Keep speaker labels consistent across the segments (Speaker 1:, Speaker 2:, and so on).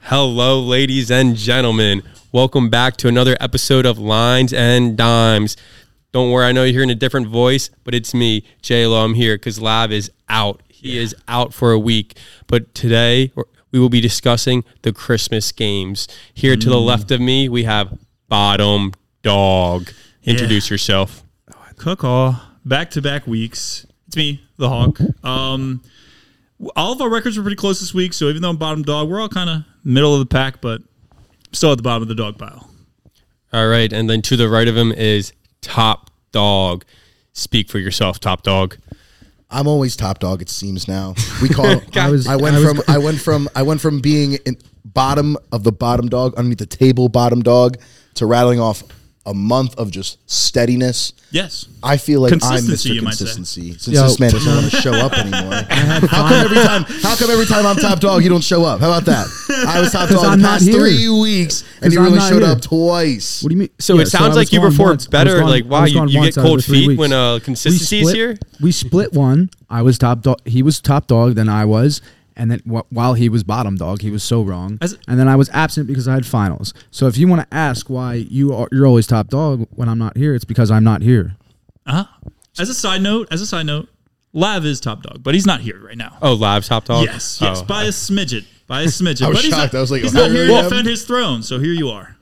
Speaker 1: Hello, ladies and gentlemen. Welcome back to another episode of Lines and Dimes. Don't worry, I know you're hearing a different voice, but it's me, J Lo. I'm here because Lab is out. He is out for a week. But today we will be discussing the Christmas games. Here to the
Speaker 2: Mm.
Speaker 1: left of me, we have Bottom Dog. Introduce yourself.
Speaker 2: Cook all back to back weeks. It's me, the Hawk. Um, all of our records were pretty close this week, so even though I'm bottom dog, we're all kind of middle of the pack, but still at the bottom of the dog pile.
Speaker 1: All right, and then to the right of him is Top Dog. Speak for yourself, Top Dog.
Speaker 3: I'm always top dog. It seems now we call. I,
Speaker 4: was-
Speaker 3: went
Speaker 4: I was-
Speaker 3: from I went from I went from being in bottom of the bottom dog underneath the table bottom dog to rattling off a month of just steadiness.
Speaker 2: Yes.
Speaker 3: I feel like I'm
Speaker 2: Consistency,
Speaker 3: Mr.
Speaker 2: you might say.
Speaker 3: Consistency since
Speaker 4: Yo.
Speaker 3: this man doesn't want to show up anymore. How come every time? How come every time I'm top dog, you don't show up? How about that? I was top dog
Speaker 4: I'm
Speaker 3: the
Speaker 4: not
Speaker 3: past
Speaker 4: here.
Speaker 3: three weeks, and
Speaker 4: 'Cause
Speaker 3: you
Speaker 4: I'm
Speaker 3: really
Speaker 4: not
Speaker 3: showed
Speaker 4: here.
Speaker 3: up twice.
Speaker 4: What do you mean?
Speaker 1: So it sounds
Speaker 4: I
Speaker 1: like
Speaker 4: was
Speaker 1: you
Speaker 4: gone
Speaker 1: performed
Speaker 4: once. I
Speaker 1: better,
Speaker 4: was gone-
Speaker 1: like,
Speaker 4: I
Speaker 1: wow,
Speaker 4: was
Speaker 1: you-
Speaker 4: gone
Speaker 1: you get
Speaker 4: once out of
Speaker 1: cold
Speaker 4: the three
Speaker 1: feet
Speaker 4: weeks.
Speaker 1: when, uh,
Speaker 4: We
Speaker 1: consistency is
Speaker 4: split-
Speaker 1: here?
Speaker 4: We split one. I was top dog. He was top dog. Then I was. And then wh- while he was bottom dog, he was so wrong.
Speaker 2: As-
Speaker 4: and then I was absent because I had finals. So if you want to ask why you are you're always top dog when I'm not here, it's because I'm not here.
Speaker 2: Uh-huh. As a side note, as a side note, Lav is top dog, but he's not here right now.
Speaker 1: Oh, live Top Dog?
Speaker 2: Yes, yes,
Speaker 1: Oh.
Speaker 2: by a smidget. By a smidget.
Speaker 3: I was
Speaker 2: but he's
Speaker 3: shocked.
Speaker 2: not,
Speaker 3: I was like,
Speaker 2: he's
Speaker 3: "Oh,
Speaker 2: not here
Speaker 3: yeah."
Speaker 2: to defend his throne, so here you are.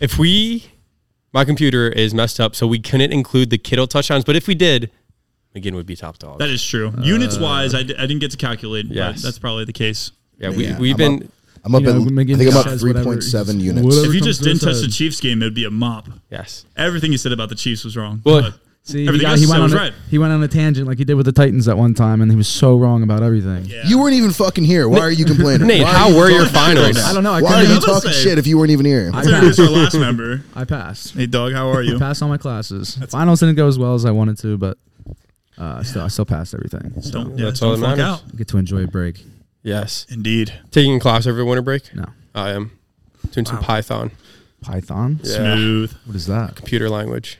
Speaker 1: If we, my computer is messed up, so we couldn't include the Kittle touchdowns. But if we did, McGinn would be top dog.
Speaker 2: That is true.
Speaker 3: Uh,
Speaker 2: Units wise, I d- I didn't get to calculate,
Speaker 1: Yes.
Speaker 2: but that's probably the case.
Speaker 1: yeah, we,
Speaker 3: Yeah,
Speaker 1: we've
Speaker 3: I'm
Speaker 1: been.
Speaker 3: I'm up
Speaker 4: You know,
Speaker 3: in,
Speaker 4: McGinn
Speaker 3: I think I'm up
Speaker 4: says
Speaker 3: three
Speaker 4: whatever.
Speaker 3: point seven
Speaker 4: He's-
Speaker 3: units.
Speaker 4: whatever.
Speaker 2: If you
Speaker 4: comes
Speaker 2: just
Speaker 4: to
Speaker 2: didn't
Speaker 4: his
Speaker 2: touch the
Speaker 4: head.
Speaker 2: Chiefs game, it would be a mop.
Speaker 1: Yes.
Speaker 2: Everything you said about the Chiefs was wrong.
Speaker 1: Well-
Speaker 2: but
Speaker 4: See, he,
Speaker 2: everything
Speaker 4: got,
Speaker 2: else
Speaker 4: he
Speaker 2: you said
Speaker 4: went on
Speaker 2: was
Speaker 4: a,
Speaker 2: right.
Speaker 4: he went on a tangent like he did with the Titans at one time, and he was so wrong about everything.
Speaker 2: Yeah.
Speaker 3: You weren't even fucking here. Why are you complaining?
Speaker 1: Nate,
Speaker 3: Why are
Speaker 1: how
Speaker 3: you
Speaker 1: were your
Speaker 3: talking shit
Speaker 1: finals?
Speaker 3: right now?
Speaker 4: I don't know. I
Speaker 3: Why are
Speaker 4: couldn't-
Speaker 3: you
Speaker 2: Another
Speaker 3: talking
Speaker 2: save.
Speaker 3: shit if you weren't even here?
Speaker 4: I
Speaker 2: There is
Speaker 4: passed.
Speaker 2: our last member.
Speaker 4: I passed.
Speaker 2: Hey, dog, how are you?
Speaker 4: Passed all my classes. Finals didn't go as well as I wanted to, but uh, still, I still passed everything. So
Speaker 2: Don't, yeah,
Speaker 1: That's
Speaker 2: don't
Speaker 1: all that
Speaker 2: flunk
Speaker 1: matters.
Speaker 2: out.
Speaker 4: I get to enjoy a break.
Speaker 1: Yes.
Speaker 2: Indeed.
Speaker 1: Taking a class over winter break?
Speaker 4: No.
Speaker 1: I am. Doing some Python.
Speaker 4: Python?
Speaker 1: Yeah.
Speaker 2: Smooth.
Speaker 4: What is that?
Speaker 1: Computer language.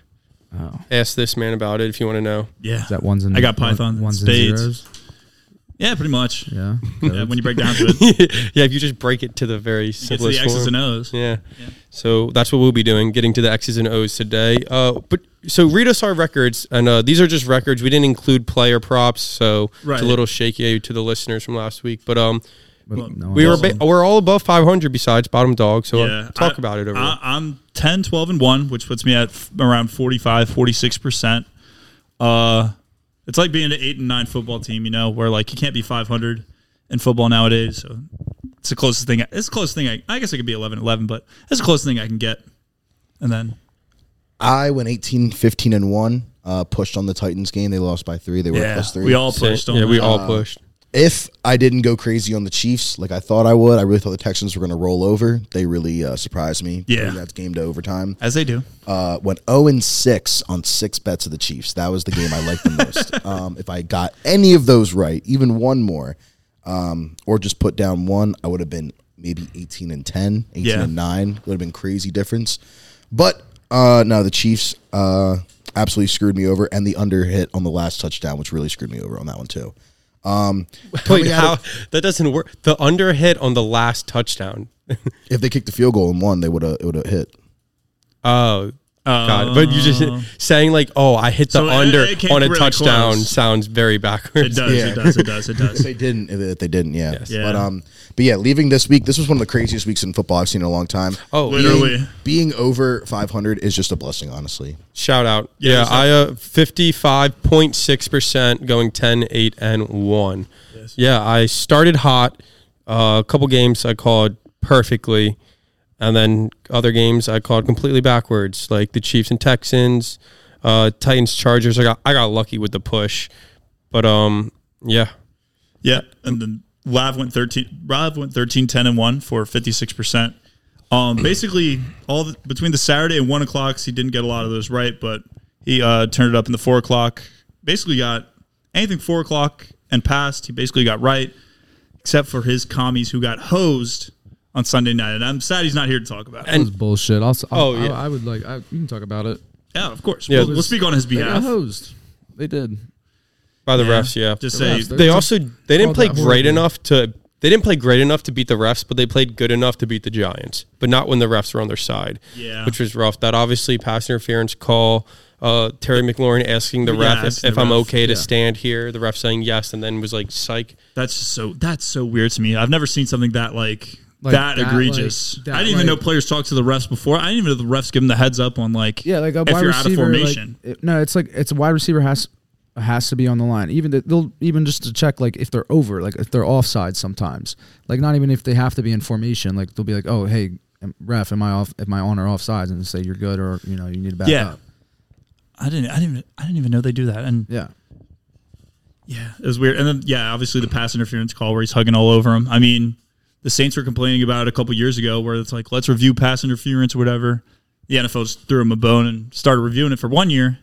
Speaker 4: Oh.
Speaker 1: Ask this man about it if you want to know.
Speaker 2: Yeah.
Speaker 4: Is that ones and
Speaker 2: I got Python in
Speaker 4: ones
Speaker 2: spades.
Speaker 4: and zeros?
Speaker 2: Yeah, pretty much.
Speaker 4: Yeah.
Speaker 2: Yeah, when you break down to it,
Speaker 1: yeah, if you just break it to the very
Speaker 2: it's the
Speaker 1: simplest
Speaker 2: X's
Speaker 1: form.
Speaker 2: and O's.
Speaker 1: Yeah. So that's what we'll be doing, getting to the X's and O's today. Uh, but so read us our records, and uh, these are just records. We didn't include player props, so it's
Speaker 2: Right.
Speaker 1: a little shaky to the listeners from last week. But um,
Speaker 4: But no
Speaker 1: we were
Speaker 4: one else-
Speaker 1: ba- we're all above 500 besides bottom dog. So uh,
Speaker 2: Yeah.
Speaker 1: talk
Speaker 2: I-
Speaker 1: about it over.
Speaker 2: I, I'm 10, 12, and 1, which puts me at f- around 45, 46%. Uh, it's like being an 8 and 9 football team, you know, where like you can't be 500 in football nowadays. So it's the closest thing. It's the closest thing. I, I guess I could be 11, 11, but it's the closest thing I can get. And then,
Speaker 3: I went 18, 15, and 1, uh, pushed on the Titans game. They lost by three. They were at
Speaker 2: yeah,
Speaker 3: plus three.
Speaker 2: we all
Speaker 1: So,
Speaker 2: pushed on
Speaker 1: yeah, we
Speaker 2: that.
Speaker 1: all pushed.
Speaker 3: if I didn't go crazy on the Chiefs like I thought I would, I really thought the Texans were going to roll over. They really uh, surprised me.
Speaker 2: Yeah.
Speaker 3: Putting That game to overtime.
Speaker 2: as they do.
Speaker 3: Uh, went 0 and 6 on six bets of the Chiefs. That was the game I liked the most. Um, if I got any of those right, even one more, um, or just put down one, I would have been maybe 18 and 10, 18
Speaker 2: Yeah.
Speaker 3: and 9. Would have been crazy difference. But uh, no, the Chiefs uh, absolutely screwed me over, and the under hit on the last touchdown, which really screwed me over on that one, too.
Speaker 1: Wait,
Speaker 3: out
Speaker 1: how that doesn't work? The under hit on the last touchdown.
Speaker 3: If they kicked the field goal and won, they would have it would have hit.
Speaker 1: Oh.
Speaker 2: Uh,
Speaker 1: God, but you just saying like, "Oh, I hit the
Speaker 2: So it-
Speaker 1: under
Speaker 2: it came
Speaker 1: on a
Speaker 2: really
Speaker 1: touchdown"
Speaker 2: close.
Speaker 1: sounds very
Speaker 2: It
Speaker 1: backwards.
Speaker 2: does, it does, it does, it does.
Speaker 3: They didn't. If if they didn't, yeah.
Speaker 2: Yeah.
Speaker 3: But um, but yeah, leaving this week, this was one of the craziest weeks in football I've seen in a long time.
Speaker 1: Oh,
Speaker 3: Being-
Speaker 2: literally.
Speaker 3: being, over 500 is just a blessing, honestly.
Speaker 1: Shout out.
Speaker 2: Yeah,
Speaker 1: Yeah,
Speaker 2: shout
Speaker 1: I uh, 55.6% going 10, 8, and 1. Yeah, I started hot. Uh, a couple games I called perfectly. And then other games I called completely backwards, like the Chiefs and Texans, uh, Titans, Chargers. I got I got lucky with the push, but um, yeah,
Speaker 2: Yeah, and then Lav went thirteen. Rob went 13, 10, and one for fifty six percent. Um, basically, all the, between the Saturday and one o'clocks, he didn't get a lot of those right, but he uh, turned it up in the four o'clock. Basically, got anything four o'clock and past. He basically got right, except for his commies who got hosed on Sunday night. And I'm sad he's not here to talk about it.
Speaker 4: That was bullshit. I'll, I'll,
Speaker 1: Oh, yeah.
Speaker 4: I, I would like, I, you can talk about it.
Speaker 2: yeah, of course.
Speaker 1: Yeah.
Speaker 2: we'll, we'll speak on his
Speaker 4: They got
Speaker 2: behalf.
Speaker 4: hosed. They did.
Speaker 1: by the
Speaker 2: Yeah,
Speaker 1: refs, yeah.
Speaker 2: Just
Speaker 4: The
Speaker 2: say
Speaker 4: refs, they're-
Speaker 1: they also they didn't
Speaker 4: Called
Speaker 1: play
Speaker 4: that
Speaker 1: great
Speaker 4: horribly.
Speaker 1: enough to They didn't play great enough to beat the refs, but they played good enough to beat the Giants, but not when the refs were on their side,
Speaker 2: Yeah.
Speaker 1: which was rough. That obviously pass interference call, uh, Terry McLaurin asking the
Speaker 2: Yeah,
Speaker 1: ref if,
Speaker 2: asking
Speaker 1: if
Speaker 2: the
Speaker 1: I'm
Speaker 2: ref,
Speaker 1: okay to
Speaker 2: yeah.
Speaker 1: stand here, the ref saying yes, and then was like, psych.
Speaker 2: That's just so that's so weird to me. I've never seen something that like,
Speaker 4: Like
Speaker 2: that,
Speaker 4: that,
Speaker 2: egregious.
Speaker 4: like, that,
Speaker 2: I didn't even know
Speaker 4: like-
Speaker 2: players talked to the refs before. I didn't even know the refs give them the heads up on like
Speaker 4: Yeah, like a
Speaker 2: if
Speaker 4: wide
Speaker 2: you're out
Speaker 4: receiver.
Speaker 2: of
Speaker 4: like,
Speaker 2: formation.
Speaker 4: it- no, it's like it's a wide receiver has has to be on the line. Even that they'll even just to check like if they're over, like if they're offside sometimes. Like not even if they have to be in formation. Like they'll be like, oh hey am- ref, am I off? Am I on or off sides? And say you're good or you know you need to back
Speaker 2: Yeah.
Speaker 4: up.
Speaker 2: I didn't I didn't I didn't even know they do that. And
Speaker 4: Yeah.
Speaker 2: yeah, it was weird. And then yeah, obviously the pass interference call where he's hugging all over him. I mean, the Saints were complaining about it a couple years ago where it's like, let's review pass interference or whatever. The NFL just threw him a bone and started reviewing it for one year.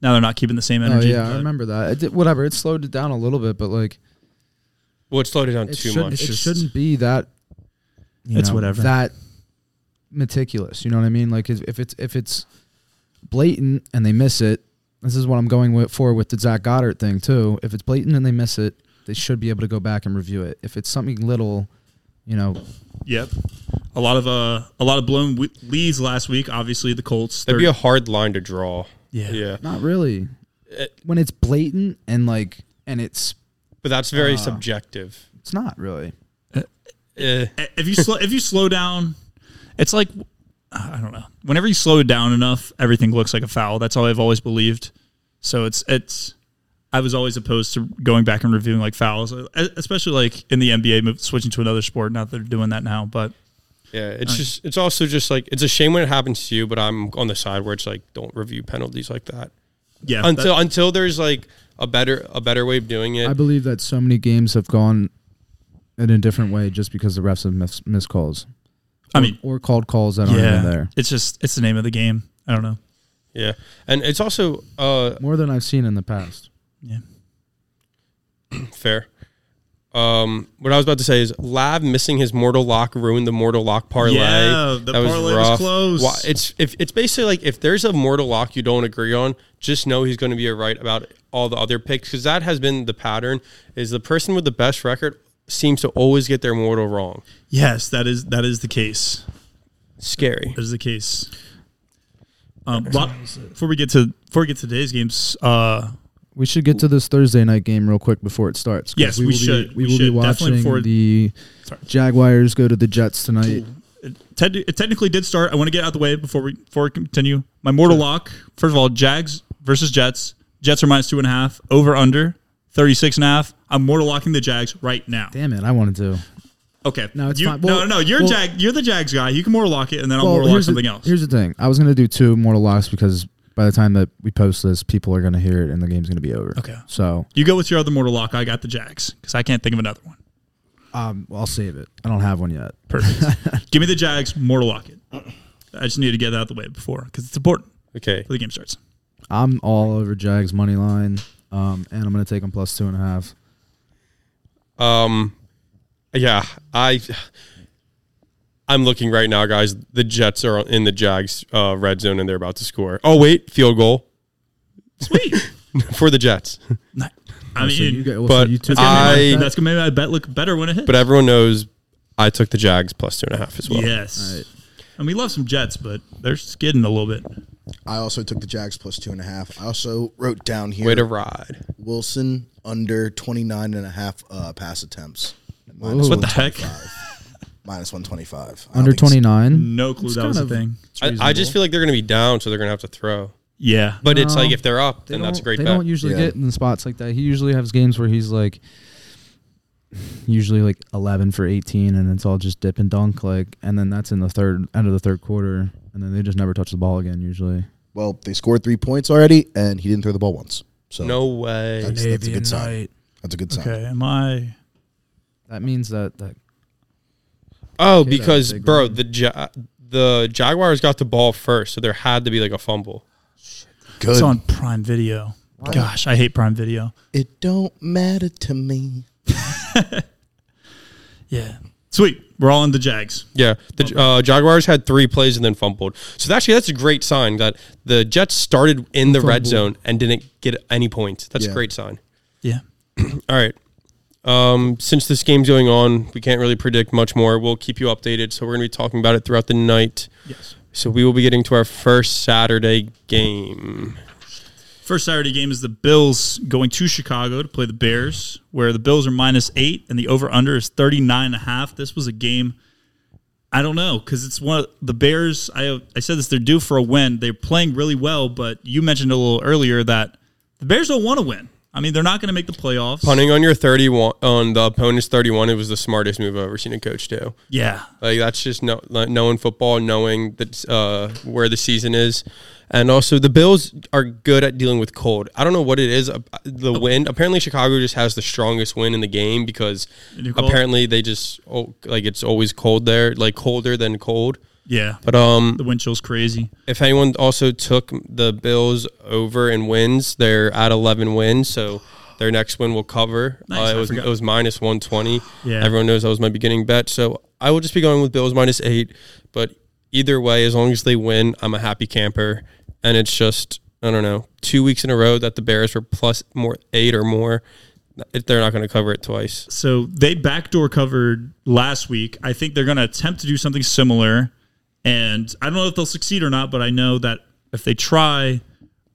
Speaker 2: Now they're not keeping the same
Speaker 4: Oh
Speaker 2: energy.
Speaker 4: yeah, I
Speaker 2: but-
Speaker 4: remember that. It did, whatever, it slowed it down a little bit, but like
Speaker 1: Well, it slowed it down
Speaker 4: it,
Speaker 1: too
Speaker 4: shouldn't,
Speaker 1: much.
Speaker 4: it
Speaker 2: Just-
Speaker 4: shouldn't be that. you
Speaker 2: It's
Speaker 4: know,
Speaker 2: whatever.
Speaker 4: That meticulous. You know what I mean? Like if, if it's if it's blatant and they miss it, this is what I'm going with, for with the Zach Goddard thing too. If it's blatant and they miss it, they should be able to go back and review it. If it's something little, you know,
Speaker 2: Yep. A lot of uh, a lot of blown w- leads last week. Obviously, the Colts.
Speaker 1: That'd
Speaker 2: third-
Speaker 1: be a hard line to draw.
Speaker 2: Yeah.
Speaker 1: Yeah.
Speaker 4: not really.
Speaker 2: Uh,
Speaker 1: It-
Speaker 4: when it's blatant and like and it's
Speaker 1: But that's
Speaker 2: Ah.
Speaker 1: very subjective.
Speaker 4: it's not really.
Speaker 1: Eh.
Speaker 2: if you slow if you slow down, it's like I don't know. Whenever you slow it down enough, everything looks like a foul. That's all I've always believed. So it's it's I was always opposed to going back and reviewing like fouls, e- especially like in the NBA, move, switching to another sport. Not that they're doing that now, but
Speaker 1: Yeah, it's just it's also just like it's a shame when it happens to you, but I'm on the side where it's like don't review penalties like that
Speaker 2: yeah, that-
Speaker 1: until until there's like a better a better way of doing it.
Speaker 4: I believe that so many games have gone in a different way just because the refs have mis- missed calls.
Speaker 2: I mean,
Speaker 4: or called calls that aren't
Speaker 2: yeah,
Speaker 4: even there.
Speaker 2: it's just it's the name of the game. I don't know.
Speaker 1: yeah, and it's also uh,
Speaker 4: More than I've seen in the past.
Speaker 2: Yeah,
Speaker 1: fair. Um, what I was about to say is Lav missing his mortal lock ruined the mortal lock parlay.
Speaker 2: Yeah, the parlay was close.
Speaker 1: Why- it's if it's basically like if there's a mortal lock you don't agree on, just know he's going to be right about all the other picks because that has been the pattern. Is the person with the best record seems to always get their mortal wrong.
Speaker 2: yes, that is that is the case.
Speaker 1: Scary.
Speaker 2: That is the case. Um, lot- before we get to before we get to today's games, uh,
Speaker 4: We should get to this Thursday night game real quick before it starts. 'cause
Speaker 2: Yes, we
Speaker 4: will be-
Speaker 2: should. We
Speaker 4: we will be
Speaker 2: should. Definitely
Speaker 4: watching
Speaker 2: before-
Speaker 4: the
Speaker 2: Sorry.
Speaker 4: Jaguars go to the Jets tonight.
Speaker 2: it, te- it technically did start. I want to get out the way before we before we continue. My mortal lock. First of all, Jags versus Jets. Jets are minus two and a half. Over under 36 and a half. I'm mortal locking the Jags right now.
Speaker 4: Damn it, I wanted to.
Speaker 2: Okay.
Speaker 4: No, it's
Speaker 2: you,
Speaker 4: fine.
Speaker 2: no,
Speaker 4: Well-
Speaker 2: no. You're
Speaker 4: well-
Speaker 2: Jag. You're the Jags guy. You can mortal lock it, and then I'll
Speaker 4: Well,
Speaker 2: mortal lock
Speaker 4: here's the-
Speaker 2: something else.
Speaker 4: Here's the thing. I was going to do two mortal locks because by the time that we post this, people are going to hear it and the game's going to be over.
Speaker 2: Okay.
Speaker 4: So
Speaker 2: You go with your other mortal lock. I got the Jags because I can't think of another one.
Speaker 4: um, I'll save it. I don't have one yet.
Speaker 2: Perfect. Give me the Jags. Mortal lock it. I just need to get that out the way before because it's important.
Speaker 1: Okay.
Speaker 2: before the game starts.
Speaker 4: I'm all over Jags money line, um, and I'm going to take them plus two and a half.
Speaker 1: Um, yeah, I, I'm looking right now, guys. The Jets are in the Jags uh, red zone, and they're about to score. Oh wait, field goal
Speaker 2: Sweet.
Speaker 1: for the Jets.
Speaker 2: Ni- I
Speaker 4: So you
Speaker 2: mean,
Speaker 4: get, well,
Speaker 1: but
Speaker 4: so you
Speaker 2: that's
Speaker 4: took
Speaker 2: gonna
Speaker 1: I-
Speaker 2: make my- that's gonna make my bet look better when it hits.
Speaker 1: But everyone knows I took the Jags plus two and a half as well.
Speaker 2: yes, and we love some Jets, but they're skidding a little bit.
Speaker 3: I also took the Jags plus two and a half. I also wrote down here
Speaker 1: Way to ride.
Speaker 3: Wilson under 29 and a half uh, pass attempts.
Speaker 4: Ooh.
Speaker 2: What the heck?
Speaker 3: Minus 125. I
Speaker 4: under
Speaker 3: don't think
Speaker 4: twenty
Speaker 3: it's-
Speaker 4: nine.
Speaker 2: No clue
Speaker 4: It's
Speaker 2: that was
Speaker 4: kind
Speaker 2: a
Speaker 4: of-
Speaker 2: thing.
Speaker 1: I, I just feel like they're going to be down, so they're going to have to throw.
Speaker 2: Yeah, but
Speaker 1: But it's
Speaker 4: No,
Speaker 1: like if they're up,
Speaker 4: They
Speaker 1: then that's a
Speaker 4: don't-
Speaker 1: great
Speaker 4: They
Speaker 1: bet.
Speaker 4: don't usually
Speaker 3: Yeah.
Speaker 4: get in the spots like that. He usually has games where he's like, usually like eleven for eighteen, and it's all just dip and dunk like, and then that's in the third end of the third quarter, and then they just never touch the ball again. Usually,
Speaker 3: Well, they scored three points already, and he didn't throw the ball once. So
Speaker 1: no way.
Speaker 3: that's, that's a good sign. That's a good sign.
Speaker 2: okay. Am I?
Speaker 4: that means that that
Speaker 1: Oh,
Speaker 4: Kid had a
Speaker 1: because
Speaker 4: big
Speaker 1: bro,
Speaker 4: run.
Speaker 1: the ja- the Jaguars got the ball first, so there had to be like a fumble.
Speaker 3: Good.
Speaker 2: It's on Prime Video. Gosh, I hate Prime Video.
Speaker 3: It don't matter to me.
Speaker 2: Yeah. Sweet. We're all in the Jags.
Speaker 1: Yeah, the uh, Jaguars had three plays and then fumbled. So that's- actually, that's a great sign that the Jets started in the red
Speaker 4: Fumbled.
Speaker 1: zone and didn't get any points. That's
Speaker 3: Yeah.
Speaker 1: a great sign.
Speaker 2: Yeah.
Speaker 1: All right, Um, since this game's going on, we can't really predict much more. We'll keep you updated. So we're going to be talking about it throughout the night.
Speaker 2: Yes.
Speaker 1: So we will be getting to our first Saturday game.
Speaker 2: First Saturday game is the Bills going to Chicago to play the Bears, where the Bills are minus eight and the over under is 39 and a half. This was a game, I don't know, because it's one of the Bears. I, I said this, they're due for a win. They're playing really well, but you mentioned a little earlier that the Bears don't want to win. I mean, they're not going to make the playoffs.
Speaker 1: Punting on your 31 on the opponent's 31, it was the smartest move I've ever seen a coach do.
Speaker 2: Yeah.
Speaker 1: Like that's just no, like, knowing football, knowing that uh, where the season is, and also the Bills are good at dealing with cold. I don't know what it is. uh, The wind. Apparently, Chicago just has the strongest wind in the game because
Speaker 2: They're cold?
Speaker 1: apparently they just oh, like it's always cold there, like colder than cold.
Speaker 2: Yeah.
Speaker 1: But um,
Speaker 2: The wind chill's crazy.
Speaker 1: if anyone also took the Bills over and wins, they're at 11 wins. So their next win will cover.
Speaker 2: Nice,
Speaker 1: uh, it,
Speaker 2: I
Speaker 1: was, it
Speaker 2: forgot.
Speaker 1: was minus 120.
Speaker 2: Yeah.
Speaker 1: Everyone knows that was my beginning bet. So I will just be going with Bills minus eight. But either way, as long as they win, I'm a happy camper. And it's just, I don't know, two weeks in a row that the Bears were plus more eight or more. If They're not going to cover it twice.
Speaker 2: So they backdoor covered last week. I think they're going to attempt to do something similar. And I don't know if they'll succeed or not, but I know that if they try,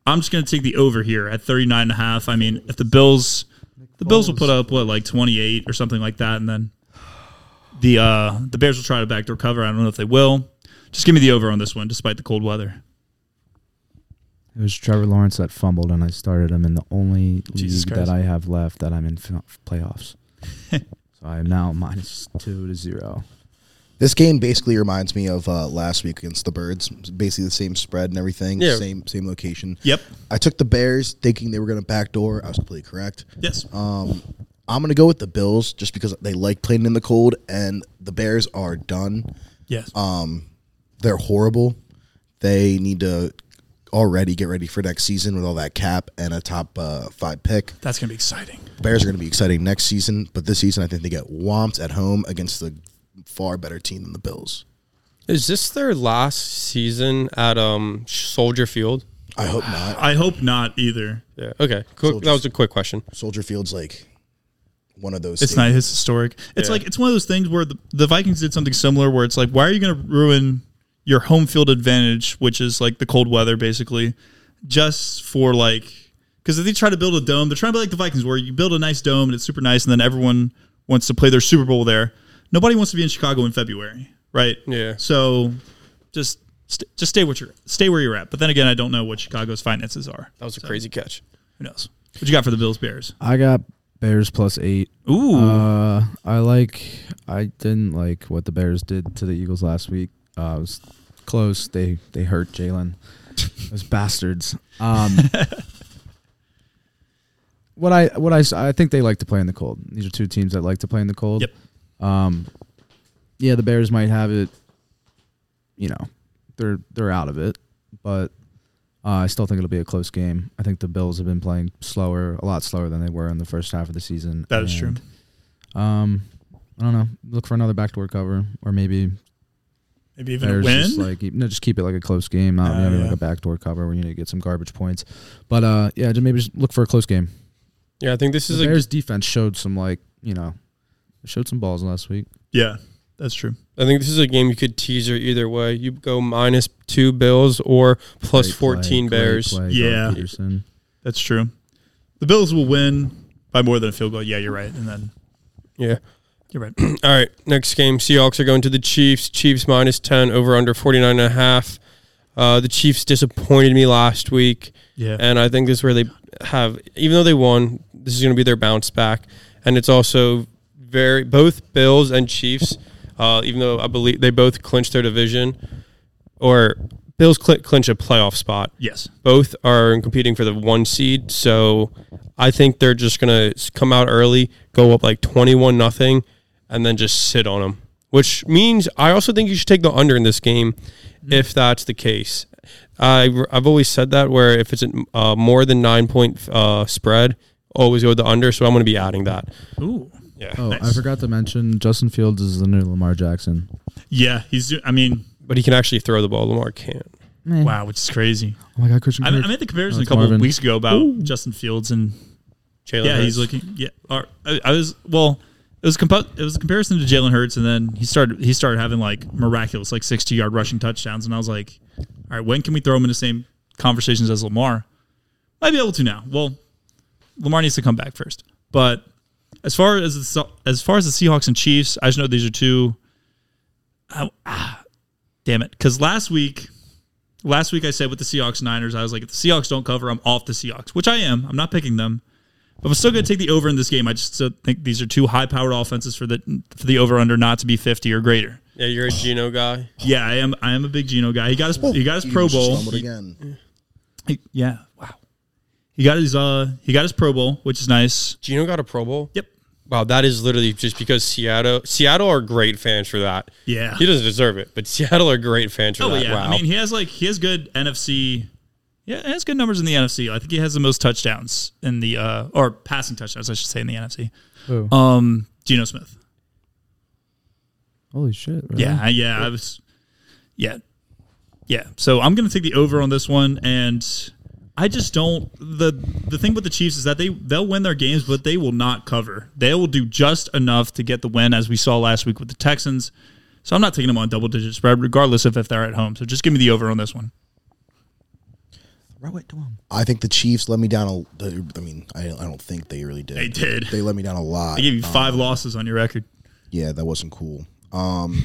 Speaker 2: I'm just going to take the over here at 39 and a half. I mean, if the Bills the Bills will put up what like 28 or something like that and then the uh the Bears will try to backdoor cover. I don't know if they will. Just give me the over on this one despite the cold weather.
Speaker 4: It was Trevor Lawrence that fumbled, and I started him in the only
Speaker 2: Jesus
Speaker 4: league
Speaker 2: Christ.
Speaker 4: that I have left that I'm in fin- playoffs. so I am now minus two to zero.
Speaker 3: This game basically reminds me of uh, last week against the Birds. It's Basically the same spread and everything,
Speaker 1: Yeah.
Speaker 3: same same location.
Speaker 2: Yep.
Speaker 3: I took the Bears thinking they were going to backdoor. I was completely correct.
Speaker 2: Yes.
Speaker 3: Um, I'm going to go with the Bills just because they like playing in the cold and the Bears are done.
Speaker 2: yes.
Speaker 3: They're horrible. They need to already get ready for next season with all that cap and a top uh, five pick.
Speaker 2: That's going to be exciting.
Speaker 3: Bears are going to be exciting next season, but this season I think they get whomped at home against the far better team than the Bills.
Speaker 1: Is this their last season at um, Soldier Field?
Speaker 3: I hope not.
Speaker 2: I hope not either.
Speaker 1: Yeah. Okay. Quick, that was a quick question.
Speaker 3: Soldier Field's like one of those.
Speaker 2: It's
Speaker 3: stadiums.
Speaker 2: not his historic. It's
Speaker 1: Yeah.
Speaker 2: like it's one of those things where the, the Vikings did something similar where it's like, why are you going to ruin your home field advantage, which is like the cold weather, basically, just for like because if they try to build a dome, they're trying to be like the Vikings, where you build a nice dome and it's super nice, and then everyone wants to play their Super Bowl there. Nobody wants to be in Chicago in February, right?
Speaker 1: Yeah.
Speaker 2: So just st- just stay what you're stay where you're at. But then again, I don't know what Chicago's finances are.
Speaker 1: That was a crazy catch.
Speaker 2: Who knows? What you got for the Bills Bears?
Speaker 4: I got Bears plus eight.
Speaker 2: Ooh,
Speaker 4: Uh, I like. I didn't like what the Bears did to the Eagles last week. Uh, it was close. They they hurt Jalen. Those bastards. Um, what I what I s- I think they like to play in the cold. These are two teams that like to play in the cold.
Speaker 2: Yep.
Speaker 4: Um, yeah, the Bears might have it. You know, they're they're out of it, but uh, I still think it'll be a close game. I think the Bills have been playing slower, a lot slower than they were in the first half of the season.
Speaker 2: that
Speaker 1: Uh,
Speaker 2: is true.
Speaker 4: and, Um, I don't know. Look for another backdoor cover, or maybe
Speaker 2: Maybe even a
Speaker 4: Bears
Speaker 2: win.
Speaker 4: just like e, no, just keep it like a close game, not
Speaker 2: Ah,
Speaker 4: maybe
Speaker 2: yeah.
Speaker 4: like a backdoor cover where you need to get some garbage points. But uh, yeah, just maybe just look for a close game.
Speaker 1: Yeah, I think this is
Speaker 4: the
Speaker 1: a
Speaker 4: Bears defense showed some like you know, showed some balls last week.
Speaker 2: yeah, that's true.
Speaker 1: I think this is a game you could teaser either way. You go minus two Bills or plus
Speaker 4: Great play,
Speaker 1: 14
Speaker 4: great
Speaker 1: Bears.
Speaker 4: play, Doug
Speaker 2: Yeah.
Speaker 4: Peterson.
Speaker 2: That's true. The Bills will win by more than a field goal. Yeah, you're right. And then
Speaker 1: Yeah.
Speaker 2: you're right.
Speaker 1: All right. Next game Seahawks are going to the Chiefs. Chiefs minus 10, over under 49.5. Uh, the Chiefs disappointed me last week.
Speaker 2: Yeah.
Speaker 1: And I think this is where they have, even though they won, this is going to be their bounce back. And it's also very, both Bills and Chiefs, uh, even though I believe they both clinched their division or Bills cl- clinch a playoff spot.
Speaker 2: yes.
Speaker 1: both are competing for the one seed. So I think they're just gonna s- come out early, go up like twenty-one nothing, and then just sit on them. Which means I also think you should take the under in this game,
Speaker 2: Mm-hmm.
Speaker 1: if that's the case. I I've always said that where if it's a, uh, more than nine point uh, spread, always go with the under. So I'm gonna be adding that.
Speaker 2: Ooh.
Speaker 1: Yeah,
Speaker 4: Oh, I
Speaker 2: Nice.
Speaker 4: forgot to mention Justin Fields is the new Lamar Jackson.
Speaker 2: Yeah, he's. do- I mean,
Speaker 1: but he can actually throw the ball. Lamar can't.
Speaker 2: wow, which is crazy.
Speaker 4: Oh my God, Christian
Speaker 2: I, I
Speaker 4: Kirk.
Speaker 2: made the comparison
Speaker 4: No,
Speaker 2: a
Speaker 4: it's
Speaker 2: couple of
Speaker 4: Marvin.
Speaker 2: weeks ago about Justin Fields and
Speaker 1: Jalen
Speaker 2: Yeah, he's
Speaker 1: Hurts.
Speaker 2: looking. Yeah, or, I, I was well. It was compo- it was a comparison to Jalen Hurts, and then he started he started having like miraculous like sixty yard rushing touchdowns, and I was like, all right, when can we throw him in the same conversations as Lamar? Might be able to now. Well, Lamar needs to come back first. But as far as the, Se- as far as the Seahawks and Chiefs, I just know these are two. I- ah, damn it! Because last week, last week I said with the Seahawks Niners, I was like, if the Seahawks don't cover, I'm off the Seahawks, which I am. I'm not picking them. But I'm still going to take the over in this game. I just still think these are two high-powered offenses for the for the over/under not to be 50 or greater.
Speaker 1: Yeah, you're a Geno guy.
Speaker 2: Yeah, I am. I am a big Geno guy. He got his. He got his Pro
Speaker 3: Eagles just
Speaker 2: Bowl.
Speaker 3: stumbled again.
Speaker 2: He- yeah. Wow. He got his. Uh. He got his Pro Bowl, which is nice.
Speaker 1: Geno got a Pro Bowl.
Speaker 2: Yep.
Speaker 1: Wow, that is literally just because Seattle Seattle are great fans for that.
Speaker 2: Yeah.
Speaker 1: He doesn't deserve it, but Seattle are great fans for
Speaker 2: Oh
Speaker 1: that.
Speaker 2: yeah.
Speaker 1: Wow.
Speaker 2: I mean, he has like he has good NFC. Yeah, he has good numbers in the NFC. I think he has the most touchdowns in the uh or passing touchdowns, I should say, in the NFC.
Speaker 4: Who?
Speaker 2: Um, Geno Smith.
Speaker 4: Holy shit! really?
Speaker 2: Yeah, I- yeah, I was. Yeah, yeah. So I'm gonna take the over on this one, and I just don't. the The thing with the Chiefs is that they they'll win their games, but they will not cover. They will do just enough to get the win, as we saw last week with the Texans. So I'm not taking them on double digit spread, regardless of if they're at home. So just give me the over on this one.
Speaker 3: I think the Chiefs let me down. A, I mean, I, I don't think they really did.
Speaker 2: They did.
Speaker 3: They let me down a lot.
Speaker 2: I gave you five losses on your record.
Speaker 3: yeah, that wasn't cool. Um,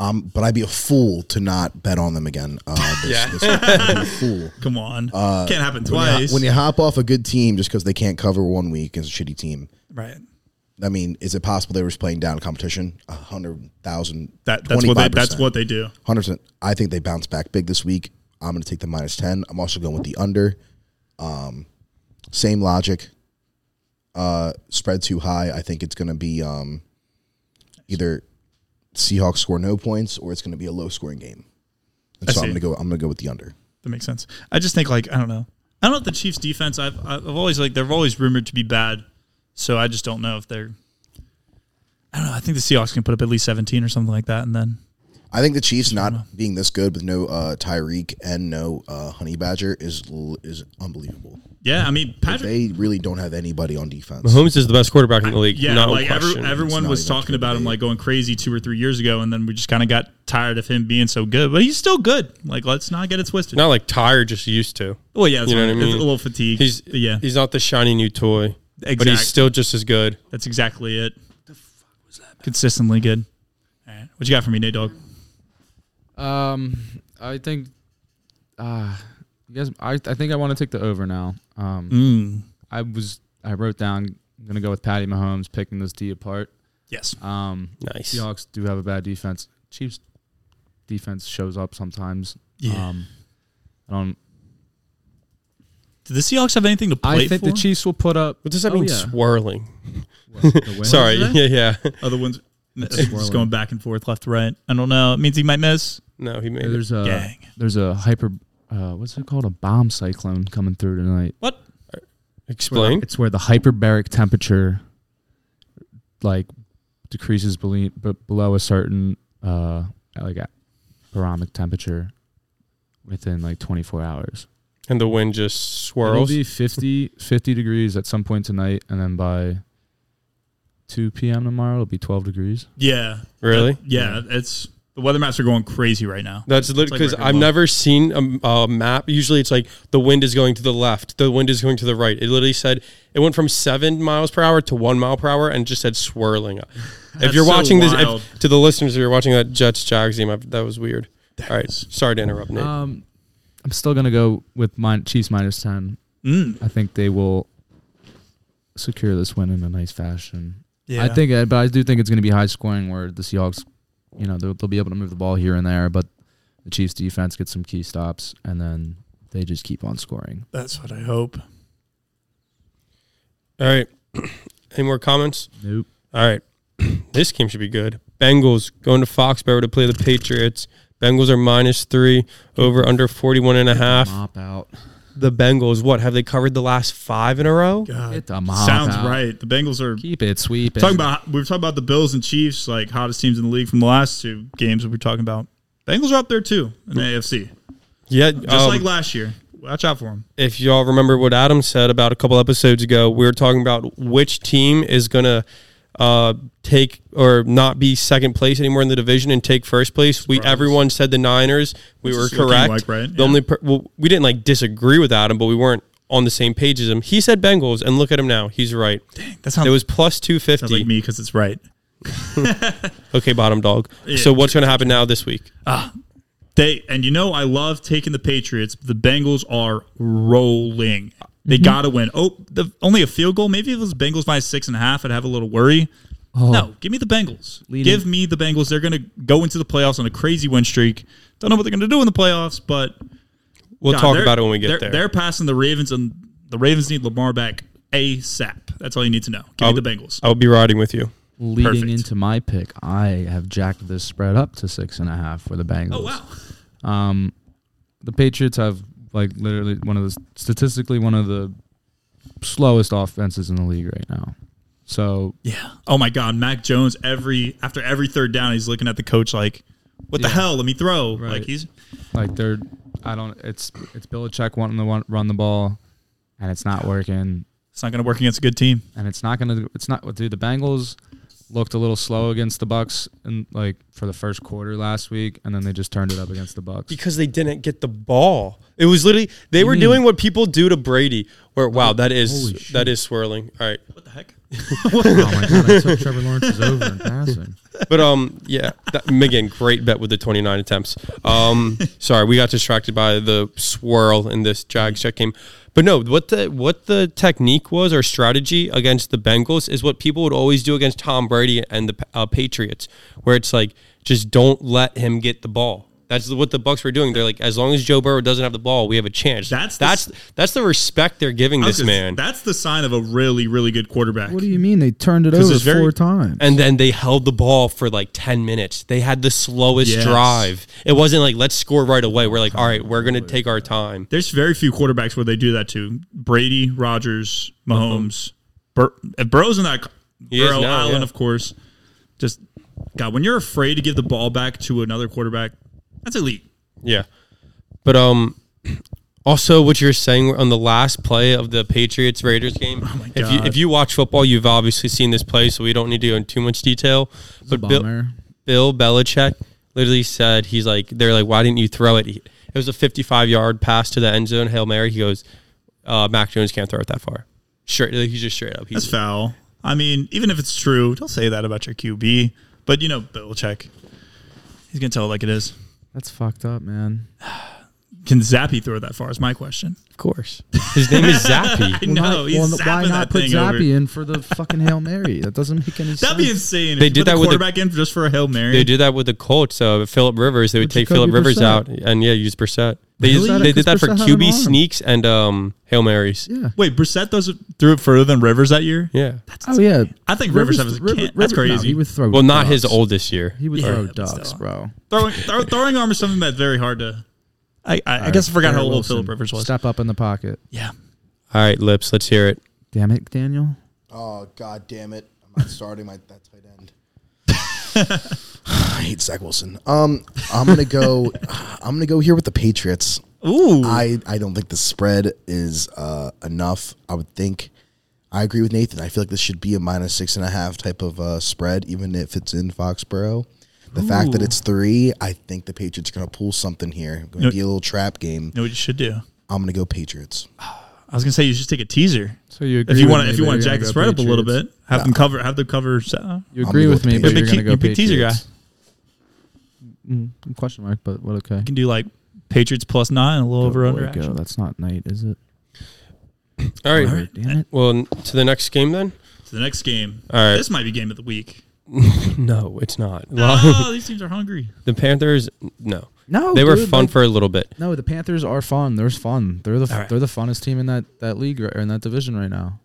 Speaker 3: um, but I'd be a fool to not bet on them again. Uh, this,
Speaker 1: Yeah.
Speaker 3: this week. I'd be a fool.
Speaker 2: Come on, can't happen
Speaker 3: Uh, When you hop-
Speaker 2: twice.
Speaker 3: When you hop off a good team just because they can't cover one week as a shitty team,
Speaker 2: right.
Speaker 3: I mean, is it possible they were just playing down competition? A hundred thousand.
Speaker 2: That, that's what they, that's what they do.
Speaker 3: Hundred percent. I think they bounce back big this week. I'm going to take the minus ten. I'm also going with the under. Um, same logic. Uh, spread too high. I think it's going to be um, either Seahawks score no points or it's going to be a low scoring game. And
Speaker 2: I
Speaker 3: so I'm
Speaker 2: see.
Speaker 3: going to go. I'm going to go with the under.
Speaker 2: That makes sense. I just think like I don't know. I don't know if the Chiefs defense. I've I've always like they've always rumored to be bad, so I just don't know if they're. I don't know. I think the Seahawks can put up at least seventeen or something like that, and then
Speaker 3: I think the Chiefs not being this good with no uh, Tyreek and no uh, Honey Badger is l- is unbelievable.
Speaker 2: yeah, I mean Patrick.
Speaker 3: They really don't have anybody on defense.
Speaker 1: Mahomes is the best quarterback in the league.
Speaker 2: yeah,
Speaker 1: not
Speaker 2: like
Speaker 1: like
Speaker 2: every, everyone
Speaker 3: not
Speaker 2: was
Speaker 3: even
Speaker 2: talking about him like going crazy two or three years ago, and then we just kind of got tired of him being so good. But he's still good. Like let's not get it twisted.
Speaker 1: not like tired, just used to.
Speaker 2: well, yeah, that's
Speaker 1: you know
Speaker 2: what
Speaker 1: what I
Speaker 2: it's
Speaker 1: mean?
Speaker 2: a little fatigue.
Speaker 1: He's
Speaker 2: But yeah,
Speaker 1: He's not the shiny new toy, but
Speaker 2: Exact.
Speaker 1: he's still just as good.
Speaker 2: that's exactly it. Consistently good. All right, what you got for me, Nate Dog?
Speaker 4: Um, I think. Uh, you guys, I I think I want to take the over now. Um,
Speaker 2: Mm.
Speaker 4: I was I wrote down I'm gonna go with Patty Mahomes picking this D apart.
Speaker 2: Yes.
Speaker 4: Um,
Speaker 1: Nice.
Speaker 4: Seahawks do have a bad defense. Chiefs defense shows up sometimes.
Speaker 2: Yeah.
Speaker 4: Um, I don't.
Speaker 2: Do the Seahawks have anything to
Speaker 4: I
Speaker 2: play
Speaker 4: think
Speaker 2: for?
Speaker 4: the Chiefs will put up.
Speaker 1: What does that
Speaker 4: Oh,
Speaker 1: mean?
Speaker 4: yeah.
Speaker 1: Swirling.
Speaker 4: the win.
Speaker 1: Sorry.
Speaker 2: that?
Speaker 1: Yeah, yeah.
Speaker 2: Other ones
Speaker 4: swirling.
Speaker 2: just going back and forth, left to right. I don't know. It means he might miss.
Speaker 1: No, he made it.
Speaker 4: There's a
Speaker 2: Gang.
Speaker 4: there's a hyper. Uh, what's it called? A bomb cyclone coming through tonight.
Speaker 2: What?
Speaker 1: Explain.
Speaker 4: It's where the hyperbaric temperature, like, decreases below, below a certain uh like a barometric temperature within like 24 hours.
Speaker 1: And the wind just swirls.
Speaker 4: It'll be 50, 50 degrees at some point tonight, and then by 2 p.m. tomorrow, it'll be 12 degrees.
Speaker 2: Yeah.
Speaker 1: Really?
Speaker 2: yeah, It's the weather maps are going crazy right now.
Speaker 1: That's
Speaker 2: like
Speaker 1: because
Speaker 2: record
Speaker 1: I've
Speaker 2: low.
Speaker 1: never seen a, m- a map. Usually, it's like the wind is going to the left, the wind is going to the right. It literally said it went from seven miles per hour to one mile per hour, and just said swirling. if
Speaker 2: That's
Speaker 1: you're
Speaker 2: so
Speaker 1: watching this,
Speaker 2: wild.
Speaker 1: if, to the listeners, if you're watching that Jets Jags game, I- that was weird. All right, sorry to interrupt, Nate.
Speaker 4: Um, I'm still gonna go with mine, Chiefs minus 10.
Speaker 2: Mm.
Speaker 4: I think they will secure this win in a nice fashion.
Speaker 2: Yeah.
Speaker 4: I think, uh, but I do think it's going to be high scoring where the Seahawks, you know, they'll, they'll be able to move the ball here and there, but the Chiefs defense gets some key stops and then they just keep on scoring.
Speaker 2: that's what I hope.
Speaker 1: All right, any more comments?
Speaker 4: Nope.
Speaker 1: All right, this game should be good. Bengals going to Foxborough to play the Patriots. Bengals are minus three over under 41 and a half.
Speaker 2: Uh,
Speaker 4: Mop out.
Speaker 1: The Bengals, what have they covered the last five in a row?
Speaker 2: God.
Speaker 4: Get the mop
Speaker 2: Sounds
Speaker 4: out.
Speaker 2: right. The Bengals are
Speaker 4: Keep it sweep. it.
Speaker 2: talking about. We were talking about the Bills and Chiefs, like hottest teams in the league from the last two games. that We were talking about. Bengals are up there too in the AFC,
Speaker 1: Yeah,
Speaker 2: just
Speaker 1: um,
Speaker 2: like last year. watch out for him.
Speaker 1: if y'all remember what Adam said about a couple episodes ago, we were talking about which team is going to uh, take or not be second place anymore in the division and take first place. We
Speaker 2: Surprise.
Speaker 1: everyone said the Niners. We
Speaker 2: This
Speaker 1: were
Speaker 2: is looking
Speaker 1: correct.
Speaker 2: like right,
Speaker 1: The
Speaker 2: yeah.
Speaker 1: only per- well, we didn't like disagree with Adam, but we weren't on the same page as him. He said Bengals, and look at him now. He's right.
Speaker 2: That sounds,
Speaker 1: It was plus two
Speaker 2: sounds
Speaker 1: fifty.
Speaker 2: like me because it's right.
Speaker 1: okay, bottom dog. so what's going to happen now this week?
Speaker 2: They and you know I love taking the Patriots. but The Bengals are rolling. They
Speaker 4: Mm-hmm.
Speaker 2: gotta win. Oh, the, only a field goal. Maybe if it was Bengals by six and a half, I'd have a little worry. No, give me the Bengals.
Speaker 4: Oh. Leading-
Speaker 2: Give me the Bengals. They're gonna go into the playoffs on a crazy win streak. Don't know what they're gonna do in the playoffs, but
Speaker 1: We'll
Speaker 2: God,
Speaker 1: talk
Speaker 2: they're-
Speaker 1: about it when we get
Speaker 2: they're-
Speaker 1: there.
Speaker 2: They're passing the Ravens, and the Ravens need Lamar back ASAP. That's all you need to know.
Speaker 1: Oh.
Speaker 2: Give me the Bengals.
Speaker 1: I'll be riding with you.
Speaker 4: Leading
Speaker 2: Perfect.
Speaker 4: into my pick, I have jacked this spread up to six and a half for the Bengals. Um,
Speaker 2: Oh wow,
Speaker 4: The Patriots have like literally one of the statistically one of the slowest offenses in the league right now. So
Speaker 2: yeah. Oh my God, Mac Jones. Every after every third down, he's looking at the coach like, "What the
Speaker 4: Yeah.
Speaker 2: hell? Let me throw."
Speaker 4: Right.
Speaker 2: Like he's
Speaker 4: like they're I don't it's it's Belichick wanting to want- run the ball and it's not working
Speaker 2: it's not going to work against a good team.
Speaker 4: and it's not gonna it's not dude the Bengals looked a little slow against the Bucks and like for the first quarter last week and then they just turned it up against the Bucks.
Speaker 1: because they didn't get the ball. It was literally they were doing what people do to Brady. Where wow, that is that is swirling. All right,
Speaker 2: What the heck?
Speaker 4: oh my god, I took Trevor Lawrence's over in passing.
Speaker 1: but um, yeah, that, again, great bet with the twenty nine attempts. Um, sorry, we got distracted by the swirl in this Jags check game. But no, what the what the technique was or strategy against the Bengals is what people would always do against Tom Brady and the uh, Patriots, where it's like just don't let him get the ball. That's what the Bucks were doing. They're like, as long as Joe Burrow doesn't have the ball, we have a chance.
Speaker 2: That's the-
Speaker 1: that's that's the respect they're giving this man.
Speaker 2: That's the sign of a really, really good quarterback.
Speaker 4: What do you mean they turned it
Speaker 2: 'Cause
Speaker 4: over
Speaker 2: it's very-
Speaker 4: four times?
Speaker 1: and then they held the ball for like 10 minutes. They had the slowest
Speaker 2: Yes.
Speaker 1: drive. It wasn't like, let's score right away. We're like, all right, we're going to take our time.
Speaker 2: There's very few quarterbacks where they do that to Brady, Rogers, Mahomes, Bur- if Burrow's in that. c-
Speaker 1: He is
Speaker 2: Burrow,
Speaker 1: now,
Speaker 2: Allen,
Speaker 1: yeah.
Speaker 2: of course. Just God, when you're afraid to give the ball back to another quarterback, that's elite.
Speaker 1: Yeah. But um, also, what you're saying on the last play of the Patriots Raiders game, if, you,
Speaker 2: Oh God.
Speaker 1: if you watch football, you've obviously seen this play, so we don't need to go into too much detail. But Bill,
Speaker 4: Bomber.
Speaker 1: Bill Belichick literally said, he's like, they're like, why didn't you throw it? He- It was a 55 yard pass to the end zone, Hail Mary. He goes, uh, Mac Jones can't throw it that far. Straight, he's just straight up. He's
Speaker 2: That's foul. I mean, even if it's true, don't say that about your QB. But you know, Belichick, he's gonna tell it like it is.
Speaker 4: That's fucked up, man.
Speaker 2: Can Zappy throw that far? Is my question.
Speaker 1: Of course. His name is Zappy.
Speaker 2: No, he's
Speaker 4: well,
Speaker 2: zapping
Speaker 4: why not
Speaker 2: that
Speaker 4: put
Speaker 2: thing
Speaker 4: Zappy
Speaker 2: over.
Speaker 4: in for the fucking Hail Mary? That doesn't make any
Speaker 2: That'd
Speaker 4: sense.
Speaker 2: be insane.
Speaker 1: They
Speaker 2: If you
Speaker 1: did
Speaker 2: put
Speaker 1: that
Speaker 2: the
Speaker 1: with the-
Speaker 2: quarterback in just for a hail mary.
Speaker 1: They did that with the Colts. Uh, Philip Rivers, they would
Speaker 4: With
Speaker 1: take
Speaker 4: Jacoby
Speaker 1: Philip Rivers
Speaker 4: Brissett.
Speaker 1: out and yeah, use Brissett. They
Speaker 4: Really?
Speaker 1: used, they did that for
Speaker 4: Because Brissett had an
Speaker 1: QB
Speaker 4: arm.
Speaker 1: sneaks and um, hail marys.
Speaker 4: yeah.
Speaker 2: Wait, Brissett does it threw it further than Rivers that year.
Speaker 1: Yeah.
Speaker 4: Oh yeah.
Speaker 2: I think Rivers, has a
Speaker 4: River-
Speaker 2: kid. That's
Speaker 4: River- no,
Speaker 2: crazy.
Speaker 4: he would throw.
Speaker 1: Well, not his
Speaker 4: ducks.
Speaker 1: oldest year.
Speaker 4: He would
Speaker 2: Yeah,
Speaker 4: throw
Speaker 2: but
Speaker 4: ducks,
Speaker 2: still.
Speaker 4: bro.
Speaker 2: throwing throw, throwing arm is something that's very hard to. I I, I guess I forgot how
Speaker 4: Garrett
Speaker 2: old
Speaker 4: Wilson,
Speaker 2: Philip Rivers was.
Speaker 4: Step up in the pocket.
Speaker 2: Yeah,
Speaker 1: All right, lips. Let's hear it.
Speaker 4: Damn it, Daniel.
Speaker 3: Oh God damn it! I'm not starting my that tight end. I hate Zach Wilson. Um, I'm gonna go. I'm gonna go here with the Patriots. Ooh, I I don't think the spread is uh, enough. I would think. I agree with Nathan. I feel like this should be a minus six and a half type of uh, spread, even if it's in Foxborough. The fact that it's three, I think the Patriots are gonna pull something here. Gonna
Speaker 2: No-
Speaker 3: be a little trap game.
Speaker 2: you know what you should do.
Speaker 3: I'm gonna go Patriots.
Speaker 2: I was gonna say you should take a teaser
Speaker 4: So you
Speaker 2: if you want to if you want to jack the spread up a little bit. Have them cover. Have the cover. set up.
Speaker 4: You
Speaker 3: I'm
Speaker 4: agree
Speaker 3: gonna
Speaker 4: with
Speaker 3: go
Speaker 4: me, but
Speaker 2: Patriots.
Speaker 4: you're
Speaker 2: You're
Speaker 4: gonna
Speaker 2: a
Speaker 4: go
Speaker 2: big te- you're a big
Speaker 4: Patriots. Mm, question mark, but what? Okay.
Speaker 2: You can do like Patriots plus nine, a little over
Speaker 4: Go,
Speaker 2: under
Speaker 4: Oh, boy, go.
Speaker 2: action.
Speaker 4: That's not night, is it?
Speaker 1: All right.
Speaker 4: All right, damn it.
Speaker 1: Well, n- to the next game then?
Speaker 2: To the next game.
Speaker 1: All right.
Speaker 2: This might be game of the week.
Speaker 1: No, it's not.
Speaker 2: Oh, these teams are hungry.
Speaker 1: the Panthers, no.
Speaker 4: No,
Speaker 1: They were
Speaker 4: dude,
Speaker 1: fun
Speaker 4: like-
Speaker 1: for a little bit.
Speaker 4: No, the Panthers are fun. There's fun. They're the
Speaker 2: All right.
Speaker 4: they're the funnest team in that that league right- or in that division right now.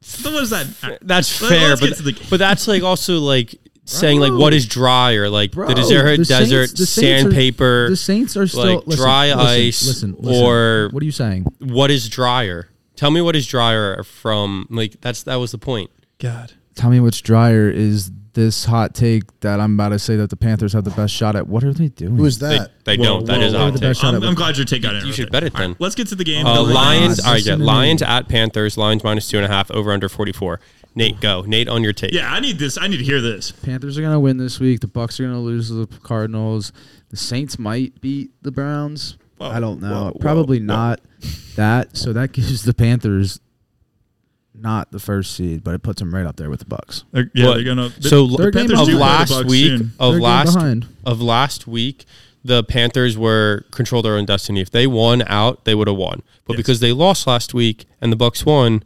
Speaker 2: So what is that?
Speaker 1: That's
Speaker 2: Let-
Speaker 1: fair,
Speaker 2: let's
Speaker 1: but
Speaker 2: get to the-
Speaker 1: but that's like also like saying like what is drier, like
Speaker 4: Bro,
Speaker 1: the desert,
Speaker 4: the Saints-
Speaker 1: desert,
Speaker 4: the Saints are-
Speaker 1: sandpaper.
Speaker 4: The Saints are still
Speaker 1: like,
Speaker 4: listen,
Speaker 1: dry
Speaker 4: listen,
Speaker 1: ice
Speaker 4: Listen, listen.
Speaker 1: or-
Speaker 4: what are you saying?
Speaker 1: what is drier? Tell me what is drier from like that's that was the point.
Speaker 2: God.
Speaker 4: Tell me what's drier is this hot take that I'm about to say that the Panthers have the best shot at. What are they doing?
Speaker 3: Who is
Speaker 1: They,
Speaker 3: that?
Speaker 1: they
Speaker 2: Whoa,
Speaker 1: don't. That
Speaker 2: whoa,
Speaker 1: is
Speaker 2: whoa.
Speaker 1: our
Speaker 4: the
Speaker 1: take.
Speaker 4: best shot
Speaker 2: I'm,
Speaker 4: at
Speaker 2: I'm
Speaker 4: what-
Speaker 2: glad you're taking on it.
Speaker 1: You
Speaker 2: Ruth.
Speaker 1: should bet it
Speaker 2: All right,
Speaker 1: then.
Speaker 2: let's get to the game.
Speaker 1: Uh,
Speaker 2: The
Speaker 1: Lions. All right, yeah.
Speaker 4: Listen to me.
Speaker 1: Lions at Panthers. Lions minus two and a half. Over under forty four. Nate, go. Nate on your take.
Speaker 2: Yeah, I need this. I need to hear this.
Speaker 4: Panthers are going to win this week. The Bucks are going to lose to the Cardinals. The Saints might beat the Browns.
Speaker 2: Whoa,
Speaker 4: I don't know.
Speaker 2: whoa, whoa,
Speaker 4: Probably
Speaker 2: whoa.
Speaker 4: not that. So that gives the Panthers not the first seed, but it puts them right up there with the Bucks.
Speaker 2: They're, yeah,
Speaker 1: What?
Speaker 2: they're gonna.
Speaker 1: so
Speaker 4: They're
Speaker 1: of
Speaker 4: game do play the
Speaker 1: last
Speaker 2: Bucks
Speaker 1: week
Speaker 2: soon.
Speaker 1: of
Speaker 4: They're a game
Speaker 1: last
Speaker 4: behind.
Speaker 1: of last week the Panthers were controlled their own destiny. If they won out, they would have won. But
Speaker 2: Yes.
Speaker 1: because they lost last week and the Bucks won,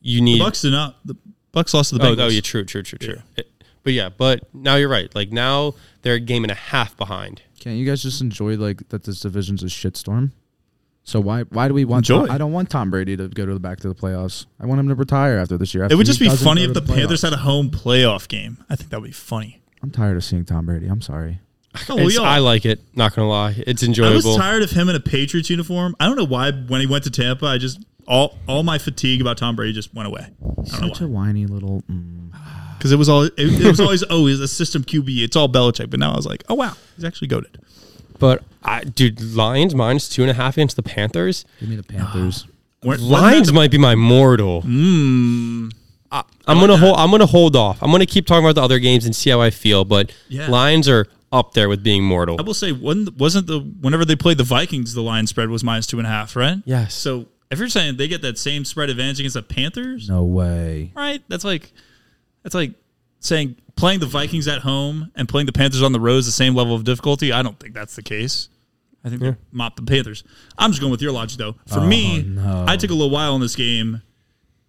Speaker 1: you need
Speaker 2: the Bucks did not. The Bucks lost to the
Speaker 1: oh,
Speaker 2: Bengals.
Speaker 1: oh yeah, true, true, true, true. It- but yeah, but now you're right. Like now they're a game and a half behind.
Speaker 4: Can't you guys just enjoy like that this division's a shitstorm? So why why do we want
Speaker 2: Enjoy.
Speaker 4: I don't want Tom Brady to go to the back to the playoffs. I want him to retire after this year.
Speaker 2: It would just be funny if the Panthers had a home playoff game. I think that would be funny.
Speaker 4: I'm tired of seeing Tom Brady. I'm sorry.
Speaker 2: Oh,
Speaker 1: It's-
Speaker 2: we all-
Speaker 1: I like it. Not gonna lie, it's
Speaker 2: I was
Speaker 1: enjoyable.
Speaker 2: tired of him in a Patriots uniform. I don't know why. When he went to Tampa, I just all all my fatigue about Tom Brady just went away. I don't
Speaker 4: Such
Speaker 2: know
Speaker 4: a
Speaker 2: why.
Speaker 4: whiny little. Mm.
Speaker 2: Because it was all it, it was always oh he's a system QB. It's all Belichick. But now I was like oh wow he's actually goaded.
Speaker 1: But I, dude, Lions minus two and a half against the Panthers.
Speaker 4: Give me the Panthers.
Speaker 2: Weren't- wasn't
Speaker 1: Lions
Speaker 2: that
Speaker 1: might be my mortal. Hmm. I, am gonna hold. I'm gonna hold off. I'm gonna keep talking about the other games and see how I feel. But
Speaker 2: Yeah.
Speaker 1: Lions are up there with being mortal.
Speaker 2: the- I will say wasn't wasn't the whenever they played the Vikings the line spread was minus two and a half right?
Speaker 1: Yes.
Speaker 2: So if you're saying they get that same spread advantage against the Panthers,
Speaker 4: No way.
Speaker 2: right? That's like that's like saying playing the Vikings at home and playing the Panthers on the road is the same level of difficulty. I don't think that's the case. I think they mop the Panthers. I'm just going with your logic though. For me,
Speaker 4: Oh, no.
Speaker 2: I took a little while on this game,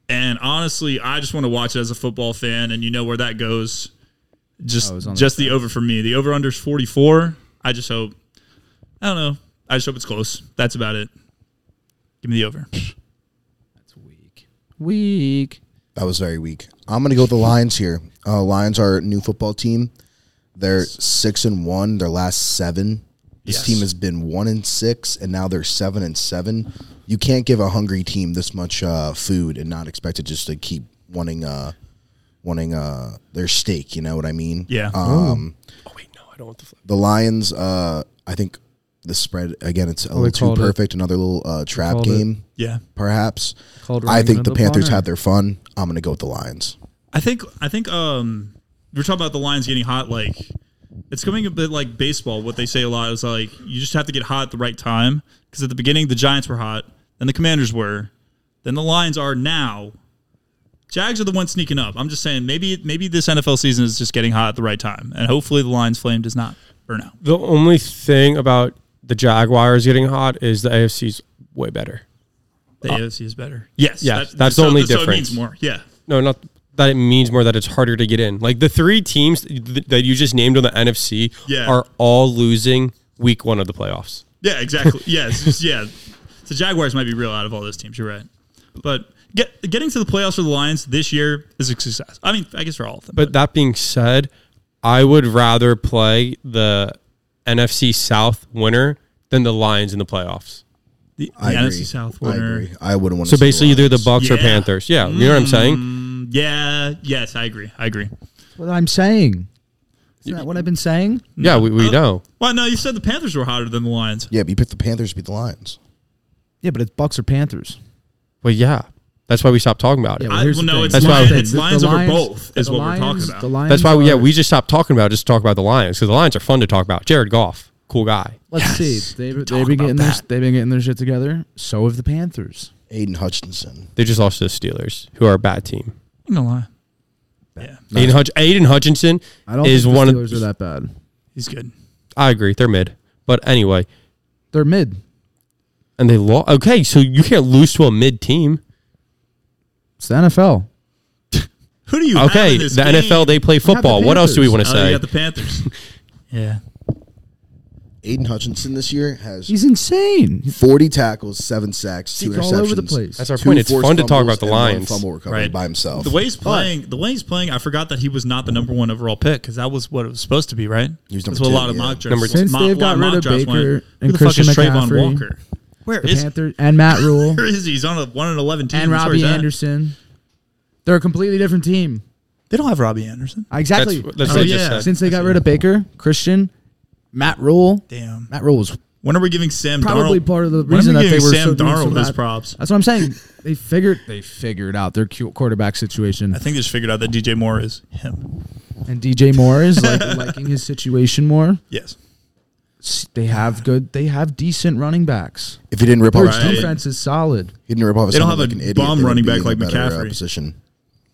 Speaker 2: and honestly, I just want to watch it as a football fan, and you know where that goes. Just
Speaker 4: Oh, it was on the
Speaker 2: just the over for me. The over under is 44. I just hope. I don't know. I just hope it's close. That's about it. Give me the over.
Speaker 4: That's weak. Weak.
Speaker 3: That was very weak. I'm gonna go with the Lions here. Uh, Lions are a new football team. They're six and one. Their last seven. This
Speaker 2: Yes.
Speaker 3: team has been one and six, and now they're seven and seven. You can't give a hungry team this much uh, food and not expect it just to keep wanting, uh, wanting uh, their steak. You know what I mean?
Speaker 2: Yeah.
Speaker 3: Um,
Speaker 1: oh wait, no, I don't want the. Flip.
Speaker 3: the Lions. Uh, I think the spread again. It's a
Speaker 4: they
Speaker 3: little
Speaker 4: called
Speaker 3: too
Speaker 4: it.
Speaker 3: perfect. Another little uh, trap
Speaker 4: called it.
Speaker 3: game,
Speaker 2: Yeah.
Speaker 3: perhaps.
Speaker 4: Called
Speaker 3: I
Speaker 4: ringing
Speaker 3: think
Speaker 4: of
Speaker 3: the
Speaker 4: the
Speaker 3: Panthers
Speaker 4: buzzer.
Speaker 3: had their fun. I'm gonna go with the Lions.
Speaker 2: I think I think um we were talking about the Lions getting hot like it's coming a bit like baseball. What they say a lot is like you just have to get hot at the right time because at the beginning the Giants were hot, then the Commanders were, then the Lions are now. Jags are the ones sneaking up. I'm just saying maybe maybe this NFL season is just getting hot at the right time, and hopefully the Lions flame does not burn out.
Speaker 1: The only thing about the Jaguars getting hot is the AFC's way better.
Speaker 2: The AFC is better. Uh, Yes,
Speaker 1: yes, that's the only
Speaker 2: So it
Speaker 1: difference.
Speaker 2: means more. Yeah,
Speaker 1: No, not that it means more that it's harder to get in. Like the three teams th- that you just named on the NFC
Speaker 2: Yeah.
Speaker 1: are all losing week one of the playoffs.
Speaker 2: Yeah, exactly. Yeah, it's just, yeah. The Jaguars might be real out of all those teams. You're right, but get, getting to the playoffs for the Lions this year is a success. I mean, I guess for all of them.
Speaker 1: But that being said, I would rather play the NFC South winner than the Lions in the playoffs.
Speaker 2: the, the
Speaker 3: I agree.
Speaker 2: NFC South
Speaker 3: I
Speaker 2: winner.
Speaker 3: agree. I wouldn't want to.
Speaker 1: So basically, either the Bucks or
Speaker 2: Yeah.
Speaker 1: Panthers. Yeah, you know what I'm
Speaker 4: Hmm.
Speaker 1: saying.
Speaker 2: Mm, Yeah. Yes, I agree. I agree.
Speaker 4: What I'm saying. Isn't that what I've been saying?
Speaker 1: Yeah, we,
Speaker 4: Uh,
Speaker 1: we know.
Speaker 2: Well, no, you said the Panthers were hotter than the Lions.
Speaker 3: Yeah, but you picked the Panthers to beat the Lions.
Speaker 4: Yeah, but it's Bucks or Panthers.
Speaker 1: But yeah, that's why we stopped talking about it.
Speaker 4: Yeah, well,
Speaker 2: I-
Speaker 4: here's
Speaker 2: well,
Speaker 4: the
Speaker 2: no,
Speaker 4: thing.
Speaker 2: it's
Speaker 1: That's why
Speaker 2: Lions-
Speaker 4: the
Speaker 2: it's
Speaker 4: thing. The-
Speaker 2: Lions
Speaker 4: the
Speaker 2: over both is
Speaker 4: the
Speaker 2: what we're talking
Speaker 4: Lions-
Speaker 2: about.
Speaker 4: The Lions
Speaker 1: That's why we, yeah
Speaker 4: are-
Speaker 1: we just stopped talking about it, just to talk about the Lions because the Lions are fun to talk about. Jared Goff, cool guy.
Speaker 2: Yes.
Speaker 4: Let's see. They,
Speaker 2: Talk
Speaker 4: they've been
Speaker 2: about
Speaker 4: getting their,
Speaker 2: that.
Speaker 4: they've been getting their shit together. So have the Panthers.
Speaker 3: Aiden Hutchinson.
Speaker 1: They just lost to the Steelers, who are a bad team.
Speaker 2: I'm gonna lie. Yeah,
Speaker 1: Aiden, Hutch- Aiden Hutchinson
Speaker 4: I don't
Speaker 1: is
Speaker 4: think the
Speaker 1: one
Speaker 4: Steelers are
Speaker 1: of.
Speaker 4: that bad.
Speaker 2: he's good.
Speaker 1: I agree, they're mid, but anyway,
Speaker 4: They're mid.
Speaker 1: and they lost. Okay, so you can't lose to a mid team.
Speaker 4: It's the NFL.
Speaker 2: Who do you? have
Speaker 1: Okay,
Speaker 2: in
Speaker 1: the
Speaker 2: this game?
Speaker 1: NFL they play football. What else do we want to
Speaker 2: Oh, you
Speaker 1: say?
Speaker 2: got the Panthers. yeah.
Speaker 3: Aiden Hutchinson this year has
Speaker 4: He's insane.
Speaker 3: 40 tackles, seven sacks, two
Speaker 4: He's
Speaker 3: interceptions.
Speaker 4: all over the place.
Speaker 1: That's our
Speaker 3: two
Speaker 1: point. It's
Speaker 3: forced
Speaker 1: fun to talk
Speaker 3: fumbles,
Speaker 1: about the
Speaker 3: and one
Speaker 1: Lions.
Speaker 3: Fumble recovery
Speaker 2: Right.
Speaker 3: by himself.
Speaker 2: The way he's playing, the way he's playing, I forgot that he was not the number one overall pick because that was what it was supposed to be, right?
Speaker 3: He was
Speaker 2: That's what
Speaker 3: number two,
Speaker 2: a lot of
Speaker 3: yeah.
Speaker 2: mock drafts.
Speaker 1: Number two.
Speaker 4: Since
Speaker 2: mock-
Speaker 4: they've
Speaker 2: a lot
Speaker 4: got
Speaker 2: of
Speaker 4: rid
Speaker 2: mock
Speaker 4: of
Speaker 2: drafts went,
Speaker 4: Baker
Speaker 2: Who
Speaker 4: and
Speaker 2: the fuck is
Speaker 4: Christian
Speaker 2: Trayvon
Speaker 4: McCaffrey,
Speaker 2: Walker? Where
Speaker 4: The
Speaker 2: is
Speaker 4: Panthers and Matt Rule
Speaker 2: where is he? He's on a one and eleven team.
Speaker 4: and
Speaker 2: That's where
Speaker 4: Robbie
Speaker 2: he's at.
Speaker 4: Anderson. They're a completely different team.
Speaker 2: They don't have Robbie Anderson.
Speaker 4: Exactly.
Speaker 1: That's, that's
Speaker 2: Oh,
Speaker 1: what I just
Speaker 2: yeah.
Speaker 1: said.
Speaker 4: Since they got rid of Baker, Christian, Matt Rule.
Speaker 2: Damn.
Speaker 4: Matt Rule was
Speaker 2: When are we giving Sam
Speaker 4: probably
Speaker 2: Darnold-
Speaker 4: part of the
Speaker 2: when are
Speaker 4: reason
Speaker 2: we
Speaker 4: that they were
Speaker 2: giving Sam
Speaker 4: so, doing so
Speaker 2: Darnold his
Speaker 4: bad.
Speaker 2: props?
Speaker 4: That's what I'm saying. They figured they figured out their cu- quarterback situation,
Speaker 2: I think they just figured out that DJ Moore is him.
Speaker 4: and DJ Moore is like liking his situation more.
Speaker 2: Yes.
Speaker 4: S- They have good, they have decent running backs.
Speaker 3: If he didn't rip off,
Speaker 4: Their
Speaker 3: his
Speaker 2: Right.
Speaker 4: defense is solid.
Speaker 3: he didn't rip off his
Speaker 2: They don't
Speaker 3: helmet
Speaker 2: have
Speaker 3: like
Speaker 2: a
Speaker 3: an idiot.
Speaker 2: bomb
Speaker 3: they'd
Speaker 2: running
Speaker 3: be
Speaker 2: back
Speaker 3: in a
Speaker 2: like
Speaker 3: better, uh,
Speaker 2: McCaffrey.
Speaker 3: position.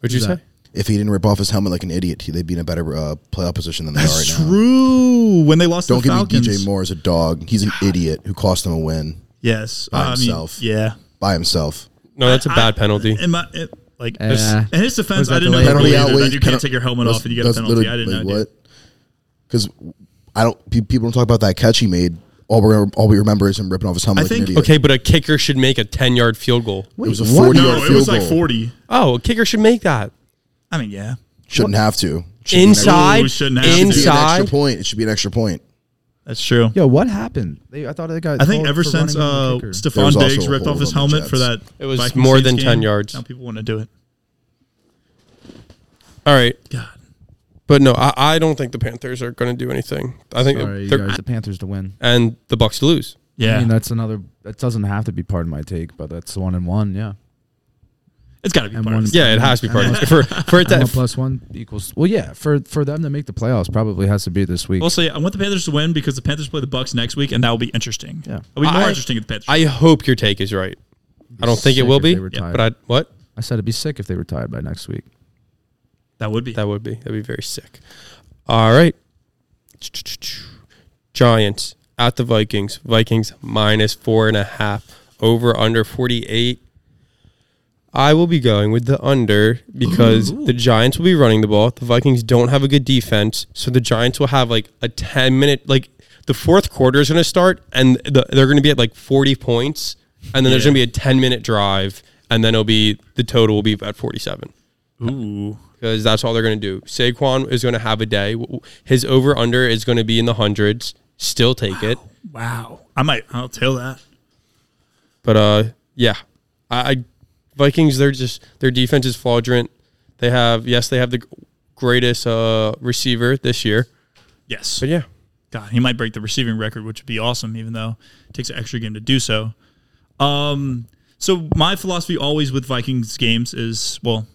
Speaker 1: What'd you
Speaker 4: That-
Speaker 1: say?
Speaker 3: If he didn't rip off his helmet like an idiot, he, they'd be in a better uh, playoff position than they
Speaker 2: That's
Speaker 3: are right now.
Speaker 2: true. When they lost
Speaker 3: Don't
Speaker 2: the
Speaker 3: give
Speaker 2: Falcons.
Speaker 3: me DJ Moore as a dog. He's an idiot who cost them a win
Speaker 2: Yes.
Speaker 3: By
Speaker 2: I mean,
Speaker 3: himself.
Speaker 2: yeah.
Speaker 3: by himself.
Speaker 1: No, that's a
Speaker 2: I-
Speaker 1: bad penalty.
Speaker 2: In my, it, like,
Speaker 4: Eh.
Speaker 2: it's- in his
Speaker 4: Was
Speaker 2: defense,
Speaker 4: that
Speaker 2: I didn't know
Speaker 4: the late-
Speaker 2: that
Speaker 4: Penalty
Speaker 2: either,
Speaker 3: outweighs
Speaker 2: that you can't
Speaker 3: penal-
Speaker 2: take your helmet
Speaker 3: that's-
Speaker 2: off and you get a
Speaker 3: that's
Speaker 2: penalty. I
Speaker 3: literally-
Speaker 2: didn't know.
Speaker 3: like,
Speaker 2: dude.
Speaker 3: what. Because I don't. pe- People don't talk about that catch he made. All we all we remember is him ripping off his
Speaker 2: I
Speaker 3: helmet. like
Speaker 2: think-
Speaker 3: an idiot.
Speaker 1: Okay, but a kicker should make a 10 yard field goal.
Speaker 3: it was a
Speaker 4: what?
Speaker 3: forty yard
Speaker 2: No,
Speaker 3: field
Speaker 2: it was like
Speaker 3: goal.
Speaker 2: 40.
Speaker 1: Oh, a kicker should make that.
Speaker 2: I mean, yeah.
Speaker 3: Shouldn't have to. Should be an extra-
Speaker 1: Inside.
Speaker 2: Ooh, shouldn't have to.
Speaker 3: It should be an extra
Speaker 1: Inside.
Speaker 3: point. It should be an extra point.
Speaker 2: That's true.
Speaker 4: Yo, what happened? They, I thought they got.
Speaker 2: I think
Speaker 4: called
Speaker 2: ever
Speaker 4: for
Speaker 2: since
Speaker 4: running
Speaker 2: uh,
Speaker 4: the kicker.
Speaker 3: There
Speaker 2: Stephon
Speaker 3: was also
Speaker 2: Diggs
Speaker 3: a
Speaker 2: ripped
Speaker 3: hold
Speaker 2: off his
Speaker 3: on the
Speaker 2: helmet for that,
Speaker 3: Jets.
Speaker 1: It was
Speaker 2: Vikings
Speaker 1: more
Speaker 2: Saints
Speaker 1: than 10
Speaker 2: game,
Speaker 1: yards.
Speaker 2: Now people want to do it.
Speaker 1: All right.
Speaker 2: God,
Speaker 1: But no, I, I don't think the Panthers are going to do anything. I think
Speaker 4: Sorry, you
Speaker 1: they're
Speaker 4: guys, the Panthers to win.
Speaker 1: and the Bucks to lose.
Speaker 2: yeah,
Speaker 4: I mean, that's another. That doesn't have to be part of my take, but that's one and one. Yeah,
Speaker 2: it's got to be
Speaker 4: and
Speaker 2: part of
Speaker 4: one-
Speaker 2: it.
Speaker 1: Yeah, it has to be part of it. for for it to,
Speaker 4: And one plus one equals. Well, yeah, for for them to make the playoffs, probably has to be this week.
Speaker 2: Also, yeah, I want the Panthers to win because the Panthers play the Bucks next week, and that will be interesting.
Speaker 4: Yeah.
Speaker 2: it'll be more
Speaker 1: I-
Speaker 2: interesting if the Panthers.
Speaker 1: I hope your take is right. I don't think it
Speaker 4: sick
Speaker 1: will
Speaker 4: if
Speaker 1: be,
Speaker 4: they were tied.
Speaker 1: but I what
Speaker 4: I said it'd be sick if they were tied by next week.
Speaker 2: that would be.
Speaker 1: that would be that'd be very sick. All right, Giants at the Vikings. Vikings minus four and a half over under forty eight. I will be going with the under because the Giants will be running the ball. The Vikings don't have a good defense, so the Giants will have like a ten minute like the fourth quarter is going to start, and the, they're going to be at like forty points, and then there's
Speaker 2: Yeah.
Speaker 1: going to be a ten minute drive, and then it'll be the total will be at forty seven
Speaker 2: Ooh,
Speaker 1: because that's all they're going to do. Saquon is going to have a day. W- His over under is going to be in the hundreds. Still take it,
Speaker 2: wow! I might. I'll tell that.
Speaker 1: but uh, yeah, I, I Vikings. They're just their defense is fraudulent. They have yes, they have the g- greatest uh receiver this year,
Speaker 2: Yes,
Speaker 1: but yeah,
Speaker 2: God, he might break the receiving record, which would be awesome, even though it takes an extra game to do so. Um, so my philosophy always with Vikings games is well,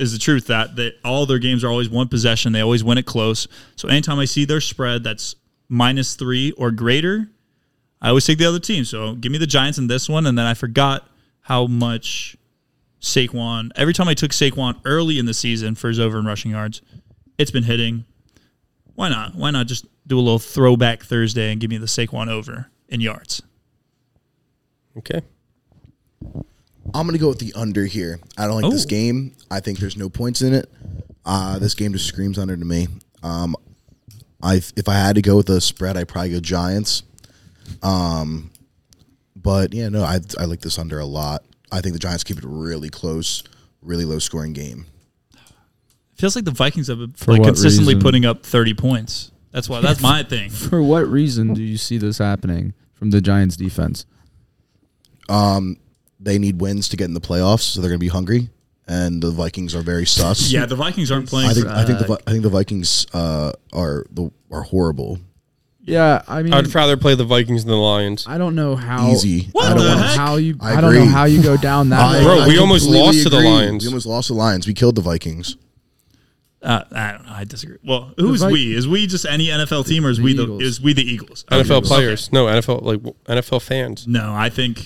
Speaker 2: is the truth that that all their games are always one possession. They always win it close. So anytime I see their spread that's minus three or greater, I always take the other team. So give me the Giants in this one, and then I forgot how much Saquon. Every time I took Saquon early in the season for his over and rushing yards, it's been hitting. Why not? Why not just do a little throwback Thursday and give me the Saquon over in yards?
Speaker 1: okay.
Speaker 3: I'm gonna go with the under here. I don't like this
Speaker 2: Oh.
Speaker 3: game. I think there's no points in it. Uh, this game just screams under to me. Um, I if I had to go with a spread, I'd probably go Giants. Um, but yeah, no, I I like this under a lot. I think the Giants keep it really close, really low scoring game.
Speaker 2: Feels like the Vikings have been
Speaker 4: For
Speaker 2: like
Speaker 4: what
Speaker 2: consistently
Speaker 4: reason?
Speaker 2: putting up thirty points. That's why that's my thing.
Speaker 4: For what reason do you see this happening from the Giants' defense?
Speaker 3: Um, They need wins to get in the playoffs, so they're gonna be hungry. And the Vikings are very sus.
Speaker 2: Yeah, the Vikings aren't playing.
Speaker 3: I think I think the Vi- I think the Vikings uh, are the are horrible.
Speaker 4: Yeah, I mean,
Speaker 2: Hmm.
Speaker 1: I'd rather play the Vikings than the Lions.
Speaker 4: I don't know how
Speaker 3: Easy. What
Speaker 4: I don't
Speaker 2: the
Speaker 4: know
Speaker 2: heck?
Speaker 4: how you.
Speaker 3: I
Speaker 4: I, don't know
Speaker 3: agree.
Speaker 4: how you go down that.
Speaker 3: I-
Speaker 4: road.
Speaker 1: Bro, we
Speaker 3: I
Speaker 1: almost
Speaker 3: completely
Speaker 1: lost to the Lions.
Speaker 3: We almost lost to the Lions. We killed the Vikings.
Speaker 2: uh, I don't know. I disagree. Well, who's
Speaker 4: Vi-
Speaker 2: we? Is we just any NFL team, or is
Speaker 4: The
Speaker 2: we the
Speaker 4: Eagles.
Speaker 2: is we the Eagles?
Speaker 1: NFL
Speaker 2: Okay.
Speaker 1: players, no NFL like w- NFL fans.
Speaker 2: No, I think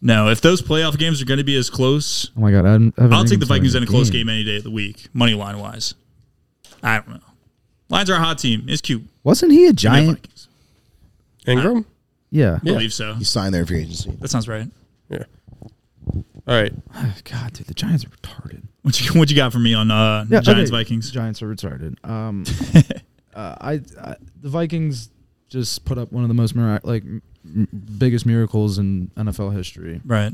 Speaker 2: no. If those playoff games are going to be as close,
Speaker 4: Oh my god, I haven't- I haven't
Speaker 2: I'll take
Speaker 4: even
Speaker 2: the Vikings
Speaker 4: seen
Speaker 2: in a close game any day of the week, money line wise. I don't know. Lions are a hot team. It's cute.
Speaker 4: Wasn't he a
Speaker 2: I
Speaker 4: Giant?
Speaker 2: Vikings.
Speaker 1: Ingram,
Speaker 4: Yeah.
Speaker 1: Yeah.
Speaker 2: believe so.
Speaker 3: He signed there free agency.
Speaker 2: That sounds right.
Speaker 1: yeah. All right,
Speaker 4: God, dude, the Giants are retarded.
Speaker 2: What you what you got for me on uh,
Speaker 4: Yeah,
Speaker 2: Giants
Speaker 4: okay.
Speaker 2: Vikings?
Speaker 4: Giants are retarded. Um, uh, I, I the Vikings just put up one of the most mirac- like m- m- biggest miracles in NFL history.
Speaker 2: Right.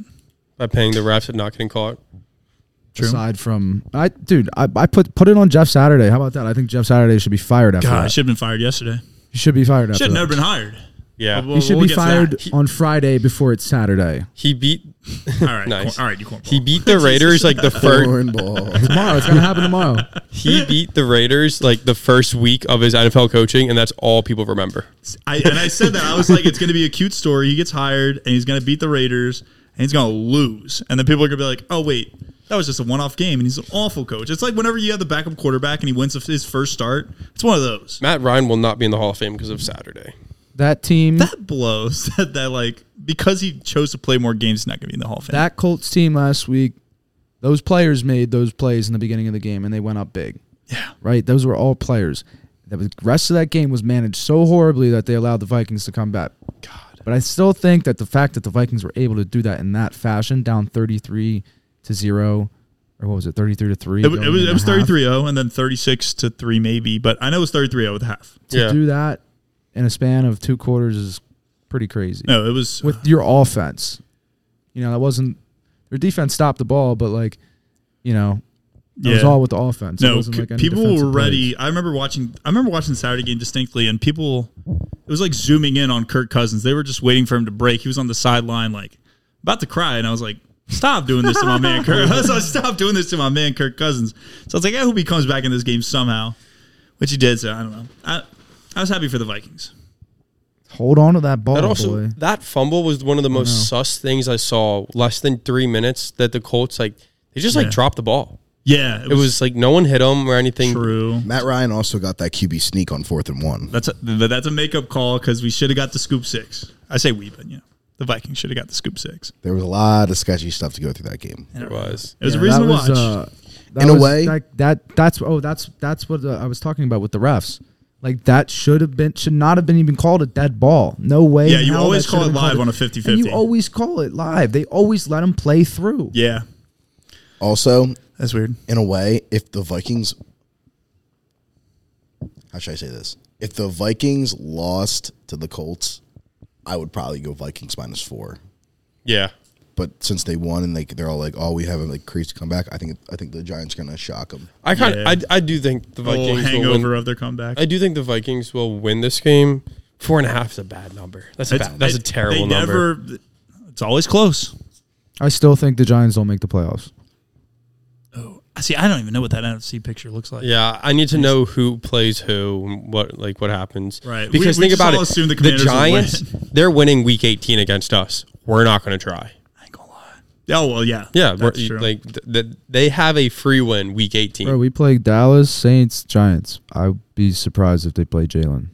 Speaker 1: by paying the refs and not getting caught.
Speaker 2: True.
Speaker 4: Aside from I, dude, I, I put put it on Jeff Saturday. How about that? I think Jeff Saturday should be fired after
Speaker 2: God, I
Speaker 4: that.
Speaker 2: should have been fired yesterday.
Speaker 4: He should be fired after
Speaker 2: Should have
Speaker 4: that.
Speaker 2: never been hired.
Speaker 1: Yeah.
Speaker 2: Well,
Speaker 4: You should
Speaker 2: we'll
Speaker 4: be
Speaker 2: get to that.
Speaker 4: fired on Friday before it's Saturday.
Speaker 1: He beat
Speaker 2: All right,
Speaker 1: Nice.
Speaker 2: all right, you cornball.
Speaker 1: he beat the Raiders like the first
Speaker 3: Cornball.
Speaker 4: Tomorrow, it's gonna happen tomorrow.
Speaker 1: he beat the Raiders like the first week of his NFL coaching and that's all people remember.
Speaker 2: I, and I said that I was like, it's going to be a cute story. He gets hired, and he's going to beat the Raiders, and he's going to lose, and then people are going to be like, oh wait, that was just a one-off game, and he's an awful coach. It's like whenever you have the backup quarterback and he wins his first start, it's one of those
Speaker 1: Matt Ryan will not be in the Hall of Fame because of Saturday.
Speaker 4: That team, that,
Speaker 2: that blows. That that like because he chose to play more games, he's not going to be in the Hall of Fame.
Speaker 4: Colts team last week, those players made those plays in the beginning of the game and they went up big.
Speaker 2: yeah,
Speaker 4: Right? Those were all players. The rest of that game was managed so horribly that they allowed the Vikings to come back. God. But I still think that the fact that the Vikings were able to do that in that fashion, down thirty-three to zero, or what was it, thirty-three to three?
Speaker 2: it, wa- it
Speaker 4: going
Speaker 2: was
Speaker 4: into
Speaker 2: it was
Speaker 4: half,
Speaker 2: 33-0 and then 36 to 3 maybe, but I know it was 33-0 at the half.
Speaker 4: To
Speaker 1: Yeah.
Speaker 4: do that in a span of two quarters is pretty crazy.
Speaker 2: No, it was
Speaker 4: with your offense. You know, that wasn't their defense stopped the ball, but like, you know, it was
Speaker 2: Yeah.
Speaker 4: all with the offense. It
Speaker 2: No,
Speaker 4: wasn't,
Speaker 2: c-
Speaker 4: like, any
Speaker 2: people were
Speaker 4: defensive plays.
Speaker 2: ready. I remember watching. I remember watching the Saturday game distinctly, and people. It was like zooming in on Kirk Cousins. They were just waiting for him to break. He was on the sideline, like about to cry, and I was like, "Stop doing this to my man, Kirk." I was like, "Stop doing this to my man, Kirk Cousins." So I was like, "I hope he comes back in this game somehow," which he did. So I don't know. I I was happy for the Vikings.
Speaker 4: Hold on to that ball,
Speaker 2: Oh,
Speaker 1: That also
Speaker 4: boy.
Speaker 1: that fumble was one of the most sus things I saw. Less than three minutes that the Colts like they just like
Speaker 2: Yeah.
Speaker 1: dropped the ball.
Speaker 2: Yeah,
Speaker 1: It was like no one hit him or anything.
Speaker 2: true.
Speaker 3: Matt Ryan also got that QB sneak on fourth and one.
Speaker 2: That's a, but that's a makeup call because we should have got the scoop six. I say we, but you know, the Vikings should have got the scoop six.
Speaker 3: There was a lot of sketchy stuff to go through that game.
Speaker 1: It was.
Speaker 2: It was
Speaker 4: Yeah,
Speaker 2: a reason
Speaker 4: that
Speaker 2: to
Speaker 4: was,
Speaker 2: watch.
Speaker 4: uh, that
Speaker 3: In a
Speaker 4: was-
Speaker 3: way-
Speaker 4: like that. That's oh, that's that's what uh, I was talking about with the refs. Like that should have been should not have been even called a dead ball. No way.
Speaker 2: Yeah,
Speaker 4: in
Speaker 2: you
Speaker 4: hell
Speaker 2: always
Speaker 4: that
Speaker 2: call
Speaker 4: should have
Speaker 2: it
Speaker 4: been
Speaker 2: live
Speaker 4: called
Speaker 2: on a
Speaker 4: and
Speaker 2: 50-50.
Speaker 4: You always call it live. They always let them play through.
Speaker 2: yeah,
Speaker 3: Also,
Speaker 2: that's weird.
Speaker 3: in a way, if the Vikings, how should I say this? If the Vikings lost to the Colts, I would probably go Vikings minus four.
Speaker 1: Yeah.
Speaker 3: But since they won and they they're all like, oh, we have a like crazy comeback. I think I think the Giants are gonna shock them.
Speaker 1: I kind of
Speaker 2: Yeah.
Speaker 1: I, I do think the
Speaker 2: Little
Speaker 1: Vikings will
Speaker 2: hangover
Speaker 1: win.
Speaker 2: of their comeback.
Speaker 1: I do think the Vikings will win this game. Four and a half is a bad number. That's a bad, that's a
Speaker 2: it-
Speaker 1: terrible
Speaker 2: they
Speaker 1: number.
Speaker 2: Never, it's always close.
Speaker 4: I still think the Giants don't make the playoffs.
Speaker 2: Oh, I See, I don't even know what that NFC picture looks like.
Speaker 1: Yeah, I need to know who plays who, and what like what happens.
Speaker 2: Right. We-
Speaker 1: Because
Speaker 2: we
Speaker 1: think
Speaker 2: just
Speaker 1: about
Speaker 2: all
Speaker 1: it.
Speaker 2: assume the
Speaker 1: The,
Speaker 2: Commanders will win.
Speaker 1: Giants, they're winning Week 18 against us. We're not going to try.
Speaker 2: I ain't gonna lie. Oh well, yeah,
Speaker 1: Yeah, we're,
Speaker 2: that's true.
Speaker 1: like th- th- they have a free win Week 18.
Speaker 4: Bro, we play Dallas, Saints, Giants. I'd be surprised if they play Jalen.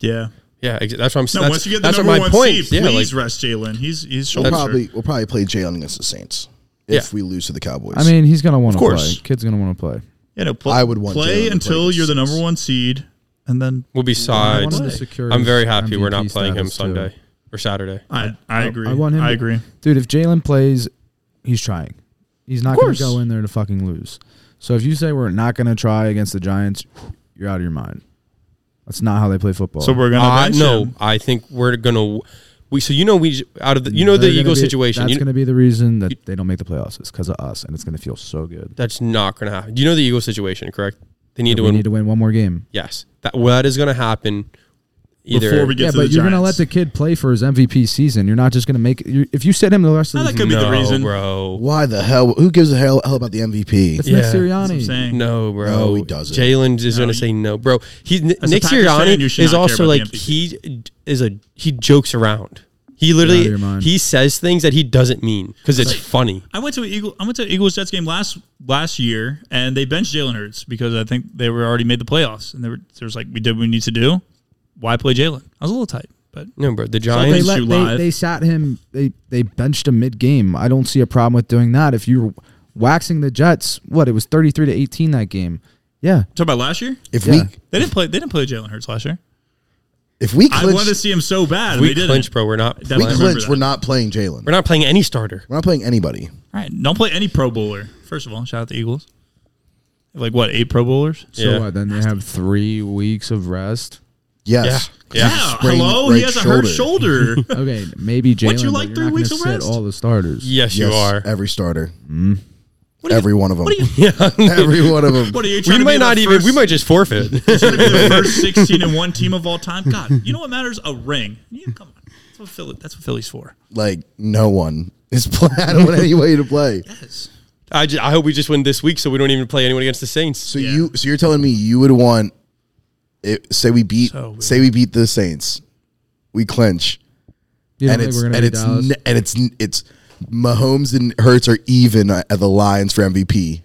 Speaker 2: yeah.
Speaker 1: yeah, ex- that's what I'm
Speaker 2: No,
Speaker 1: saying. that's,
Speaker 2: once you get the
Speaker 1: that's what
Speaker 2: number
Speaker 1: my
Speaker 2: one
Speaker 1: point.
Speaker 2: seed,
Speaker 1: yeah,
Speaker 2: please
Speaker 1: like,
Speaker 2: rest Jalen. He's he's
Speaker 3: We'll
Speaker 2: shoulder
Speaker 3: probably we'll probably play Jalen against the Saints if
Speaker 1: Yeah.
Speaker 3: we lose to the Cowboys.
Speaker 4: I mean, he's gonna want to play.
Speaker 1: course.
Speaker 4: Kid's gonna want to play.
Speaker 2: yeah, no, pl-
Speaker 3: I would want Jalen to
Speaker 2: play
Speaker 3: play
Speaker 2: until
Speaker 3: against
Speaker 2: you're the
Speaker 3: the
Speaker 2: number
Speaker 3: Saints.
Speaker 2: one seed, and then
Speaker 1: we'll be
Speaker 4: I
Speaker 1: sides.
Speaker 4: wanted to
Speaker 2: play.
Speaker 4: secure
Speaker 1: I'm
Speaker 4: his
Speaker 1: very happy we're not
Speaker 4: MVP
Speaker 1: playing him
Speaker 4: status, too.
Speaker 1: Sunday or Saturday.
Speaker 2: I I agree.
Speaker 4: I want him.
Speaker 2: I
Speaker 4: to-
Speaker 2: agree.
Speaker 4: dude. If Jalen plays, he's trying. He's not gonna
Speaker 2: course.
Speaker 4: go in there to fucking lose. So if you say we're not gonna try against the Giants, you're out of your mind. That's not how they play football.
Speaker 2: So we're gonna
Speaker 1: Uh,
Speaker 2: bench
Speaker 1: no,
Speaker 2: him.
Speaker 1: I think we're gonna. We so you know we j- out of the you know the
Speaker 4: They're gonna
Speaker 1: Eagles
Speaker 4: be-
Speaker 1: situation.
Speaker 4: That's
Speaker 1: You,
Speaker 4: gonna be the reason that they don't make the playoffs. It's because of us, and it's gonna feel so good.
Speaker 1: that's not gonna happen. You know the Eagles situation, correct? They need
Speaker 4: But
Speaker 1: to
Speaker 4: we
Speaker 1: win.
Speaker 4: need to win one more game.
Speaker 1: yes, that what is gonna happen? Either
Speaker 2: before we get
Speaker 4: Yeah,
Speaker 2: to
Speaker 4: but
Speaker 2: the
Speaker 4: you're gonna let
Speaker 2: Giants.
Speaker 4: the kid play for his MVP season. You're not just gonna make. you if you sit him the rest of
Speaker 2: Oh,
Speaker 4: the
Speaker 2: that
Speaker 4: season,
Speaker 2: could be
Speaker 1: no,
Speaker 2: the reason.
Speaker 1: bro.
Speaker 3: why the hell? Who gives a hell, hell about the MVP?
Speaker 4: it's Nick
Speaker 1: Yeah.
Speaker 2: That's what I'm
Speaker 4: Sirianni.
Speaker 2: saying.
Speaker 1: No, bro.
Speaker 3: No, he doesn't.
Speaker 1: Jalen is going to
Speaker 2: you-
Speaker 1: say no, bro. He Nick
Speaker 2: As a Packers fan,
Speaker 1: Sirianni
Speaker 2: you should
Speaker 1: is
Speaker 2: not care
Speaker 1: also
Speaker 2: about the
Speaker 1: like
Speaker 2: MVP.
Speaker 1: he is a he jokes around. He
Speaker 4: Get out of your
Speaker 1: literally
Speaker 4: mind.
Speaker 1: he says things that he doesn't mean because it's funny.
Speaker 2: I went to an Eagle. I went to an Eagles Jets game last last year, and they benched Jalen Hurts because I think they were already made the playoffs, and they were there was like we did what we need to do. Why play Jalen? I was a little tight, but
Speaker 1: No, bro. The
Speaker 4: They,
Speaker 1: Giants.
Speaker 2: let-
Speaker 4: let,
Speaker 2: you
Speaker 4: they,
Speaker 2: live.
Speaker 4: they sat him. They they benched him mid game. I don't see a problem with doing that. If you're waxing the Jets, what it was thirty three to eighteen that game. Yeah,
Speaker 2: talk about last year.
Speaker 3: If
Speaker 4: Yeah.
Speaker 3: we
Speaker 2: They didn't play. They didn't play Jalen Hurts last year.
Speaker 3: if we
Speaker 2: I wanted to
Speaker 3: clinch,
Speaker 2: see him so bad. and
Speaker 1: we
Speaker 2: they didn't.
Speaker 1: clinch, bro. We're not.
Speaker 2: That
Speaker 3: we
Speaker 1: playing-
Speaker 2: I remember
Speaker 3: clinch,
Speaker 2: that.
Speaker 3: we're not playing Jalen.
Speaker 1: We're not playing any starter.
Speaker 3: We're not playing anybody.
Speaker 2: All right, don't play any Pro Bowler. First of all, shout out the Eagles. Like what? Eight Pro Bowlers.
Speaker 4: So
Speaker 1: Yeah.
Speaker 4: what? Then they have three weeks of rest.
Speaker 3: Yes.
Speaker 1: Yeah.
Speaker 2: Yeah,
Speaker 3: Sprained
Speaker 2: hello.
Speaker 3: right
Speaker 2: he has a hurt shoulder.
Speaker 4: Okay, maybe Jalen.
Speaker 2: What, you
Speaker 4: but
Speaker 2: like
Speaker 4: you're
Speaker 2: three
Speaker 4: not gonna
Speaker 2: weeks of
Speaker 4: sit
Speaker 2: rest?
Speaker 4: All the starters.
Speaker 1: Yes, you
Speaker 3: Yes,
Speaker 1: are.
Speaker 3: every starter.
Speaker 2: What
Speaker 3: Every one of them.
Speaker 2: What are you?
Speaker 3: Every one of them.
Speaker 2: What are you?
Speaker 1: We
Speaker 2: Trying to
Speaker 1: might
Speaker 2: be
Speaker 1: not
Speaker 2: the
Speaker 1: even.
Speaker 2: first-
Speaker 1: We might just forfeit.
Speaker 2: trying to be the first sixteen and one team of all time. God, you know what matters? A ring. You- come on, that's what, Philly, that's what Philly's for.
Speaker 3: like no one is playing. I don't want any way to play.
Speaker 2: Yes.
Speaker 1: I, ju- I hope we just win this week, so we don't even play anyone against the Saints.
Speaker 3: So you so you're telling me you would want it, say we beat
Speaker 2: So weird.
Speaker 3: say we beat the Saints, we clinch,
Speaker 4: You don't
Speaker 3: and
Speaker 4: think
Speaker 3: it's
Speaker 4: we're gonna
Speaker 3: and
Speaker 4: beat
Speaker 3: it's
Speaker 4: Dallas?
Speaker 3: n- and it's n- it's Mahomes and Hurts are even at the Lions for MVP.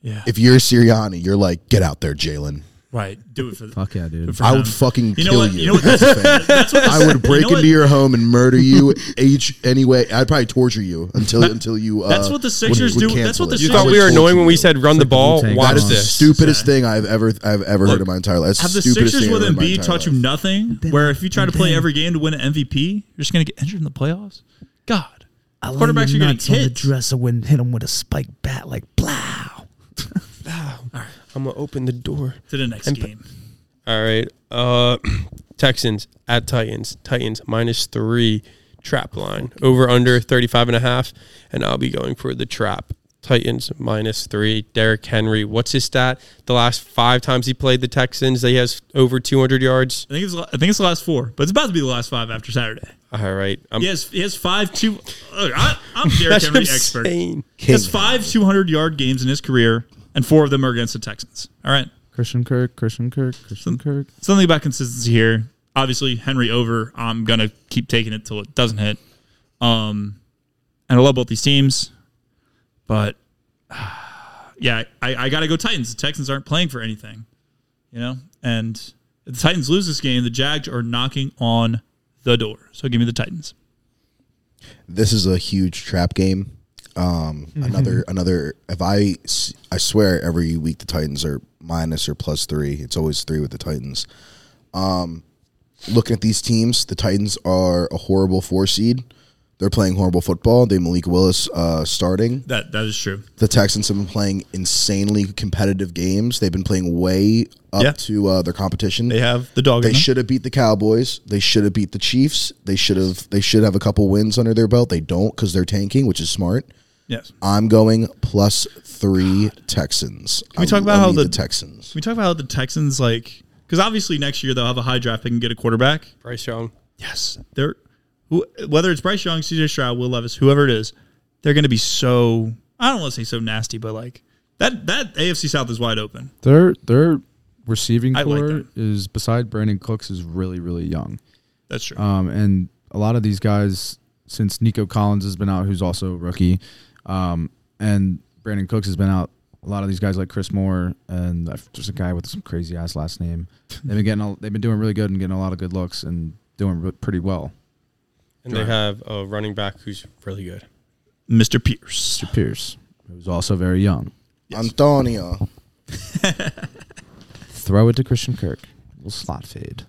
Speaker 2: Yeah.
Speaker 3: If you're Sirianni, you're like get out there, Jalen.
Speaker 2: right. Do it for the.
Speaker 4: Fuck yeah, dude.
Speaker 2: for
Speaker 3: I
Speaker 2: them.
Speaker 3: would fucking
Speaker 2: You know
Speaker 3: kill
Speaker 2: what?
Speaker 3: you.
Speaker 2: You know what? That's, that's what
Speaker 3: I would break
Speaker 2: you know
Speaker 3: into your home and murder you each anyway. I'd probably torture you until until you. Uh,
Speaker 2: That's what the
Speaker 3: would-
Speaker 2: Sixers
Speaker 3: would
Speaker 2: do-
Speaker 3: cancel
Speaker 2: that's what
Speaker 3: it.
Speaker 2: the
Speaker 1: You
Speaker 2: I
Speaker 1: thought
Speaker 2: would
Speaker 1: we were
Speaker 3: torture
Speaker 1: annoying when we
Speaker 3: you.
Speaker 1: said run the
Speaker 4: like the
Speaker 1: ball?
Speaker 4: Wu-Tang
Speaker 1: Watch
Speaker 4: Clan.
Speaker 3: the
Speaker 1: this.
Speaker 3: stupidest thing I've ever I've ever heard in my entire life.
Speaker 2: Have the
Speaker 3: Stupidest
Speaker 2: Sixers
Speaker 3: thing
Speaker 2: with
Speaker 3: I've heard in my
Speaker 2: Embiid
Speaker 3: entire
Speaker 2: taught you
Speaker 3: life.
Speaker 2: nothing? Where if you try to play every game to win an MVP, you're just going to get injured in the playoffs? God. Quarterbacks are getting hit.
Speaker 5: dresser wouldn't hit him with a spike bat like plow.
Speaker 1: I'm gonna open the door.
Speaker 2: to the next game.
Speaker 1: All right. Uh, Texans at Titans. Titans minus three trap line. Over under 35 and a half. And I'll be going for the trap. Titans minus three. Derrick Henry. What's his stat? The last five times he played the Texans, he has over 200 yards.
Speaker 2: I think it's I think it's the last four, but it's about to be the last five after Saturday.
Speaker 1: All right. I'm,
Speaker 2: He has he has five two. Look, I, I'm Derrick
Speaker 1: that's what
Speaker 2: Henry
Speaker 1: I'm
Speaker 2: expert. He
Speaker 1: saying.
Speaker 2: has five 200 yard games in his career, and four of them are against the Texans. All right,
Speaker 4: Christian Kirk, Christian Kirk, Christian Kirk.
Speaker 2: something about consistency here. Obviously, Henry over. I'm gonna keep taking it till it doesn't hit. Um, and I love both these teams, but yeah, I, I gotta go Titans. The Texans aren't playing for anything, you know. And if the Titans lose this game, the Jags are knocking on the door. So give me the Titans.
Speaker 3: This is a huge trap game. Um, another another. If I s- I swear every week the Titans are minus or plus three. It's always three with the Titans. Um, looking at these teams, the Titans are a horrible four seed. They're playing horrible football. They have Malik Willis uh, starting.
Speaker 2: That that is true.
Speaker 3: the Texans have been playing insanely competitive games. They've been playing way up
Speaker 2: Yeah.
Speaker 3: to uh, their competition. They,
Speaker 2: have the dog.
Speaker 3: should have beat the Cowboys. They should have beat the Chiefs. They should have they should have a couple wins under their belt. They don't because they're tanking, which is smart.
Speaker 2: Yes. Can
Speaker 3: I'm going plus three Texans. Can
Speaker 2: we talk about how the-
Speaker 3: Texans?
Speaker 2: we talk about how the Texans like? Because obviously next year they'll have a high draft pick and get a quarterback.
Speaker 1: Bryce Young.
Speaker 2: Yes, they're who, whether it's Bryce Young, CJ Stroud, Will Levis, whoever it is, they're going to be so. I don't want to say so nasty, but like that that AFC South is wide open.
Speaker 4: Their their receiving
Speaker 2: I like
Speaker 4: core
Speaker 2: them.
Speaker 4: is beside Brandon Cooks is really really young.
Speaker 2: That's true.
Speaker 4: Um, and a lot of these guys, since Nico Collins has been out, who's also a rookie, um, and Brandon Cooks has been out, a lot of these guys like Chris Moore and I- there's a guy with some crazy ass last name. They've been getting, a, they've been doing really good and getting a lot of good looks and doing re- pretty well.
Speaker 1: And they have a running back who's really good.
Speaker 2: Mr. Pierce.
Speaker 4: Mr. Pierce, who's also very young,
Speaker 3: Antonio.
Speaker 4: throw it to Christian Kirk, little slot fade.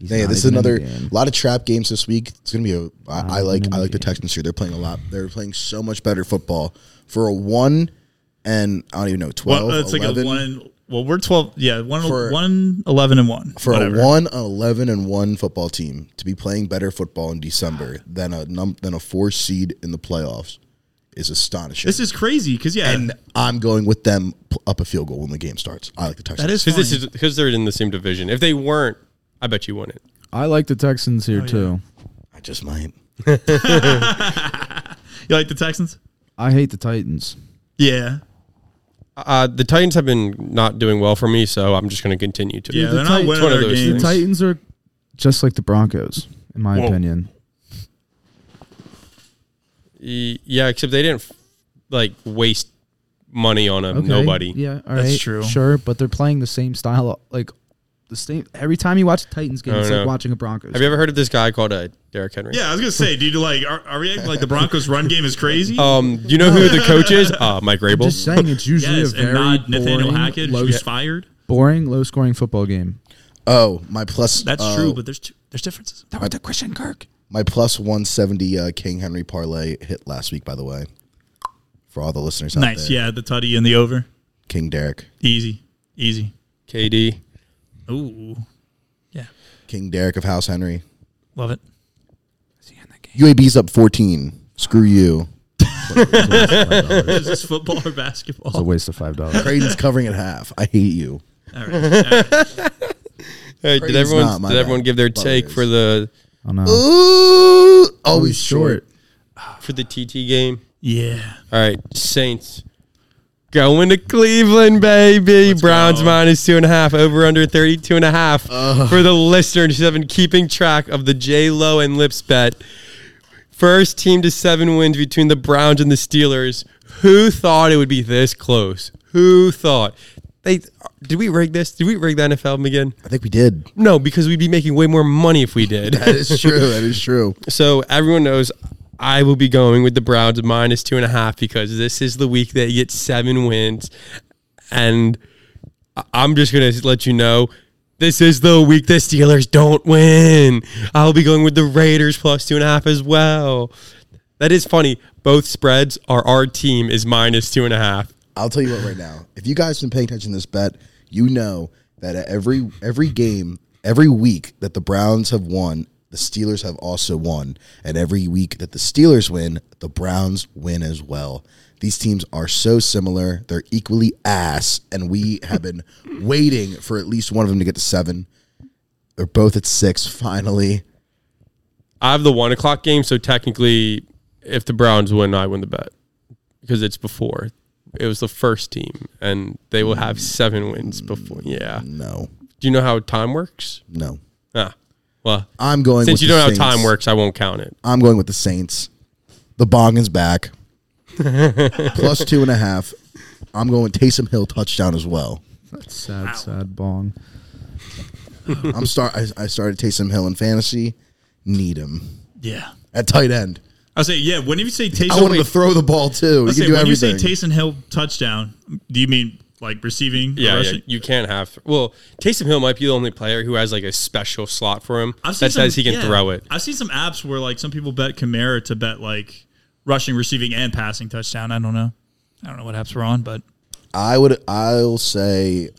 Speaker 4: He's
Speaker 3: Yeah,
Speaker 4: not
Speaker 3: this is
Speaker 4: even in the
Speaker 3: another
Speaker 4: game.
Speaker 3: a lot of trap games this week. It's gonna be a. I, I
Speaker 4: Not
Speaker 3: like
Speaker 4: even in
Speaker 3: I
Speaker 4: the
Speaker 3: like the
Speaker 4: game.
Speaker 3: Texans here. They're playing a lot. They're playing so much better football for a one and I don't even know twelve.
Speaker 2: well, it's
Speaker 3: 11,
Speaker 2: like a one. Well, we're twelve. Yeah, one,
Speaker 3: For-
Speaker 2: one, 11 and one.
Speaker 3: for
Speaker 2: whatever.
Speaker 3: a one an eleven and one football team to be playing better football in December than a num than a four seed in the playoffs is astonishing.
Speaker 2: This is crazy because yeah,
Speaker 3: and I'm going with them pl- up a field goal when the game starts. I like the Texans.
Speaker 2: that is
Speaker 1: Because this
Speaker 2: fine.
Speaker 1: is because they're in the same division. If they weren't, I bet you won it.
Speaker 4: I like the Texans
Speaker 2: Oh,
Speaker 4: here too.
Speaker 3: I just might.
Speaker 2: you like the Texans.
Speaker 4: I hate the Titans.
Speaker 2: Yeah,
Speaker 1: Uh, the Titans have been not doing well for me, so I'm just going to continue to.
Speaker 2: yeah,
Speaker 4: the
Speaker 2: they're
Speaker 4: Titans-
Speaker 2: not winning
Speaker 1: one of
Speaker 2: their
Speaker 1: those
Speaker 2: games.
Speaker 1: things.
Speaker 4: The Titans are just like the Broncos, in my opinion.
Speaker 1: E- Yeah, except they didn't f- like waste money on a nobody.
Speaker 4: Yeah, all right.
Speaker 2: That's true.
Speaker 4: Sure, but they're playing the same style. Like the same. Every time you watch a Titans game,
Speaker 1: I
Speaker 4: it's
Speaker 1: don't
Speaker 4: like
Speaker 1: know.
Speaker 4: watching a Broncos.
Speaker 1: Have you ever heard of this guy called uh, Derrick Henry?
Speaker 2: Yeah, I was gonna say, dude, like, are, are we acting like the Broncos' run game is crazy?
Speaker 1: Um, do you know who the coach is? Uh, Mike
Speaker 4: I'm
Speaker 1: Rabel.
Speaker 4: just saying, it's usually
Speaker 2: yes,
Speaker 4: a very
Speaker 2: and not Nathaniel
Speaker 4: boring,
Speaker 2: Hackett,
Speaker 4: low,
Speaker 2: who's fired.
Speaker 4: boring, low-scoring football game.
Speaker 3: Oh, my plus.
Speaker 2: That's
Speaker 3: uh,
Speaker 2: true, but there's two, there's differences.
Speaker 4: That was the Christian Kirk.
Speaker 3: My plus 170 uh, King Henry parlay hit last week, by the way. For all the listeners out
Speaker 2: Nice,
Speaker 3: there.
Speaker 2: yeah, the tutty and the over,
Speaker 3: King Derek.
Speaker 2: easy, easy.
Speaker 1: KD.
Speaker 2: Ooh, yeah,
Speaker 3: King Derek of House Henry.
Speaker 2: love it.
Speaker 3: UAB's up 14. Screw you. play. It was a waste of five dollars.
Speaker 2: Is this football or
Speaker 4: It's a
Speaker 2: basketball?
Speaker 4: waste of five dollars.
Speaker 3: Creighton's covering at half. I hate you.
Speaker 2: All right. all right.
Speaker 1: All right, did
Speaker 3: Creighton's
Speaker 1: everyone
Speaker 3: not my
Speaker 1: did
Speaker 3: bad.
Speaker 1: everyone give their
Speaker 3: But it
Speaker 1: take
Speaker 3: is.
Speaker 1: for the
Speaker 4: I know.
Speaker 3: Ooh, always short.
Speaker 1: for the TT game?
Speaker 2: Yeah.
Speaker 1: All right, Saints going to Cleveland, baby. Browns
Speaker 2: go.
Speaker 1: minus two and a half, over under 32 and a half. For the listeners who have been keeping track of the J Lo and Lips bet, first team to seven wins between the Browns and the Steelers. Who thought it would be this close? Who thought? They did we rig this? Did we rig the NFL again?
Speaker 3: I think we did.
Speaker 1: No, because we'd be making way more money if we did.
Speaker 3: That is true. That is true.
Speaker 1: So everyone knows I will be going with the Browns at minus two and a half because this is the week that you get seven wins. And I- I'm just going to let you know this is the week the Steelers don't win. I'll be going with the Raiders plus two and a half as well. That is funny. Both spreads are our team is minus two and a half.
Speaker 3: I'll tell you what right now. If you guys been paying attention to this bet, you know that at every every game, every week that the Browns have won, the Steelers have also won, and every week that the Steelers win, the Browns win as well. These teams are so similar; they're equally ass, and we have been waiting for at least one of them to get to seven. They're both at six finally.
Speaker 1: I have the one o'clock game, so technically, if the Browns win, I win the bet because it's before. It was the first team, and they will have seven wins before. Yeah.
Speaker 3: No,
Speaker 1: Do you know how time works?
Speaker 3: no.
Speaker 1: Ah, well,
Speaker 3: I'm going.
Speaker 1: since
Speaker 3: with
Speaker 1: you
Speaker 3: the
Speaker 1: don't know
Speaker 3: Saints.
Speaker 1: how time works, I won't count it.
Speaker 3: I'm going with the Saints. The Bongin's back. Plus two and a half. I'm going Taysom Hill touchdown as well.
Speaker 4: That's sad, sad bong.
Speaker 3: I'm start. I, I started Taysom Hill in fantasy. Need him
Speaker 2: Yeah.
Speaker 3: at tight end.
Speaker 2: I say yeah. Whenever you say Taysom,
Speaker 3: I want him
Speaker 2: wait,
Speaker 3: to throw the ball too.
Speaker 2: I
Speaker 3: He
Speaker 2: say,
Speaker 3: can do
Speaker 2: when you say
Speaker 3: everything.
Speaker 2: Taysom Hill touchdown, do you mean like receiving? or
Speaker 1: Yeah, yeah,
Speaker 2: rushing?
Speaker 1: you can't have. Well, Taysom Hill might be the only player who has like a special slot for him
Speaker 2: I've seen
Speaker 1: that says
Speaker 2: some-
Speaker 1: he can
Speaker 2: yeah.
Speaker 1: throw it.
Speaker 2: I've seen some apps where like some people bet Camara to bet like rushing, receiving, and passing touchdown. I don't know. I don't know what apps we're on, but
Speaker 3: I would. I'll say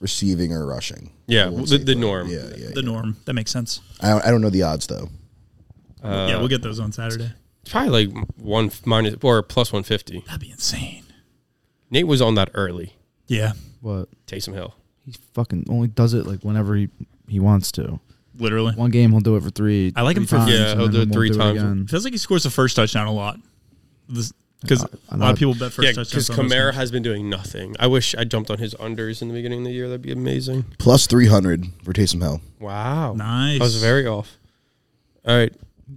Speaker 3: receiving or rushing.
Speaker 1: Yeah,
Speaker 3: I won't
Speaker 1: the-
Speaker 3: say
Speaker 1: the
Speaker 3: throw.
Speaker 1: norm.
Speaker 3: Yeah, yeah.
Speaker 2: the norm that makes sense.
Speaker 3: I don't, I don't know the odds though.
Speaker 1: Uh,
Speaker 2: yeah, we'll get those on Saturday.
Speaker 1: It's probably like one f- minus or plus one fifty.
Speaker 2: That'd be insane.
Speaker 1: Nate was on that early.
Speaker 2: Yeah,
Speaker 4: What?
Speaker 1: Taysom Hill.
Speaker 4: He fucking only does it like whenever he, he wants to.
Speaker 2: literally.
Speaker 4: One game he'll do it for three.
Speaker 2: I like him
Speaker 4: three
Speaker 2: for-
Speaker 4: times,
Speaker 1: Yeah,
Speaker 4: and
Speaker 1: he'll
Speaker 4: then
Speaker 1: do it three
Speaker 4: won't
Speaker 1: times.
Speaker 4: again.
Speaker 2: Feels like he scores the first touchdown a lot. Because
Speaker 4: I
Speaker 2: a
Speaker 4: know.
Speaker 2: lot of people bet first
Speaker 1: Yeah,
Speaker 2: touchdowns.
Speaker 1: because
Speaker 2: on those
Speaker 1: Kamara
Speaker 2: games.
Speaker 1: has been doing nothing. I wish I jumped on his unders in the beginning of the year. That'd be amazing.
Speaker 3: Plus three hundred for Taysom Hill.
Speaker 1: Wow.
Speaker 2: Nice.
Speaker 1: I was very off. All right.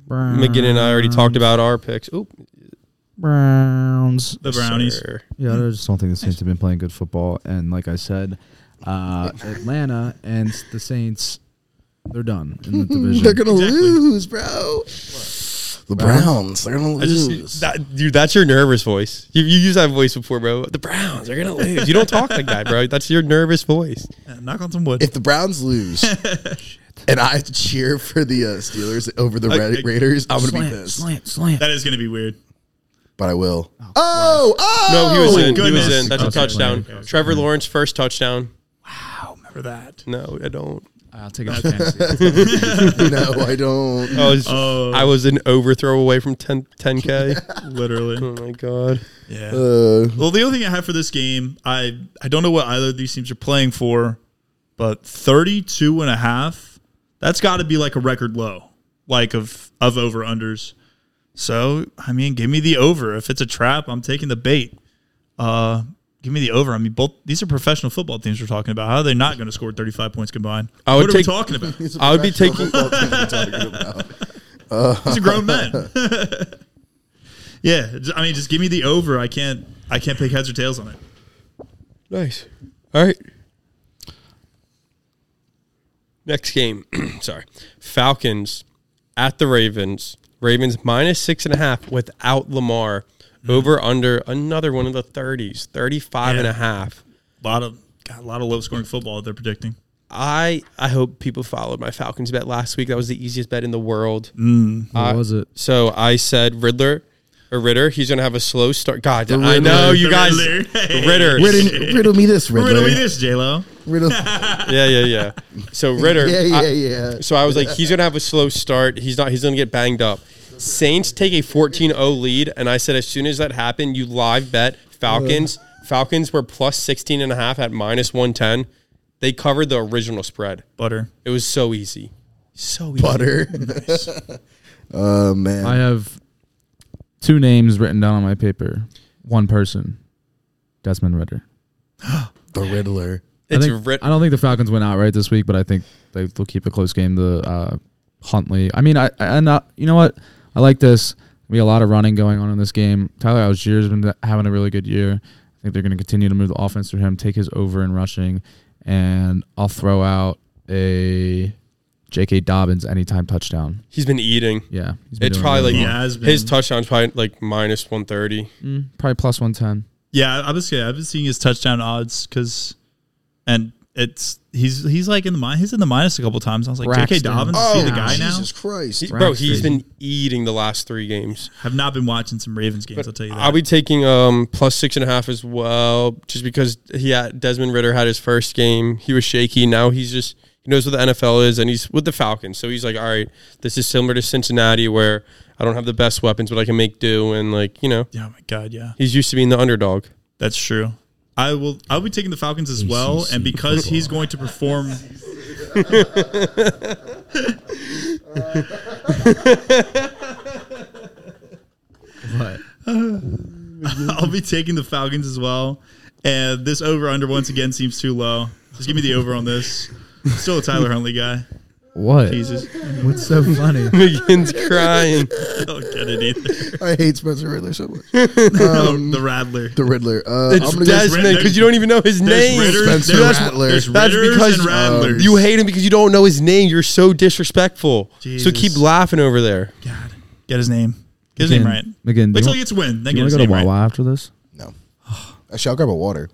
Speaker 1: McGinn and I already talked about our picks. Oop.
Speaker 4: Browns.
Speaker 2: the brownies.
Speaker 1: sir.
Speaker 4: Yeah, I just don't think the Saints have been playing good football. And like I said, uh, Atlanta and the Saints, they're done in the division.
Speaker 3: They're gonna
Speaker 2: Exactly.
Speaker 3: lose, bro. The Browns. They're gonna
Speaker 1: I
Speaker 3: lose.
Speaker 1: just, that, dude, that's your nervous voice. You, you used that voice before, bro. The Browns are going to lose. You don't talk like that, bro. That's your nervous voice.
Speaker 2: Yeah, knock on some wood.
Speaker 3: if the Browns lose and I have to cheer for the uh, Steelers over the Ra-
Speaker 2: Okay.
Speaker 3: Raiders, I'm going to be
Speaker 5: Slant,
Speaker 3: pissed.
Speaker 5: slant, slant.
Speaker 2: that is going to be weird.
Speaker 3: But I will. Oh, oh!
Speaker 1: No, he was in. He
Speaker 2: goodness.
Speaker 1: was in. That's a
Speaker 2: Okay.
Speaker 1: touchdown.
Speaker 2: Okay, okay.
Speaker 1: Trevor Lawrence, first touchdown.
Speaker 2: Wow, remember that.
Speaker 1: No, I don't.
Speaker 4: I'll take it. fantasy.
Speaker 3: no, I don't.
Speaker 1: I was,
Speaker 2: Oh.
Speaker 1: I was an overthrow away from 10, 10K.
Speaker 2: Literally.
Speaker 1: oh, my God.
Speaker 2: Yeah.
Speaker 3: Uh,
Speaker 2: Well, the only thing I have for this game, I I don't know what either of these teams are playing for, but 32 and a half, that's got to be like a record low, like of of over unders. So, I mean, give me the over. If it's a trap, I'm taking the bait. Uh Give me the over. I mean, both these are professional football teams we're talking about. How are they not going to score 35 points combined?
Speaker 1: I would
Speaker 2: what
Speaker 1: take-
Speaker 2: are we talking about? These
Speaker 1: I would be taking.
Speaker 2: are grown men. yeah, j- I mean, just give me the over. I can't. I can't pick heads or tails on it.
Speaker 1: Nice. All right. Next game. Sorry. Falcons at the Ravens. Ravens minus six and a half without Lamar. Over under another one of the 30s, 35 and a
Speaker 2: Yeah.
Speaker 1: half.
Speaker 2: A lot of got a lot of low scoring football they're predicting.
Speaker 1: I, I hope people followed my Falcons bet last week. That was the easiest bet in the world.
Speaker 4: What was it?
Speaker 1: So I said Riddler or Ritter. He's going to have a slow start. God, I
Speaker 3: Riddler.
Speaker 1: know you
Speaker 2: The
Speaker 1: guys. Ritter.
Speaker 2: Riddler.
Speaker 3: riddle, riddle me this, Riddler.
Speaker 2: Riddle me this, J Lo.
Speaker 3: Riddle-
Speaker 1: Yeah, yeah, yeah. So Ritter.
Speaker 3: yeah,
Speaker 1: I-
Speaker 3: yeah, yeah.
Speaker 1: So I was like, he's gonna have a slow start. He's not. He's gonna get banged up. Saints take a 14-0 lead, and I said as soon as that happened, you live bet Falcons. Falcons were plus 16 and a half at minus 110. They covered the original spread.
Speaker 2: Butter.
Speaker 1: It was so easy. So easy.
Speaker 3: butter. oh man,
Speaker 4: I have two names written down on my paper. One person, Desmond Ritter.
Speaker 3: the Riddler.
Speaker 1: It's
Speaker 4: I, think,
Speaker 1: writ-
Speaker 4: I don't think the Falcons went out right this week, but I think they, they'll keep a close game to uh, Huntley. I mean, I, I and uh, you know what? I like this. We have a lot of running going on in this game. Tyler Algier's been having a really good year. I think they're going to continue to move the offense through him, take his over in rushing, and I'll throw out a J.K. Dobbins anytime touchdown.
Speaker 1: He's been eating.
Speaker 4: Yeah, he's been
Speaker 1: It's
Speaker 4: doing
Speaker 1: probably like
Speaker 4: really
Speaker 2: well. Yeah, has been.
Speaker 1: his touchdown's probably like minus 130.
Speaker 4: well. Mm, probably plus one ten.
Speaker 2: Yeah, I was. Yeah, I've been seeing his touchdown odds because, and it's he's he's like in the min- he's in the minus a couple times. I was like, J.K.
Speaker 4: Braxton.
Speaker 2: Dobbins is he the guy now?
Speaker 3: Oh, Jesus Christ!
Speaker 1: He- bro,
Speaker 4: Rack's
Speaker 1: he's
Speaker 4: crazy.
Speaker 1: been eating the last three games.
Speaker 2: Have not been watching some Ravens games. I'll tell you that.
Speaker 1: I'll be taking um plus six and a half as well, just because he had Desmond Ritter had his first game. He was shaky. Now he's just he knows what the NFL is, and he's with the Falcons. So he's like, all right, this is similar to Cincinnati, where I don't have the best weapons, but I can make do. And like you know,
Speaker 2: yeah, oh my God, yeah,
Speaker 1: he's used to being the underdog.
Speaker 2: that's true. I will. I'll be taking the Falcons as well, and because he's going to perform.
Speaker 4: What?
Speaker 2: I'll be taking the Falcons as well. And this over under once again seems too low. Just give me the over on this. Still a Tyler Huntley guy.
Speaker 4: What?
Speaker 2: Jesus.
Speaker 4: What's so funny?
Speaker 1: Begins crying.
Speaker 2: I don't get it either.
Speaker 3: I hate Spencer Riddler so much.
Speaker 2: the Rattler.
Speaker 3: The Riddler. Uh,
Speaker 1: It's
Speaker 3: I'm gonna go-
Speaker 1: Desmond because you don't even know his name.
Speaker 2: Ritter-
Speaker 3: Spencer
Speaker 2: there's-
Speaker 3: Rattler.
Speaker 2: there's
Speaker 1: That's
Speaker 2: Ritters
Speaker 1: because
Speaker 2: and Rattlers.
Speaker 1: you hate him because you don't know his name. You're so disrespectful. So
Speaker 2: Jesus.
Speaker 1: keep laughing over there.
Speaker 2: God. Get his name. Get his name right.
Speaker 4: Again, do
Speaker 2: Wait
Speaker 4: you
Speaker 2: till
Speaker 4: want-
Speaker 2: he gets a win. Then
Speaker 4: do
Speaker 2: get
Speaker 4: you want
Speaker 2: his
Speaker 4: to go
Speaker 2: name
Speaker 4: to Wawa
Speaker 2: right.
Speaker 4: after this?
Speaker 3: no. Actually, I'll grab a water.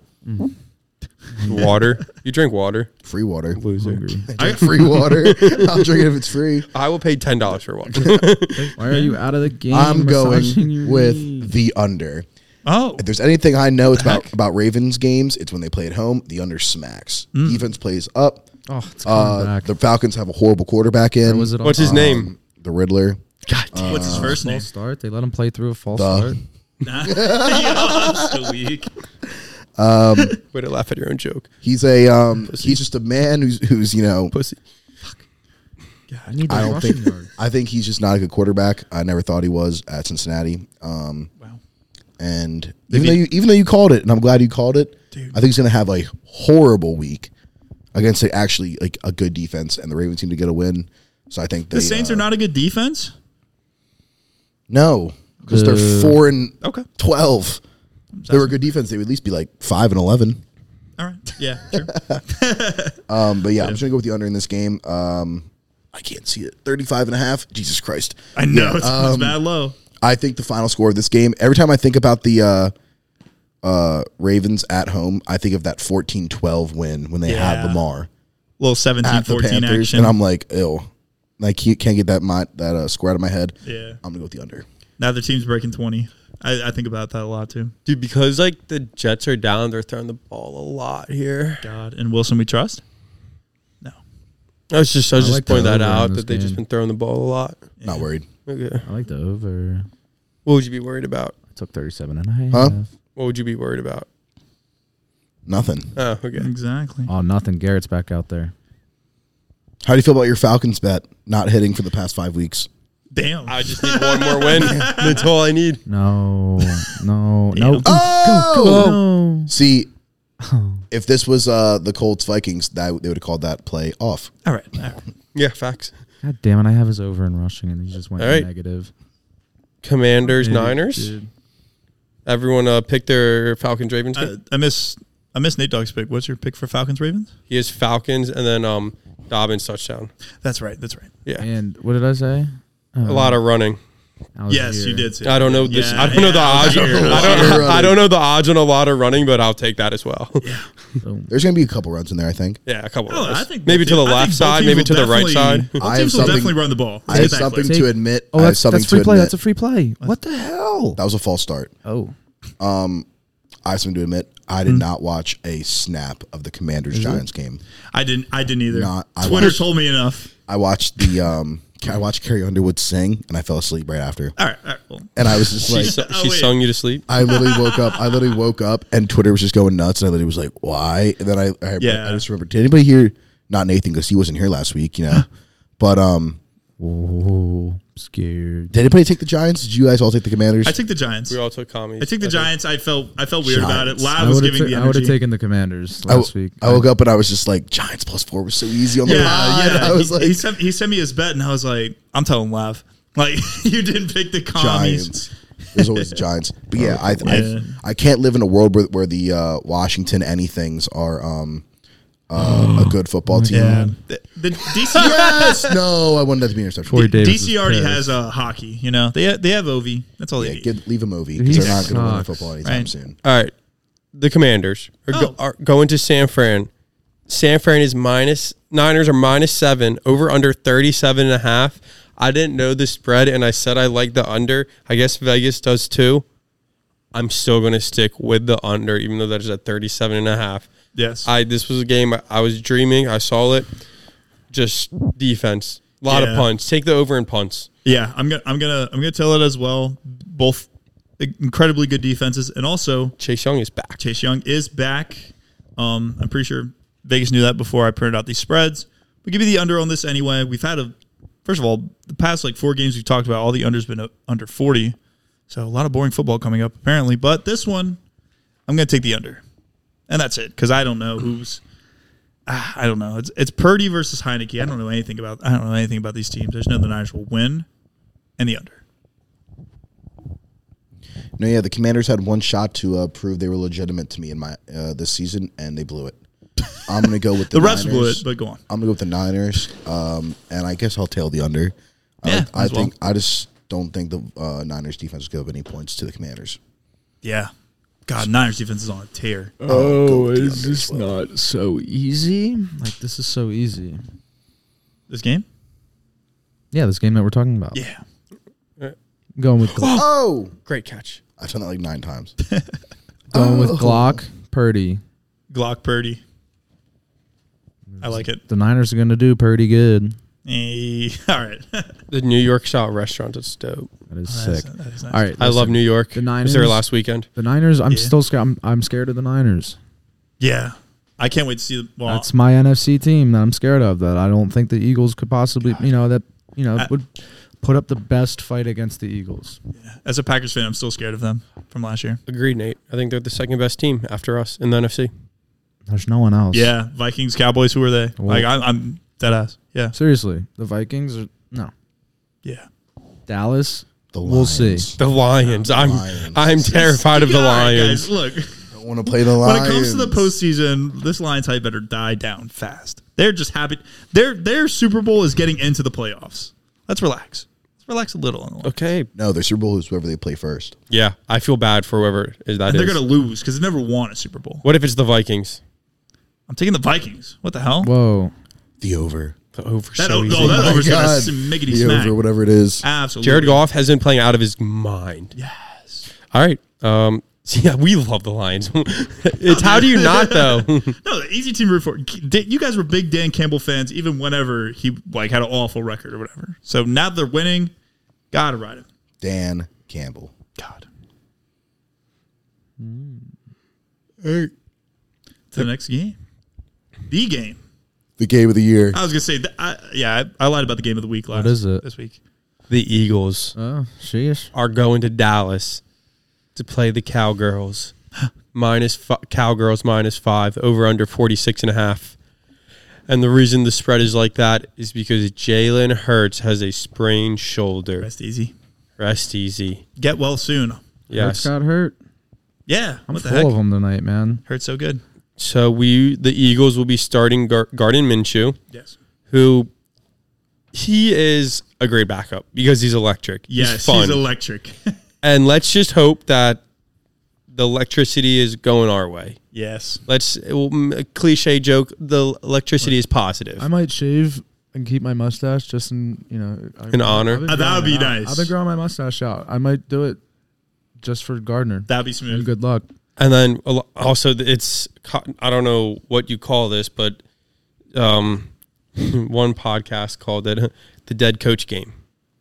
Speaker 1: Water. you drink water.
Speaker 3: Free water.
Speaker 1: Loser.
Speaker 4: Hungry.
Speaker 3: I got free water. I'll drink it if it's free.
Speaker 1: I will pay ten dollars for water.
Speaker 4: Why are you out of the game?
Speaker 3: I'm
Speaker 4: massaging your
Speaker 3: going
Speaker 4: knee?
Speaker 3: with the under.
Speaker 2: Oh.
Speaker 3: If there's anything I know it's about about Ravens games, it's when they play at home. The under smacks. Defense plays up.
Speaker 4: Oh, it's coming
Speaker 3: Uh,
Speaker 4: Mm. back.
Speaker 3: the Falcons have a horrible quarterback in. um,
Speaker 4: Where was it on
Speaker 1: What's his
Speaker 4: top?
Speaker 1: name? Uh,
Speaker 3: The Riddler.
Speaker 2: God damn. What's his first name?
Speaker 4: False start. They let him play through a false
Speaker 3: Duh.
Speaker 4: start.
Speaker 2: Nah. Yo, I'm so weak.
Speaker 1: Way to laugh at your own joke,
Speaker 3: He's a um, he's just a man who's who's you know
Speaker 1: pussy.
Speaker 4: I need
Speaker 3: I
Speaker 4: that
Speaker 3: don't
Speaker 4: rushing
Speaker 3: think
Speaker 4: yard.
Speaker 3: I think he's just not a good quarterback. I never thought he was at Cincinnati. Um,
Speaker 2: Wow.
Speaker 3: and even though you even though you called it, and I'm glad you called it, I think he's gonna have a horrible week against a, actually like a good defense, and the Ravens seem to get a win. So I think they,
Speaker 2: The Saints
Speaker 3: uh,
Speaker 2: are not a good defense?
Speaker 3: no because they're
Speaker 4: Uh,
Speaker 3: four and
Speaker 2: Okay.
Speaker 3: twelve. If they were a good defense. They would at least be like five and eleven.
Speaker 2: All right. Yeah. Sure.
Speaker 3: Um, but yeah, I'm just gonna go with the under in this game. Um, I can't see it. 35 and a half. Jesus Christ.
Speaker 2: I know. it's, it's bad low.
Speaker 3: I think the final score of this game, every time I think about the uh, uh, Ravens at home, I think of that 14 12 win when they had
Speaker 2: Yeah.
Speaker 3: Lamar
Speaker 2: Little 17
Speaker 3: at the
Speaker 2: 14
Speaker 3: Panthers.
Speaker 2: action.
Speaker 3: And I'm like, ew. Like, you can't get that my, that uh, square out of my head.
Speaker 2: Yeah.
Speaker 3: I'm going to go with the under.
Speaker 2: Now their team's breaking 20. I, I think about that a lot too.
Speaker 1: Dude, because like the Jets are down, they're throwing the ball a lot here.
Speaker 2: God. And Wilson, we trust? No.
Speaker 1: I was just I was
Speaker 4: I
Speaker 1: just
Speaker 4: like
Speaker 1: pointing
Speaker 4: that
Speaker 1: that
Speaker 4: over
Speaker 1: out
Speaker 4: in
Speaker 1: that
Speaker 4: this
Speaker 1: they've just
Speaker 4: game.
Speaker 1: been throwing the ball a lot.
Speaker 3: Not worried.
Speaker 1: Okay.
Speaker 4: I like the over.
Speaker 1: What would you be worried about?
Speaker 4: I took 37 and a half.
Speaker 3: Huh?
Speaker 1: What would you be worried about?
Speaker 3: Nothing.
Speaker 1: Oh, okay.
Speaker 2: Exactly.
Speaker 4: Oh, nothing. Garrett's back out there.
Speaker 3: How do you feel about your Falcons bet not hitting for the past five weeks?
Speaker 2: Damn.
Speaker 1: I just need one more win. That's all I need.
Speaker 4: No, no, no.
Speaker 2: Damn.
Speaker 4: Oh!
Speaker 3: See, if this was uh, the Colts Vikings, that, they would have called that play off.
Speaker 2: all right. All right.
Speaker 1: Yeah, facts.
Speaker 4: no. God damn it. I have his over in rushing, and he just went
Speaker 1: All right.
Speaker 4: negative.
Speaker 1: Commanders,
Speaker 4: Dude,
Speaker 1: Niners.
Speaker 4: dude.
Speaker 1: Everyone uh, picked their Falcons Ravens.
Speaker 4: Uh,
Speaker 1: pick.
Speaker 2: I, I miss I miss Nate Dogg's pick. What's your pick for Falcons Ravens?
Speaker 1: he is Falcons, and then um Dobbins touchdown.
Speaker 2: That's right. That's right.
Speaker 1: Yeah,
Speaker 4: And what did I say?
Speaker 1: a
Speaker 4: Uh, um,
Speaker 1: lot of running.
Speaker 2: Yes, you did. Say
Speaker 1: I don't know
Speaker 2: that.
Speaker 1: this.
Speaker 2: Yeah,
Speaker 1: I don't know the
Speaker 2: yeah,
Speaker 1: odds.
Speaker 2: I was here.
Speaker 1: I don't. I don't know the odds on a lot of running, but I'll take that as well. Yeah,
Speaker 4: Oh.
Speaker 3: There's going to be a couple runs in there, I think.
Speaker 1: a couple.
Speaker 2: Oh,
Speaker 1: of
Speaker 2: I
Speaker 1: those.
Speaker 2: think
Speaker 1: maybe
Speaker 2: both
Speaker 1: to the
Speaker 2: teams- I
Speaker 1: left
Speaker 2: think
Speaker 1: side,
Speaker 2: both
Speaker 1: maybe
Speaker 2: teams
Speaker 1: to the
Speaker 2: will
Speaker 1: right side.
Speaker 2: definitely- Both
Speaker 3: I have
Speaker 2: teams will
Speaker 3: something-
Speaker 2: definitely run the ball.
Speaker 3: I
Speaker 2: Take
Speaker 3: have
Speaker 2: that
Speaker 3: something
Speaker 2: quick.
Speaker 3: to admit.
Speaker 4: Oh,
Speaker 3: I have
Speaker 4: that's,
Speaker 3: something
Speaker 4: that's free
Speaker 3: to
Speaker 4: play.
Speaker 3: admit.
Speaker 4: That's a free play. What the hell?
Speaker 3: that was a false start.
Speaker 4: Oh,
Speaker 3: I have something to admit. I
Speaker 2: Hmm.
Speaker 3: did not watch a snap of the Commanders Giants game.
Speaker 2: I didn't. I didn't either.
Speaker 3: Not- I
Speaker 2: Twitter
Speaker 3: watched-
Speaker 2: told me enough.
Speaker 3: I watched the um, I watched Carrie Underwood sing, and I fell asleep right after.
Speaker 2: All right, all right. Well,
Speaker 3: And I was just
Speaker 1: She,
Speaker 3: like,
Speaker 1: su-
Speaker 2: Oh,
Speaker 1: she
Speaker 2: wait.
Speaker 1: sung you to sleep.
Speaker 3: I literally woke up. I literally woke up, and Twitter was just going nuts. And I literally was like, "Why?" And then I, I,
Speaker 2: Yeah.
Speaker 3: I just remember, did anybody hear? Not Nathan because he wasn't here last week, you know. but um,
Speaker 4: Oh, scared.
Speaker 3: did anybody take the Giants? Did you guys all take the Commanders?
Speaker 2: I take the Giants.
Speaker 1: We all took commies.
Speaker 2: I took the
Speaker 1: think.
Speaker 2: Giants. I felt I felt weird about it.
Speaker 3: Giants.
Speaker 2: Lav
Speaker 4: I
Speaker 2: was
Speaker 4: would have
Speaker 2: giving the energy.
Speaker 4: taken the Commanders
Speaker 3: I,
Speaker 4: last
Speaker 3: w-
Speaker 4: week.
Speaker 3: I woke up and I was just like, Giants plus four was so easy on the
Speaker 2: yeah,
Speaker 3: pod.
Speaker 2: yeah.
Speaker 3: I was
Speaker 2: he,
Speaker 3: like,
Speaker 2: he sent, he sent me his bet, and I was like, I'm telling Lav, like you didn't pick the commies.
Speaker 3: Giants. There's always the Giants, but yeah, I,
Speaker 2: Yeah.
Speaker 3: I I can't live in a world where, where the uh, Washington anything's are um uh, a good football team.
Speaker 2: Yeah, the, the DC.
Speaker 3: Yes, no, I wanted that to be an interception.
Speaker 4: Corey Davis
Speaker 2: DC
Speaker 4: is
Speaker 2: already
Speaker 4: pissed.
Speaker 2: has uh, hockey. You know, they ha- they have OV. That's all
Speaker 3: Yeah,
Speaker 2: they need.
Speaker 3: give, leave him Ovi
Speaker 4: He
Speaker 3: because they're not going to win the
Speaker 4: sucks.
Speaker 3: football anytime
Speaker 2: Right.
Speaker 3: soon.
Speaker 1: All right, the Commanders are, go,
Speaker 2: Oh.
Speaker 1: are going to San Fran. San Fran is minus Niners are minus seven over under 37 and a half. I didn't know the spread and I said I like the under. I guess Vegas does too. I'm still going to stick with the under even though that is at 37 and a half.
Speaker 2: Yes.
Speaker 1: I this was a game I, I was dreaming. I saw it. Just defense. A lot of
Speaker 2: Yeah.
Speaker 1: punts. Take the over and punts.
Speaker 2: Yeah, I'm gonna I'm gonna I'm gonna tell it as well. Both incredibly good defenses, and also
Speaker 1: Chase Young is back.
Speaker 2: Chase Young is back. Um, I'm pretty sure Vegas knew that before I printed out these spreads. We give you the under on this anyway. We've had a first of all the past like four games we've talked about all the unders been uh, under 40, so a lot of boring football coming up apparently. But this one, I'm gonna take the under, and that's it because I don't know who's. ah, I don't know. It's it's Purdy versus Heineke. I don't know anything about. I don't know anything about these teams. There's no the Niners will win, and the under.
Speaker 3: No, yeah, the Commanders had one shot to uh, prove they were legitimate to me in my uh, this season, and they blew it. I'm going to go with the,
Speaker 2: The refs blew it,
Speaker 3: Niners.
Speaker 2: but go on.
Speaker 3: I'm gonna go with the Niners, um, and I guess I'll tail the under.
Speaker 2: Yeah,
Speaker 3: I, I
Speaker 2: as well.
Speaker 3: think I just don't think the uh, Niners defense will give up any points to the Commanders.
Speaker 2: Yeah, God, Niners defense is on a tear.
Speaker 4: Oh, is this not so easy? Like this is so easy.
Speaker 2: This game.
Speaker 4: Yeah, this game that we're talking about.
Speaker 2: Yeah.
Speaker 4: Going with Glo-
Speaker 3: Oh,
Speaker 1: Great catch.
Speaker 3: I've done that like nine times.
Speaker 4: going with Glock, Purdy.
Speaker 2: Glock Purdy. I like it.
Speaker 4: The Niners are going to do Purdy good.
Speaker 2: Eh, all right.
Speaker 1: The New York style restaurant. That's dope.
Speaker 4: That is
Speaker 2: Oh, That's-
Speaker 4: sick.
Speaker 2: that is nice.
Speaker 4: All right,
Speaker 1: I love
Speaker 4: listen.
Speaker 1: New York.
Speaker 4: The
Speaker 1: I was there
Speaker 4: Niners-
Speaker 1: last weekend.
Speaker 4: the Niners. I'm
Speaker 2: Yeah.
Speaker 4: still scared. I'm, I'm scared of the Niners.
Speaker 2: Yeah. I can't wait to see the well,
Speaker 4: That's my NFC team that I'm scared of. That I don't think the Eagles could possibly, you know, that you know
Speaker 2: I-
Speaker 4: would put up the best fight against the Eagles.
Speaker 2: As a Packers fan, I'm still scared of them from last year.
Speaker 1: Agreed, Nate. I think they're the second best team after us in the NFC.
Speaker 4: There's no one else.
Speaker 2: Yeah. Vikings, Cowboys, who are they?
Speaker 4: Well-
Speaker 2: like, I'm, I'm dead ass. Yeah.
Speaker 4: Seriously, the Vikings are no
Speaker 2: Yeah.
Speaker 4: Dallas.
Speaker 3: The
Speaker 4: We'll see.
Speaker 3: Lions.
Speaker 1: The Lions. I'm
Speaker 3: Lions.
Speaker 1: I'm terrified of the
Speaker 2: All right,
Speaker 1: Lions.
Speaker 2: guys, look,
Speaker 3: Don't want to play the
Speaker 2: when
Speaker 3: Lions.
Speaker 2: it comes to the postseason, this Lions hype better die down fast. They're just happy. Their their Super Bowl is getting into the playoffs. Let's relax. Let's relax a little on the line.
Speaker 1: Okay.
Speaker 3: no, the Super Bowl is whoever they play first.
Speaker 1: Yeah, I feel bad for whoever is that.
Speaker 2: And they're
Speaker 1: is.
Speaker 2: going to lose because they never won a Super Bowl.
Speaker 1: what if it's the Vikings?
Speaker 2: I'm taking the Vikings. What the hell?
Speaker 4: Whoa.
Speaker 3: The over.
Speaker 1: The over.
Speaker 2: That,
Speaker 1: so
Speaker 2: o-
Speaker 1: easy.
Speaker 2: oh, that
Speaker 3: my
Speaker 2: over's gonna
Speaker 3: God.
Speaker 2: smiggity
Speaker 3: The
Speaker 2: smack.
Speaker 3: over, whatever it is.
Speaker 2: Absolutely.
Speaker 1: Jared Goff has been playing out of his mind. Yes. All right. Um. so yeah, we love the Lions. it's how do you not though?
Speaker 2: No, the easy team to root for. Dan- You guys were big Dan Campbell fans, even whenever he like had an awful record or whatever. So now they're winning. Gotta ride it.
Speaker 3: Dan Campbell.
Speaker 2: God. To the next game. The game.
Speaker 3: The game of the year.
Speaker 2: I was gonna say. That, I, yeah, I, I lied about the game of the week last.
Speaker 4: is it?
Speaker 2: This week.
Speaker 1: the Eagles
Speaker 4: Oh, sheesh.
Speaker 1: are going to Dallas to play the Cowgirls. minus fi- Cowgirls minus five over under 46 and a half. And the reason the spread is like that is because Jalen Hurts has a sprained shoulder.
Speaker 2: Rest easy.
Speaker 1: Rest easy.
Speaker 2: Get well soon.
Speaker 4: Hurts
Speaker 1: Yes.
Speaker 4: got hurt.
Speaker 2: Yeah.
Speaker 4: I'm
Speaker 2: what the
Speaker 4: full of
Speaker 2: heck?
Speaker 4: them tonight, man.
Speaker 2: Hurt so good.
Speaker 1: So we the Eagles will be starting Gar- Garden Minshew,
Speaker 2: Yes.
Speaker 1: who he is a great backup because he's electric.
Speaker 2: Yes.
Speaker 1: he's fun.
Speaker 2: he's electric.
Speaker 1: and let's just hope that the electricity is going our way.
Speaker 2: yes.
Speaker 1: Let's mm, cliche joke. The electricity is positive.
Speaker 4: I might shave and keep my mustache just in you know I-
Speaker 1: In honor.
Speaker 4: I've been
Speaker 2: Uh, that
Speaker 4: growing
Speaker 2: would be
Speaker 4: it out.
Speaker 2: nice.
Speaker 4: I've been growing my mustache out. I might do it just for Gardner.
Speaker 2: That'd be
Speaker 4: And
Speaker 2: smooth.
Speaker 4: good luck.
Speaker 1: And then a lo- also th- it's co- I don't know what you call this, but um, one podcast called it the dead coach game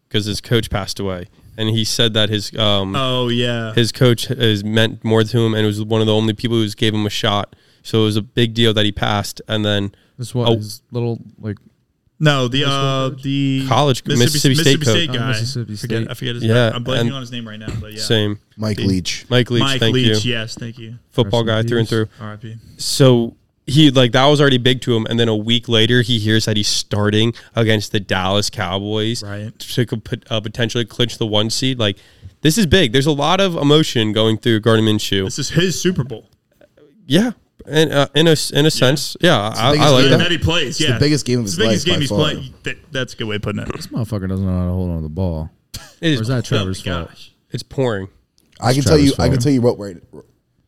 Speaker 1: because his coach passed away, and he said that his um,
Speaker 2: Oh yeah.
Speaker 1: his coach is meant more to him and was one of the only people who gave him a shot. So it was a big deal that he passed. And then
Speaker 4: This what
Speaker 1: Oh.
Speaker 4: his little like
Speaker 2: no, the uh, the
Speaker 1: College- Mississippi State coach.
Speaker 2: guy.
Speaker 4: Oh, Mississippi
Speaker 2: Forget-
Speaker 4: State.
Speaker 2: I forget his
Speaker 1: Yeah,
Speaker 2: name. I'm blanking
Speaker 1: and-
Speaker 2: on his name right now, but yeah.
Speaker 1: same
Speaker 3: Mike Leach.
Speaker 1: Mike Leach,
Speaker 2: Mike
Speaker 1: thank
Speaker 2: Leach.
Speaker 1: you,
Speaker 2: Yes, thank you.
Speaker 1: football
Speaker 4: Rest in
Speaker 1: guy through and
Speaker 4: peace.
Speaker 1: through.
Speaker 2: R.I.P.
Speaker 1: So he like that was already big to him. And then a week later, he hears that he's starting against the Dallas Cowboys
Speaker 2: Right.
Speaker 1: to co- put- uh, potentially clinch the one seed. Like this is big. There's a lot of emotion going through Gardner Minshew.
Speaker 2: This is his Super Bowl.
Speaker 1: Yeah, and uh, in a s- in a sense, yeah, I, I like
Speaker 3: biggest game
Speaker 1: that.
Speaker 2: And that he plays.
Speaker 3: the
Speaker 2: yeah,
Speaker 3: biggest game of
Speaker 2: It's
Speaker 3: his
Speaker 2: the biggest
Speaker 3: life
Speaker 2: game
Speaker 3: by
Speaker 2: he's
Speaker 3: far.
Speaker 2: playing. That, that's a good way of putting it.
Speaker 4: this motherfucker doesn't know how to hold on to the ball.
Speaker 1: It
Speaker 4: Or is
Speaker 1: is,
Speaker 4: that
Speaker 2: Oh my
Speaker 4: Trevor's fault?
Speaker 2: gosh.
Speaker 1: it's pouring.
Speaker 3: I can
Speaker 4: Travis
Speaker 3: tell you. I
Speaker 4: Fulgham.
Speaker 3: can tell you what right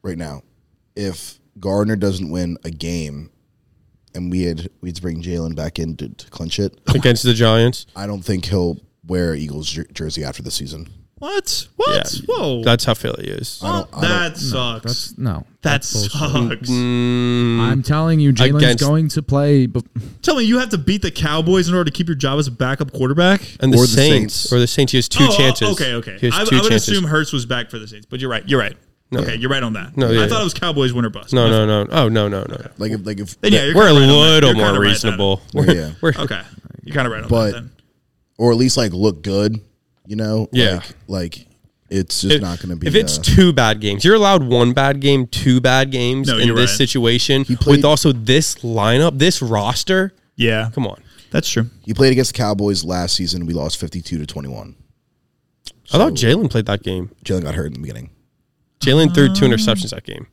Speaker 3: right now. If Gardner doesn't win a game, and we had we had to bring Jalen back in to, to clinch it,
Speaker 1: Against the Giants,
Speaker 3: I don't think he'll wear a Eagles jer- jersey after the season.
Speaker 2: What? What?
Speaker 1: Yeah.
Speaker 2: Whoa.
Speaker 1: that's how Philly is.
Speaker 3: I don't. I don't-
Speaker 2: that sucks.
Speaker 4: That's no.
Speaker 2: That Mm.
Speaker 4: bullshit.
Speaker 2: sucks.
Speaker 4: I'm telling you, Jalen's
Speaker 1: Against-
Speaker 4: going to play. But
Speaker 2: Tell me, you have to beat the Cowboys in order to keep your job as a backup quarterback?
Speaker 1: and the,
Speaker 3: Or the
Speaker 1: Saints,
Speaker 3: Saints.
Speaker 1: or the Saints. He has two
Speaker 2: Oh, uh,
Speaker 1: chances.
Speaker 2: Okay, okay.
Speaker 1: He has
Speaker 2: I,
Speaker 1: two
Speaker 2: I would
Speaker 1: chances.
Speaker 2: assume Hurst was back for the Saints, but you're right. You're right. Okay, you're right on that.
Speaker 1: No,
Speaker 2: I
Speaker 1: yeah,
Speaker 2: thought
Speaker 1: yeah.
Speaker 2: it was Cowboys winner bust.
Speaker 1: no, no, no. Oh no, no, no.
Speaker 3: like if like if
Speaker 2: Then yeah, you're
Speaker 1: We're a
Speaker 2: kinda right on that.
Speaker 1: little
Speaker 2: You're
Speaker 1: more
Speaker 2: kinda right on that.
Speaker 1: reasonable.
Speaker 3: Yeah.
Speaker 1: We're, we're-
Speaker 2: Okay, you're kind of right on
Speaker 3: But-
Speaker 2: that. Then.
Speaker 3: or at least like look good. You know.
Speaker 1: Yeah.
Speaker 3: Like, like it's just not going to be.
Speaker 1: If it's
Speaker 3: uh,
Speaker 1: two bad games, you're allowed one bad game, two bad games
Speaker 2: No,
Speaker 1: in
Speaker 2: you're
Speaker 1: this
Speaker 2: right.
Speaker 1: situation.
Speaker 3: played-
Speaker 1: with also this lineup, this roster.
Speaker 2: Yeah,
Speaker 1: Come on.
Speaker 2: that's true.
Speaker 3: he played against the Cowboys last season. We lost fifty-two to twenty-one.
Speaker 1: I thought Jalen played that game.
Speaker 3: Jalen got hurt in the beginning.
Speaker 1: Jalen threw
Speaker 2: Um,
Speaker 1: two interceptions that game.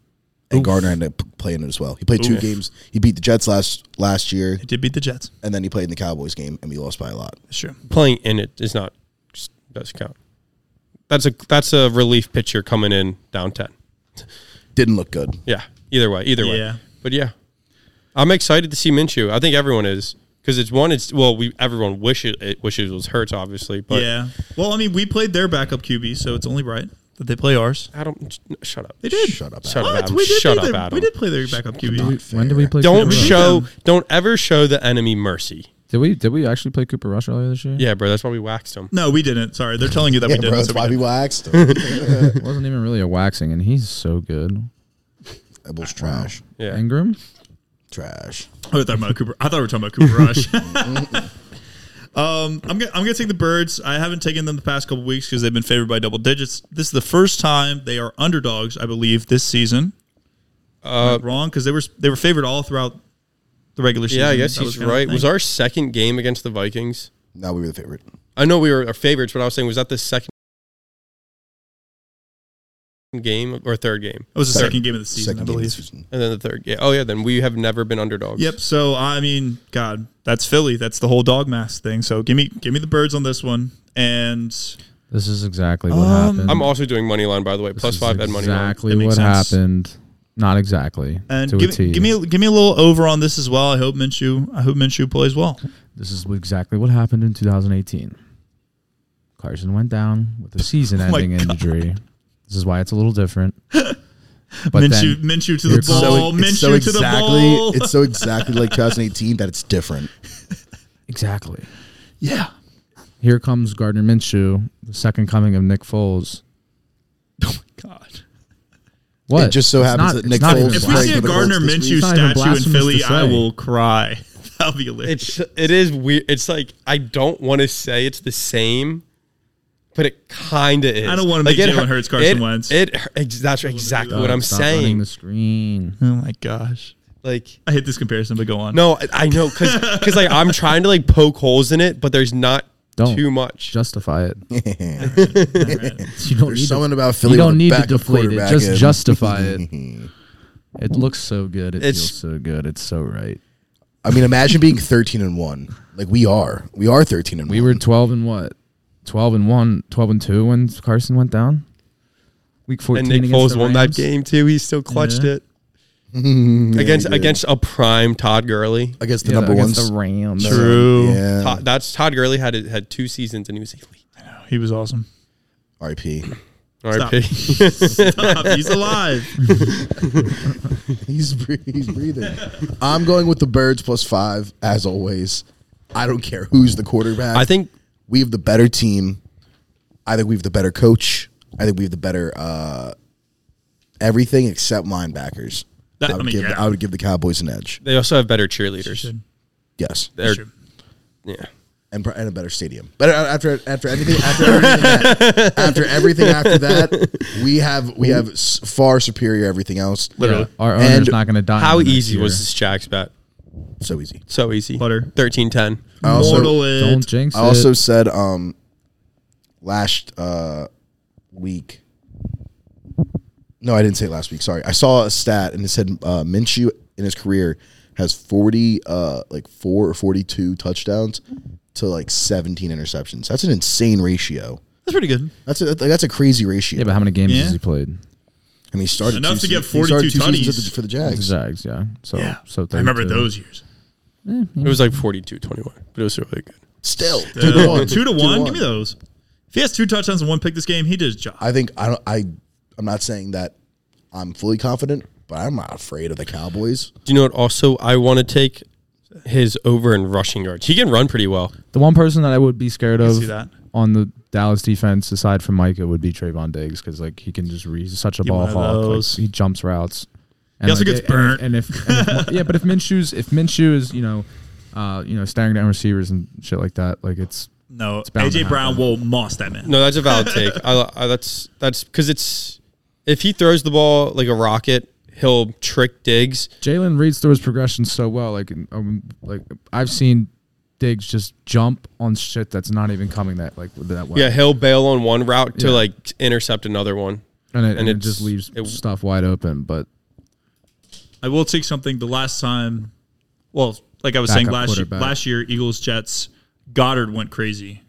Speaker 3: and Gardner ended up playing it as well. He played two games. He beat the Jets last last year,
Speaker 2: It did beat the Jets.
Speaker 3: and then he played in the Cowboys game, and we lost by a lot.
Speaker 2: That's true.
Speaker 1: Playing in it is not does count. That's a that's a relief pitcher coming in down ten.
Speaker 3: Didn't look good.
Speaker 1: Yeah. Either way, either
Speaker 2: Yeah.
Speaker 1: way. But yeah, I'm excited to see Minshew. I think everyone is because it's one. It's well, we everyone wishes it wishes it was Hurts, obviously. But
Speaker 2: yeah. Well, I mean, we played their backup QB, so it's only right that they play ours.
Speaker 1: I don't shut up.
Speaker 2: They did.
Speaker 3: Shut up.
Speaker 1: Shut
Speaker 3: Adam.
Speaker 1: up,
Speaker 2: What?
Speaker 1: Adam.
Speaker 2: We did
Speaker 1: Shut
Speaker 2: play
Speaker 1: up,
Speaker 2: their-
Speaker 1: Adam.
Speaker 2: We did play their backup QB.
Speaker 4: when did we play?
Speaker 1: Don't
Speaker 4: Cooper Rush?
Speaker 1: show. Don't ever show the enemy mercy.
Speaker 4: Did we? Did we actually play Cooper Rush earlier this year?
Speaker 1: Yeah, bro. That's why we waxed him.
Speaker 2: No, we didn't. Sorry, they're telling you that
Speaker 3: Yeah,
Speaker 2: we didn't.
Speaker 3: bro,
Speaker 2: so
Speaker 3: that's
Speaker 2: we
Speaker 3: why we
Speaker 2: didn't.
Speaker 3: waxed him.
Speaker 4: it wasn't even really a waxing, and he's so good.
Speaker 3: that was trash.
Speaker 1: Yeah.
Speaker 4: Ingram.
Speaker 3: Trash.
Speaker 2: Oh, I thought about Cooper. I thought we were talking about Cooper Rush. um, I'm gonna, I'm gonna take the Birds. I haven't taken them the past couple weeks because they've been favored by double digits. This is the first time they are underdogs, I believe, this season. Uh, wrong because they were they were favored all throughout the regular season.
Speaker 1: Yeah, I guess
Speaker 2: That
Speaker 1: he's
Speaker 2: kind of
Speaker 1: right.
Speaker 2: the
Speaker 1: Was
Speaker 2: thing.
Speaker 1: our second game against the Vikings?
Speaker 3: Now we were the favorite.
Speaker 1: I know we were our favorites, but I was saying was that the second game or third game,
Speaker 2: That was the
Speaker 3: Second-
Speaker 2: second game of the season, I
Speaker 3: Second game of the
Speaker 2: believe.
Speaker 3: season.
Speaker 1: and then the third. Yeah. Oh yeah. Then we have never been underdogs.
Speaker 2: Yep. So I mean, God, that's Philly. That's the whole dog mask thing. So give me give me the Birds on this one. And
Speaker 4: This is exactly what
Speaker 2: Um,
Speaker 4: happened.
Speaker 1: I'm also doing money line by the way,
Speaker 4: Mm-hmm. This
Speaker 1: plus
Speaker 4: is
Speaker 1: five at money line.
Speaker 4: Exactly
Speaker 2: That
Speaker 4: what
Speaker 2: makes sense.
Speaker 4: happened. Not exactly.
Speaker 2: and
Speaker 4: to a
Speaker 2: give,
Speaker 4: T.
Speaker 2: give me give me a little over on this as well. I hope Minshew I hope Minshew plays well.
Speaker 4: This is exactly what happened in 2018. Carson went down with a season-ending
Speaker 2: Oh my God.
Speaker 4: injury. This is why it's a little different. But
Speaker 2: Minshew,
Speaker 4: then,
Speaker 2: Minshew to the
Speaker 4: It's so-
Speaker 2: ball. Minshew
Speaker 3: it's so
Speaker 2: to the
Speaker 3: exactly.
Speaker 2: ball.
Speaker 3: It's so exactly like 2018 that it's different.
Speaker 4: exactly.
Speaker 2: yeah.
Speaker 4: Here comes Gardner Minshew, the second coming of Nick Foles.
Speaker 2: Oh my god.
Speaker 4: What?
Speaker 3: It just so
Speaker 4: It's
Speaker 3: happens
Speaker 4: not-
Speaker 3: that
Speaker 4: it's
Speaker 3: Nick
Speaker 4: not even
Speaker 3: Foles
Speaker 2: If we
Speaker 3: played
Speaker 2: see
Speaker 3: for
Speaker 2: a
Speaker 3: the
Speaker 2: Gardner
Speaker 3: Colts this
Speaker 2: Minshew
Speaker 4: week. It's not even
Speaker 2: statue in
Speaker 4: blasphemous
Speaker 2: Philly,
Speaker 4: to
Speaker 2: I
Speaker 4: say.
Speaker 2: will cry. That'll be hilarious.
Speaker 1: It's it is weird. It's like I don't want to say it's the same, but it kind of is.
Speaker 2: I don't wanna
Speaker 1: Like,
Speaker 2: make
Speaker 1: it
Speaker 2: Jalen
Speaker 1: hu-
Speaker 2: Hurts Carson
Speaker 1: it-
Speaker 2: Wentz.
Speaker 1: It hu- ex- that's exactly what I'm
Speaker 4: Stop running
Speaker 1: saying.
Speaker 4: The screen.
Speaker 2: oh my gosh.
Speaker 1: Like
Speaker 2: I hate this comparison, but go on.
Speaker 1: no, I- I know because like I'm trying to like poke holes in it, but there's not
Speaker 4: Don't.
Speaker 1: too much.
Speaker 4: Justify it. You don't
Speaker 3: There's
Speaker 4: need
Speaker 3: something
Speaker 4: to,
Speaker 3: about Philly.
Speaker 4: you
Speaker 3: with
Speaker 4: don't
Speaker 3: a
Speaker 4: need to
Speaker 3: backup
Speaker 4: deflate it.
Speaker 3: quarterback
Speaker 4: Just
Speaker 3: in.
Speaker 4: justify it. It looks so good. It
Speaker 1: It's-
Speaker 4: feels so good. It's so right.
Speaker 3: I mean, imagine being 13 and one. Like we are. We are 13 and
Speaker 4: We
Speaker 3: one.
Speaker 4: were 12 and what? 12 and 1, 12 and 2 when Carson went down? Week 14
Speaker 1: and Nick
Speaker 4: against
Speaker 1: Foles
Speaker 4: the
Speaker 1: won that
Speaker 4: Rams?
Speaker 1: game too. He still clutched
Speaker 2: Yeah.
Speaker 1: it against
Speaker 3: did.
Speaker 1: against a prime Todd Gurley.
Speaker 3: against the
Speaker 4: Yeah,
Speaker 3: number
Speaker 4: against
Speaker 3: ones.
Speaker 4: the Rams.
Speaker 2: True.
Speaker 3: Yeah.
Speaker 1: Todd, that's Todd Gurley had had two seasons and he was elite.
Speaker 2: He was awesome.
Speaker 3: RIP.
Speaker 1: RP.
Speaker 2: Stop, he's alive.
Speaker 3: He's bre- he's breathing. I'm going with the birds plus five as always. I don't care who's the quarterback.
Speaker 1: I think
Speaker 3: we have the better team. I think we have the better coach. I think we have the better uh, everything except linebackers.
Speaker 2: That-
Speaker 3: I, would
Speaker 2: I mean,
Speaker 3: give,
Speaker 2: yeah.
Speaker 3: I would give the Cowboys an edge.
Speaker 1: they also have better cheerleaders.
Speaker 2: should.
Speaker 3: Yes,
Speaker 1: They're-
Speaker 2: Sure.
Speaker 1: yeah.
Speaker 3: and, pro- and a better stadium. But uh, after after anything after everything that, after everything after that, we have we have s- far superior everything else.
Speaker 2: Literally.
Speaker 4: Our
Speaker 3: And
Speaker 4: owner's not going to die.
Speaker 1: How
Speaker 4: in the next
Speaker 1: easy was
Speaker 4: year.
Speaker 1: this Jack's bet?
Speaker 3: So easy.
Speaker 1: So easy.
Speaker 2: Butter.
Speaker 1: 13 10.
Speaker 3: I also-
Speaker 2: Mortal it.
Speaker 4: Don't jinx
Speaker 3: I also
Speaker 4: it.
Speaker 3: said um last uh week. No, I didn't say it last week. Sorry, I saw a stat and it said uh, Minshew in his career has forty, uh, like four or forty-two touchdowns to like seventeen interceptions. That's an insane ratio.
Speaker 2: That's pretty good.
Speaker 3: That's a that's a crazy ratio.
Speaker 4: Yeah, but how many games
Speaker 2: Yeah.
Speaker 4: has he played?
Speaker 3: I mean, he started
Speaker 2: Enough
Speaker 3: two
Speaker 2: to get
Speaker 3: se- he started
Speaker 2: 42
Speaker 3: two seasons
Speaker 2: tutties.
Speaker 3: at the- for the Jags.
Speaker 4: Zags, yeah. So, so
Speaker 2: I remember
Speaker 4: 32.
Speaker 2: those years.
Speaker 1: It was like 42 21, but it was really good.
Speaker 3: Still,
Speaker 2: Uh, two to one. Give me those. If he has two touchdowns and one pick this game, he did his job.
Speaker 3: I think I don't. I I'm not saying that I'm fully confident, but I'm not afraid of the Cowboys.
Speaker 1: Do you know what? Also, I want to take his over in rushing yards. He can run pretty well.
Speaker 4: The one person that I would be scared of
Speaker 2: see that.
Speaker 4: on the Dallas defense, aside from Micah, would be Trayvon Diggs because like he can just re- he's such a ball
Speaker 2: one of
Speaker 4: hog. Like,
Speaker 2: those.
Speaker 4: he jumps routes. And,
Speaker 2: also
Speaker 4: like,
Speaker 2: gets
Speaker 4: and-
Speaker 2: burnt.
Speaker 4: And, if, and if yeah, but if Minshew's if Minshew is you know, uh, you know staring down receivers and shit like that, like it's
Speaker 2: No,
Speaker 4: bound to
Speaker 2: AJ Brown
Speaker 4: happen.
Speaker 2: will moss that man.
Speaker 1: No, that's a valid take. I, I, that's that's because it's if he throws the ball like a rocket, he'll trick digs.
Speaker 4: Jalen reads through his progression so well. Like um, like I've seen Diggs just jump on shit that's not even coming that like that way.
Speaker 1: Yeah, he'll bail on one route to
Speaker 4: Yeah.
Speaker 1: like intercept another one.
Speaker 4: and it, and it
Speaker 1: it's-
Speaker 4: just leaves
Speaker 1: it-
Speaker 4: stuff wide open. But
Speaker 2: I will take something. The last time, well, like I was saying
Speaker 4: Backup
Speaker 2: last year,
Speaker 4: quarterback.
Speaker 2: last year, Eagles Jets Goddard went crazy.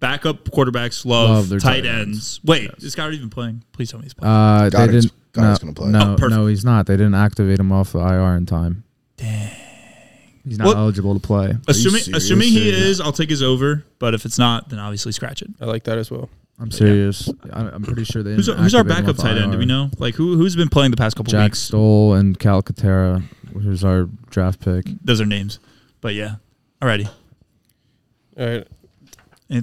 Speaker 2: Backup quarterbacks love,
Speaker 4: Love their
Speaker 2: tight
Speaker 4: tight
Speaker 2: ends. Wait, is Goddard even playing? Please tell me he's playing.
Speaker 4: uh, they
Speaker 3: Goddard's-
Speaker 4: didn't.
Speaker 3: Goddard's
Speaker 4: no,
Speaker 3: gonna play.
Speaker 4: No,
Speaker 2: Oh, perfect.
Speaker 4: no, he's not. They didn't activate him off the IR in time. Dang. He's not
Speaker 2: What?
Speaker 4: eligible to play.
Speaker 2: assuming
Speaker 3: serious?
Speaker 2: assuming he
Speaker 3: Serious?
Speaker 2: is, I'll take his over. But if it's not, then obviously scratch it.
Speaker 1: I like that as well.
Speaker 4: I'm serious. I, I'm pretty sure they.
Speaker 2: Who's,
Speaker 4: didn't
Speaker 2: who's our
Speaker 4: activate him
Speaker 2: backup
Speaker 4: off
Speaker 2: tight end? Do
Speaker 4: IR.
Speaker 2: we know? Like who who's been playing the past couple
Speaker 4: Jack
Speaker 2: weeks?
Speaker 4: Stoll and Cal Katera, who's our draft pick.
Speaker 2: Those are names, but yeah. Alrighty,
Speaker 1: All right.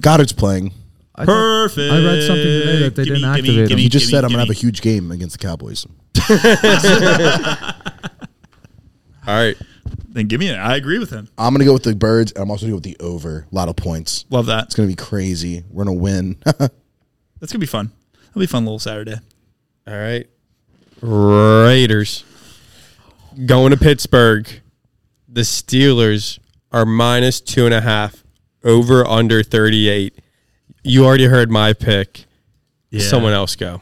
Speaker 3: Goddard's playing.
Speaker 4: I thought-
Speaker 2: perfect.
Speaker 4: I read something today that
Speaker 2: Gimme,
Speaker 4: they didn't
Speaker 2: gimme,
Speaker 4: activate him.
Speaker 2: gimme,
Speaker 3: He just
Speaker 2: gimme,
Speaker 3: said I'm gonna have a
Speaker 2: gimme."
Speaker 3: huge game against the Cowboys.
Speaker 1: All right.
Speaker 2: Then give me it. I agree with him.
Speaker 3: I'm gonna go with the birds, and I'm also gonna go with the over. A lot of points.
Speaker 2: Love that.
Speaker 3: It's gonna be crazy. We're gonna win.
Speaker 2: That's gonna be fun. That'll be a fun little Saturday.
Speaker 1: All right. Raiders going to Pittsburgh. The Steelers are minus two and a half over under 38. You already heard my pick. Someone else go.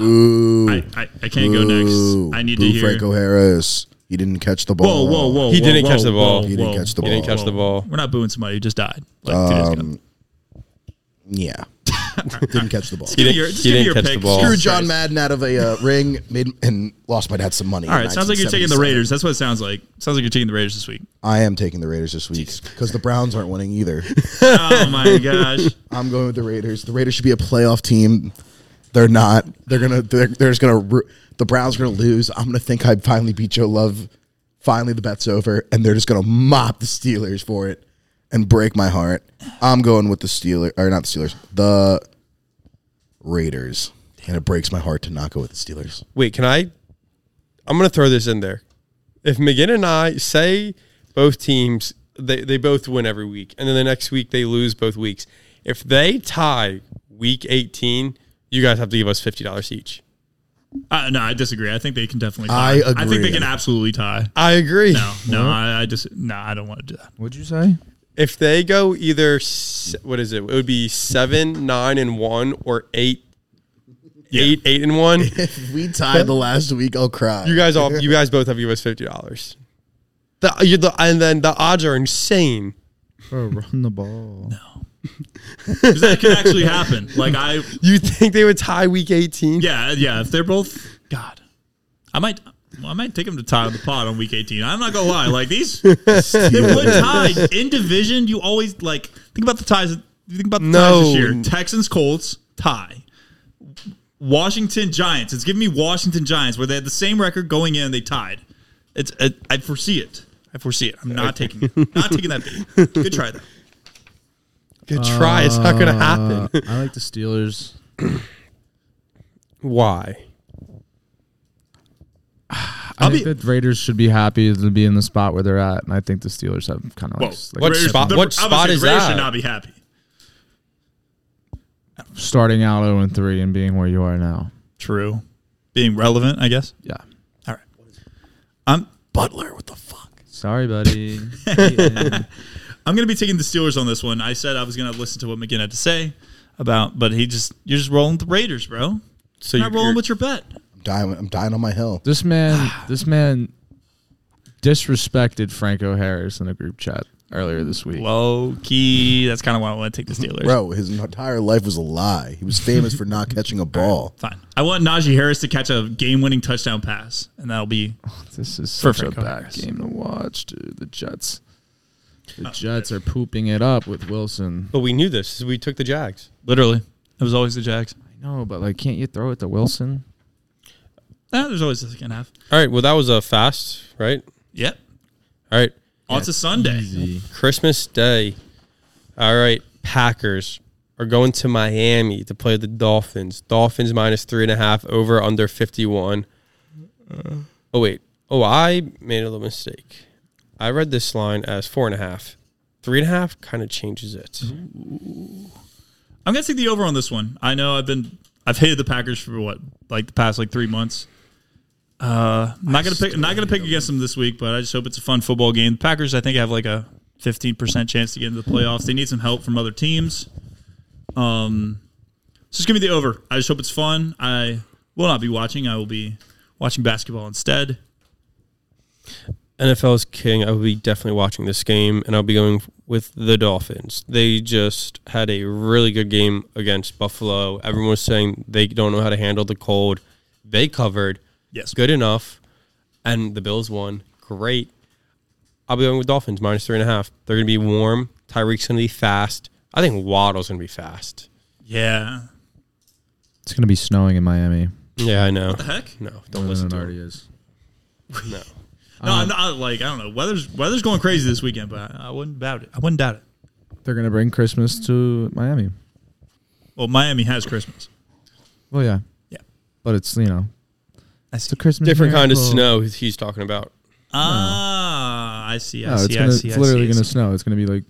Speaker 3: Ooh,
Speaker 2: I, I, I can't go
Speaker 3: Ooh.
Speaker 2: next. I need
Speaker 3: Boo
Speaker 2: to hear.
Speaker 3: Franco Harris. He didn't catch the
Speaker 2: Whoa,
Speaker 3: ball.
Speaker 2: whoa, whoa!
Speaker 1: He
Speaker 2: whoa,
Speaker 1: didn't
Speaker 2: whoa,
Speaker 1: catch the ball.
Speaker 2: whoa,
Speaker 1: He
Speaker 3: didn't
Speaker 2: whoa.
Speaker 3: catch the
Speaker 1: He didn't
Speaker 3: ball. Um,
Speaker 1: catch the ball.
Speaker 2: We're not booing somebody who just died. Like, two days ago.
Speaker 3: Yeah, didn't catch the ball.
Speaker 2: Give me
Speaker 1: didn't-
Speaker 2: your, just
Speaker 1: he
Speaker 2: give me
Speaker 1: didn't
Speaker 2: your
Speaker 1: catch the
Speaker 2: pick.
Speaker 1: ball.
Speaker 3: Screwed
Speaker 1: Screw
Speaker 3: John Madden out of a uh, ring, made and lost my dad some money.
Speaker 2: All right, sounds like you're taking the
Speaker 3: 1977.
Speaker 2: Raiders. That's what it sounds like. Sounds like you're taking the Raiders this week.
Speaker 3: I am taking the Raiders this week because the Browns aren't winning either.
Speaker 2: Oh my gosh!
Speaker 3: I'm going with the Raiders. The Raiders should be a playoff team. They're not. They're gonna. They're, they're just gonna. ru- The Browns are gonna lose. I'm gonna think I finally beat Joe Love. Finally, the bet's over, and they're just gonna mop the Steelers for it and break my heart. I'm going with the Steelers, or not the Steelers, the Raiders, and it breaks my heart to not go with the Steelers.
Speaker 1: Wait, can I? I'm going to throw this in there. If McGinn and I say both teams, they, they both win every week, and then the next week they lose both weeks. If they tie week 18, you guys have to give us $50 each.
Speaker 2: Uh, no, I disagree. I think they can definitely.
Speaker 3: I
Speaker 2: Tie. I think
Speaker 3: agree.
Speaker 2: they can absolutely tie.
Speaker 1: I agree.
Speaker 2: No, no, I, I just no. I don't want to do that.
Speaker 4: What'd you say?
Speaker 1: if they go either s- what is it? It would be seven, nine, and one, or eight, eight, eight, and one.
Speaker 3: If we tie the last week, I'll cry.
Speaker 1: You guys all, you guys both have to give us fifty dollars. The, you, the and then the odds are insane.
Speaker 4: Bro, run the ball.
Speaker 2: 'Cause that could actually happen. Like I,
Speaker 1: You think they would tie week eighteen?
Speaker 2: yeah, yeah. If they're both, God, I might. Well, I might take them to tie the pot on week 18. I'm not gonna lie. Like these, they would tie in division. You always like think about the ties. Think about the ties
Speaker 1: No.
Speaker 2: this year. Texans, Colts tie. Washington Giants. It's giving me Washington Giants, where they had the same record going in, they tied. It's it, I foresee it. I foresee it. I'm not taking it. Not taking that bait. Good try though.
Speaker 1: Good try. It's not going to happen.
Speaker 4: Uh, I like the Steelers.
Speaker 1: Why?
Speaker 4: I
Speaker 2: I'll
Speaker 4: think
Speaker 2: be-
Speaker 4: that Raiders should be happy to be in the spot where they're at, and I think the Steelers have kind of like, s- like
Speaker 1: what
Speaker 2: Raiders-
Speaker 1: spot-
Speaker 2: the-
Speaker 1: what
Speaker 2: obviously
Speaker 1: spot
Speaker 2: the
Speaker 1: is
Speaker 2: Raiders
Speaker 1: that?
Speaker 2: Should not be happy.
Speaker 4: starting out zero and three and being where you are now.
Speaker 2: True. Being relevant, I guess.
Speaker 4: Yeah.
Speaker 2: All right. I'm Butler. What the fuck?
Speaker 4: Sorry, buddy.
Speaker 2: I'm going to be taking the Steelers on this one. I said I was going to listen to what McGinn had to say about, but he just you're just rolling with the Raiders, bro.
Speaker 1: So
Speaker 2: You're not
Speaker 1: you're-
Speaker 2: rolling with your bet.
Speaker 3: I'm dying. I'm dying on my hill.
Speaker 4: this man, this man, disrespected Franco Harris in a group chat earlier this week.
Speaker 2: Low key. That's kind of why I want to take the Steelers.
Speaker 3: Bro, his entire life was a lie. He was famous for not catching a ball.
Speaker 2: Fine. I want Najee Harris to catch a game-winning touchdown pass, and that'll be
Speaker 4: This is
Speaker 2: For
Speaker 4: such a
Speaker 2: Franco
Speaker 4: bad
Speaker 2: Harris.
Speaker 4: game to watch, dude. The Jets, the Jets are pooping it up with Wilson.
Speaker 1: But we knew this. We took the Jags.
Speaker 2: literally. It was always the Jags.
Speaker 4: I know, but like, can't you throw it to Wilson?
Speaker 2: Ah, there's always the second half.
Speaker 1: All right. Well, that was a fast, right?
Speaker 2: Yep.
Speaker 1: All right.
Speaker 2: Oh, it's a Sunday.
Speaker 1: Christmas Day. All right. Packers are going to Miami to play the Dolphins. Dolphins minus three and a half over under 51. Oh, wait. Oh, I made a little mistake. I read this line as four and a half. Three and a half kind of changes it.
Speaker 2: I'm gonna take the over on this one. I know I've been I've hated the Packers for what like the past like three months. Uh, I'm not gonna pick. I'm Not gonna pick against them this week, but I just hope it's a fun football game. The Packers, I think, have like a 15 percent chance to get into the playoffs. They need some help from other teams. Um, so just give me the over. I just hope it's fun. I will not be watching. I will be watching basketball instead.
Speaker 1: NFL is king. I will be definitely watching this game, and I'll be going with the Dolphins. They just had a really good game against Buffalo. Everyone was saying they don't know how to handle the cold. They covered.
Speaker 2: Yes.
Speaker 1: good enough. And the Bills won. Great. I'll be going with Dolphins minus three and a half. They're going to be warm. Tyreek's going to be fast. I think Waddle's going to be fast.
Speaker 2: Yeah.
Speaker 4: It's gonna be snowing in Miami.
Speaker 1: Yeah, I know.
Speaker 2: The heck?
Speaker 1: No, don't listen to him.
Speaker 4: is. Uh,
Speaker 1: No.
Speaker 2: No, I'm not like I don't know. Weather's weather's going crazy this weekend, but I, I wouldn't doubt it. I wouldn't doubt it.
Speaker 4: They're gonna bring Christmas to Miami.
Speaker 2: Well, Miami has Christmas.
Speaker 4: Well, yeah,
Speaker 2: Yeah.
Speaker 4: but it's you know,
Speaker 2: I
Speaker 4: it's a Christmas.
Speaker 1: Different kind of
Speaker 4: miracle.
Speaker 1: snow he's talking about.
Speaker 2: Ah, I see. I
Speaker 4: No,
Speaker 2: see.
Speaker 4: Oh, it's, gonna,
Speaker 2: I see.
Speaker 4: it's
Speaker 2: I
Speaker 4: literally
Speaker 2: see, I
Speaker 4: gonna
Speaker 2: see.
Speaker 4: snow. It's gonna be like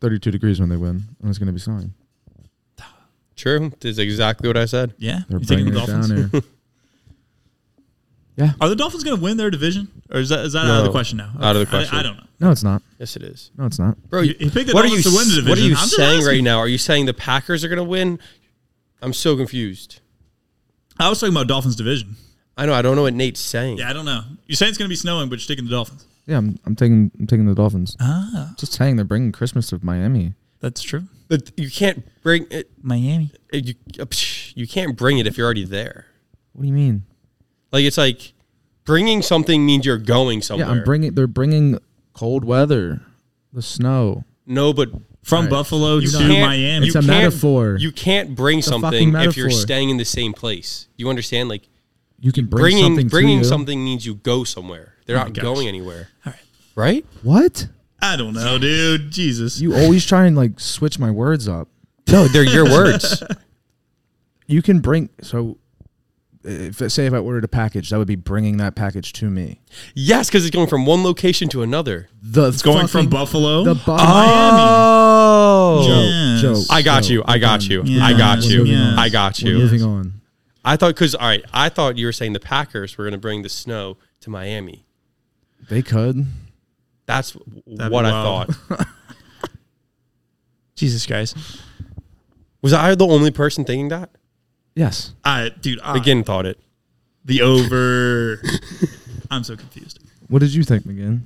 Speaker 4: thirty-two degrees when they win, and it's gonna be snowing.
Speaker 1: True. That's exactly what I said.
Speaker 2: Yeah,
Speaker 4: They're
Speaker 2: you taking the
Speaker 4: bringing it
Speaker 2: Dolphins?
Speaker 4: down here.
Speaker 2: Are the Dolphins going to win their division, or is that is that out of the
Speaker 1: No.
Speaker 2: question now?
Speaker 1: Out of the
Speaker 2: Okay. I-
Speaker 1: question.
Speaker 2: I, don't know.
Speaker 4: No, it's not.
Speaker 1: Yes, it is.
Speaker 4: No, it's not.
Speaker 1: Bro,
Speaker 2: You- you picked the
Speaker 1: what, are you,
Speaker 2: Dolphins to win the
Speaker 1: s- what are
Speaker 2: division.
Speaker 1: you
Speaker 2: I'm just
Speaker 1: saying right
Speaker 2: asking.
Speaker 1: now? Are you saying the Packers are going to win? I'm so confused.
Speaker 2: I was talking about Dolphins division.
Speaker 1: I know. I don't know what Nate's saying.
Speaker 2: Yeah, I don't know. You're saying it's going to be snowing, but you're taking the Dolphins.
Speaker 4: Yeah, I'm, I'm taking I'm taking the Dolphins.
Speaker 2: Ah,
Speaker 4: Just saying, they're bringing Christmas to Miami.
Speaker 2: that's true.
Speaker 1: But you can't bring it.
Speaker 2: Miami.
Speaker 1: it- You, uh, you can't bring it if you're already there.
Speaker 4: What do you mean?
Speaker 1: Like it's like bringing something means you're going somewhere.
Speaker 4: Yeah, I'm bringing. They're bringing cold weather, the snow.
Speaker 1: no, but
Speaker 2: From
Speaker 4: All right.
Speaker 2: Buffalo
Speaker 1: you
Speaker 2: to
Speaker 1: can't,
Speaker 2: Miami.
Speaker 4: It's a
Speaker 1: can't-
Speaker 4: metaphor.
Speaker 1: You can't bring
Speaker 4: a
Speaker 1: something
Speaker 4: fucking
Speaker 1: if you're
Speaker 4: metaphor.
Speaker 1: staying in the same place. You understand? Like
Speaker 4: You can bring
Speaker 1: bringing
Speaker 4: something. to
Speaker 1: bringing
Speaker 4: you. Oh
Speaker 1: something means you go somewhere. They're not
Speaker 2: gosh.
Speaker 1: going anywhere.
Speaker 2: All right.
Speaker 1: Right?
Speaker 4: What?
Speaker 2: I don't know, dude. Jesus.
Speaker 4: You always try and like switch my words up.
Speaker 1: No, they're your words.
Speaker 4: You can bring so. If say if I ordered a package, that would be bringing that package to me.
Speaker 1: yes, because it's going from one location to another.
Speaker 4: The
Speaker 2: it's going from Buffalo
Speaker 4: the Ah!
Speaker 2: to
Speaker 4: Buff-
Speaker 2: Miami.
Speaker 1: Oh.
Speaker 2: Yes.
Speaker 4: Joe.
Speaker 1: I got
Speaker 4: So,
Speaker 1: you. I got you.
Speaker 2: Yeah.
Speaker 1: I got
Speaker 2: We're
Speaker 1: you.
Speaker 2: moving on.
Speaker 1: I got
Speaker 4: We're
Speaker 1: you.
Speaker 4: moving on.
Speaker 1: I thought because all right, I thought you were saying the Packers were going to bring the snow to Miami.
Speaker 4: They could.
Speaker 1: That's
Speaker 2: be
Speaker 1: what I
Speaker 2: wild.
Speaker 1: thought.
Speaker 2: Jesus, guys.
Speaker 1: Was I the only person thinking that?
Speaker 4: Yes.
Speaker 2: I, dude. I,
Speaker 1: Again, thought it.
Speaker 2: the over. I'm so confused.
Speaker 4: What did you think, McGinn?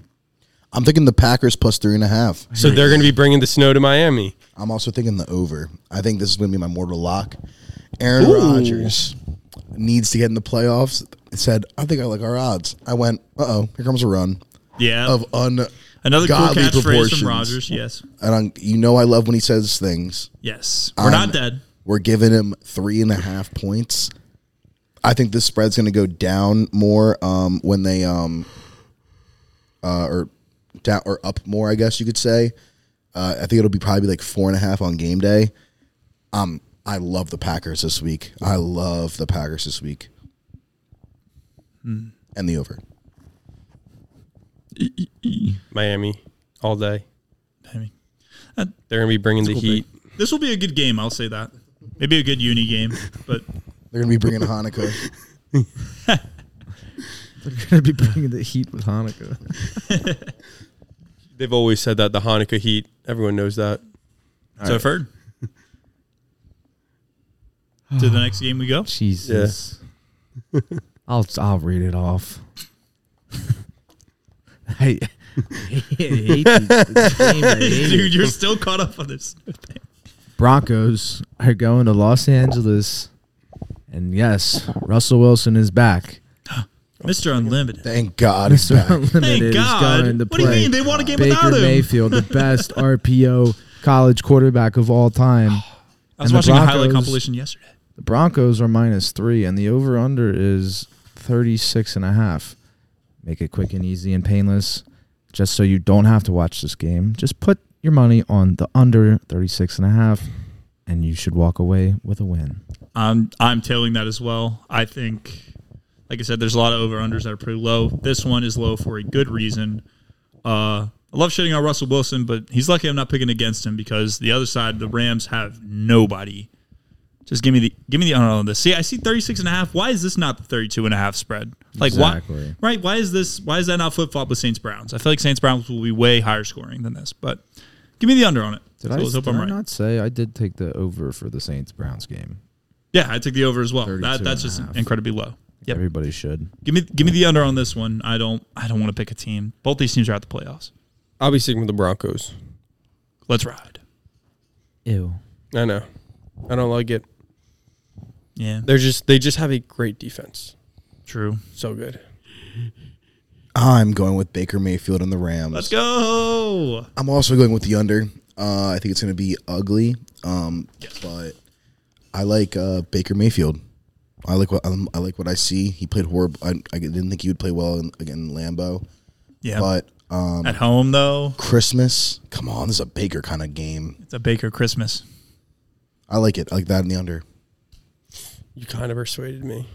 Speaker 3: I'm thinking the Packers plus three and a half.
Speaker 1: So they're going to be bringing the snow to Miami.
Speaker 3: I'm also thinking the over. I think this is going to be my mortal lock. Aaron Rodgers needs to get in the playoffs. It said, I think I like our odds. I went, uh oh, here comes a run
Speaker 2: Yeah.
Speaker 3: of un.
Speaker 2: Another cool
Speaker 3: godly
Speaker 2: catchphrase
Speaker 3: proportions.
Speaker 2: from Rogers. Yes.
Speaker 3: And i you know, I love when he says things.
Speaker 4: Um,
Speaker 2: Yes. We're not dead.
Speaker 3: We're giving him three and a half points. I think this spread's going to go down more um, when they um, uh, or down or up more, I guess you could say. Uh, I think it'll be probably like four and a half on game day. Um, I love the Packers this week. I love the Packers this week, and the over.
Speaker 1: Miami all day.
Speaker 2: I mean,
Speaker 1: They're gonna be bringing the heat.
Speaker 2: this will be a good game. I'll say that. Maybe a good uni game, but
Speaker 3: They're going to be bringing Hanukkah.
Speaker 4: They're gonna be bringing the heat with Hanukkah.
Speaker 1: They've always said that the Hanukkah heat. Everyone knows that.
Speaker 2: so I've heard. to the next game we go.
Speaker 4: Jesus. I'll I'll read it off. I, I hate these- this game, I hate it.
Speaker 2: Dude, you're still caught up on this.
Speaker 4: Broncos are going to Los Angeles, and yes, Russell Wilson is back.
Speaker 2: Mr. Unlimited.
Speaker 3: Thank God it's
Speaker 4: Mr.
Speaker 3: back.
Speaker 4: Unlimited
Speaker 2: God.
Speaker 4: is going to
Speaker 2: What do you
Speaker 4: play
Speaker 2: mean? They won a game
Speaker 4: Baker
Speaker 2: without him.
Speaker 4: Mayfield, the best RPO college quarterback of all time.
Speaker 2: I was
Speaker 4: And the
Speaker 2: watching a highlight
Speaker 4: Broncos-
Speaker 2: compilation yesterday.
Speaker 4: The Broncos are minus three, and the over under is 36 and a half. Make it quick and easy and painless, just so you don't have to watch this game. Just put your money on the under 36 and a half, and you should walk away with a win.
Speaker 2: I'm I'm tailing that as well. I think, like I said, there's a lot of over unders that are pretty low. This one is low for a good reason. Uh, I love shitting on Russell Wilson, but he's lucky I'm not picking against him because the other side, the Rams have nobody. Just give me the give me the under on this. See, I see 36 and a half. Why is this not the 32 and a half spread? Like
Speaker 4: Exactly.
Speaker 2: why right? Why is this why is that not flip flop with Saints Browns? I feel like Saints Browns will be way higher scoring than this, but give me the under on it.
Speaker 4: Did,
Speaker 2: So
Speaker 4: I,
Speaker 2: let's hope
Speaker 4: did
Speaker 2: I'm
Speaker 4: I
Speaker 2: right.
Speaker 4: not say I did take the over for the Saints Browns game?
Speaker 2: Yeah, I took the over as well.
Speaker 4: 32
Speaker 2: That,
Speaker 4: and
Speaker 2: that's
Speaker 4: a
Speaker 2: just
Speaker 4: half.
Speaker 2: incredibly low. Yep.
Speaker 4: Everybody should.
Speaker 2: Give me give me the under on this one. I don't I don't want to pick a team. Both these teams are out the playoffs.
Speaker 1: I'll be sticking with the Broncos.
Speaker 2: Let's ride.
Speaker 4: Ew.
Speaker 1: I know. I don't like it.
Speaker 2: Yeah,
Speaker 1: They're just they just have a great defense.
Speaker 2: true.
Speaker 1: So good.
Speaker 3: I'm going with Baker Mayfield and the Rams.
Speaker 2: Let's go.
Speaker 3: I'm also going with the under. Uh, I think it's going to be ugly, um, but I like uh, Baker Mayfield. I like what um, I like what I see. He played horrible. I, I didn't think he would play well in, again in Lambeau,
Speaker 2: Yeah,
Speaker 3: but um,
Speaker 2: at home though,
Speaker 3: Christmas. Come on, this is a Baker kind of game.
Speaker 2: it's a Baker Christmas.
Speaker 3: I like it. I like that in the under.
Speaker 1: You kind of persuaded me.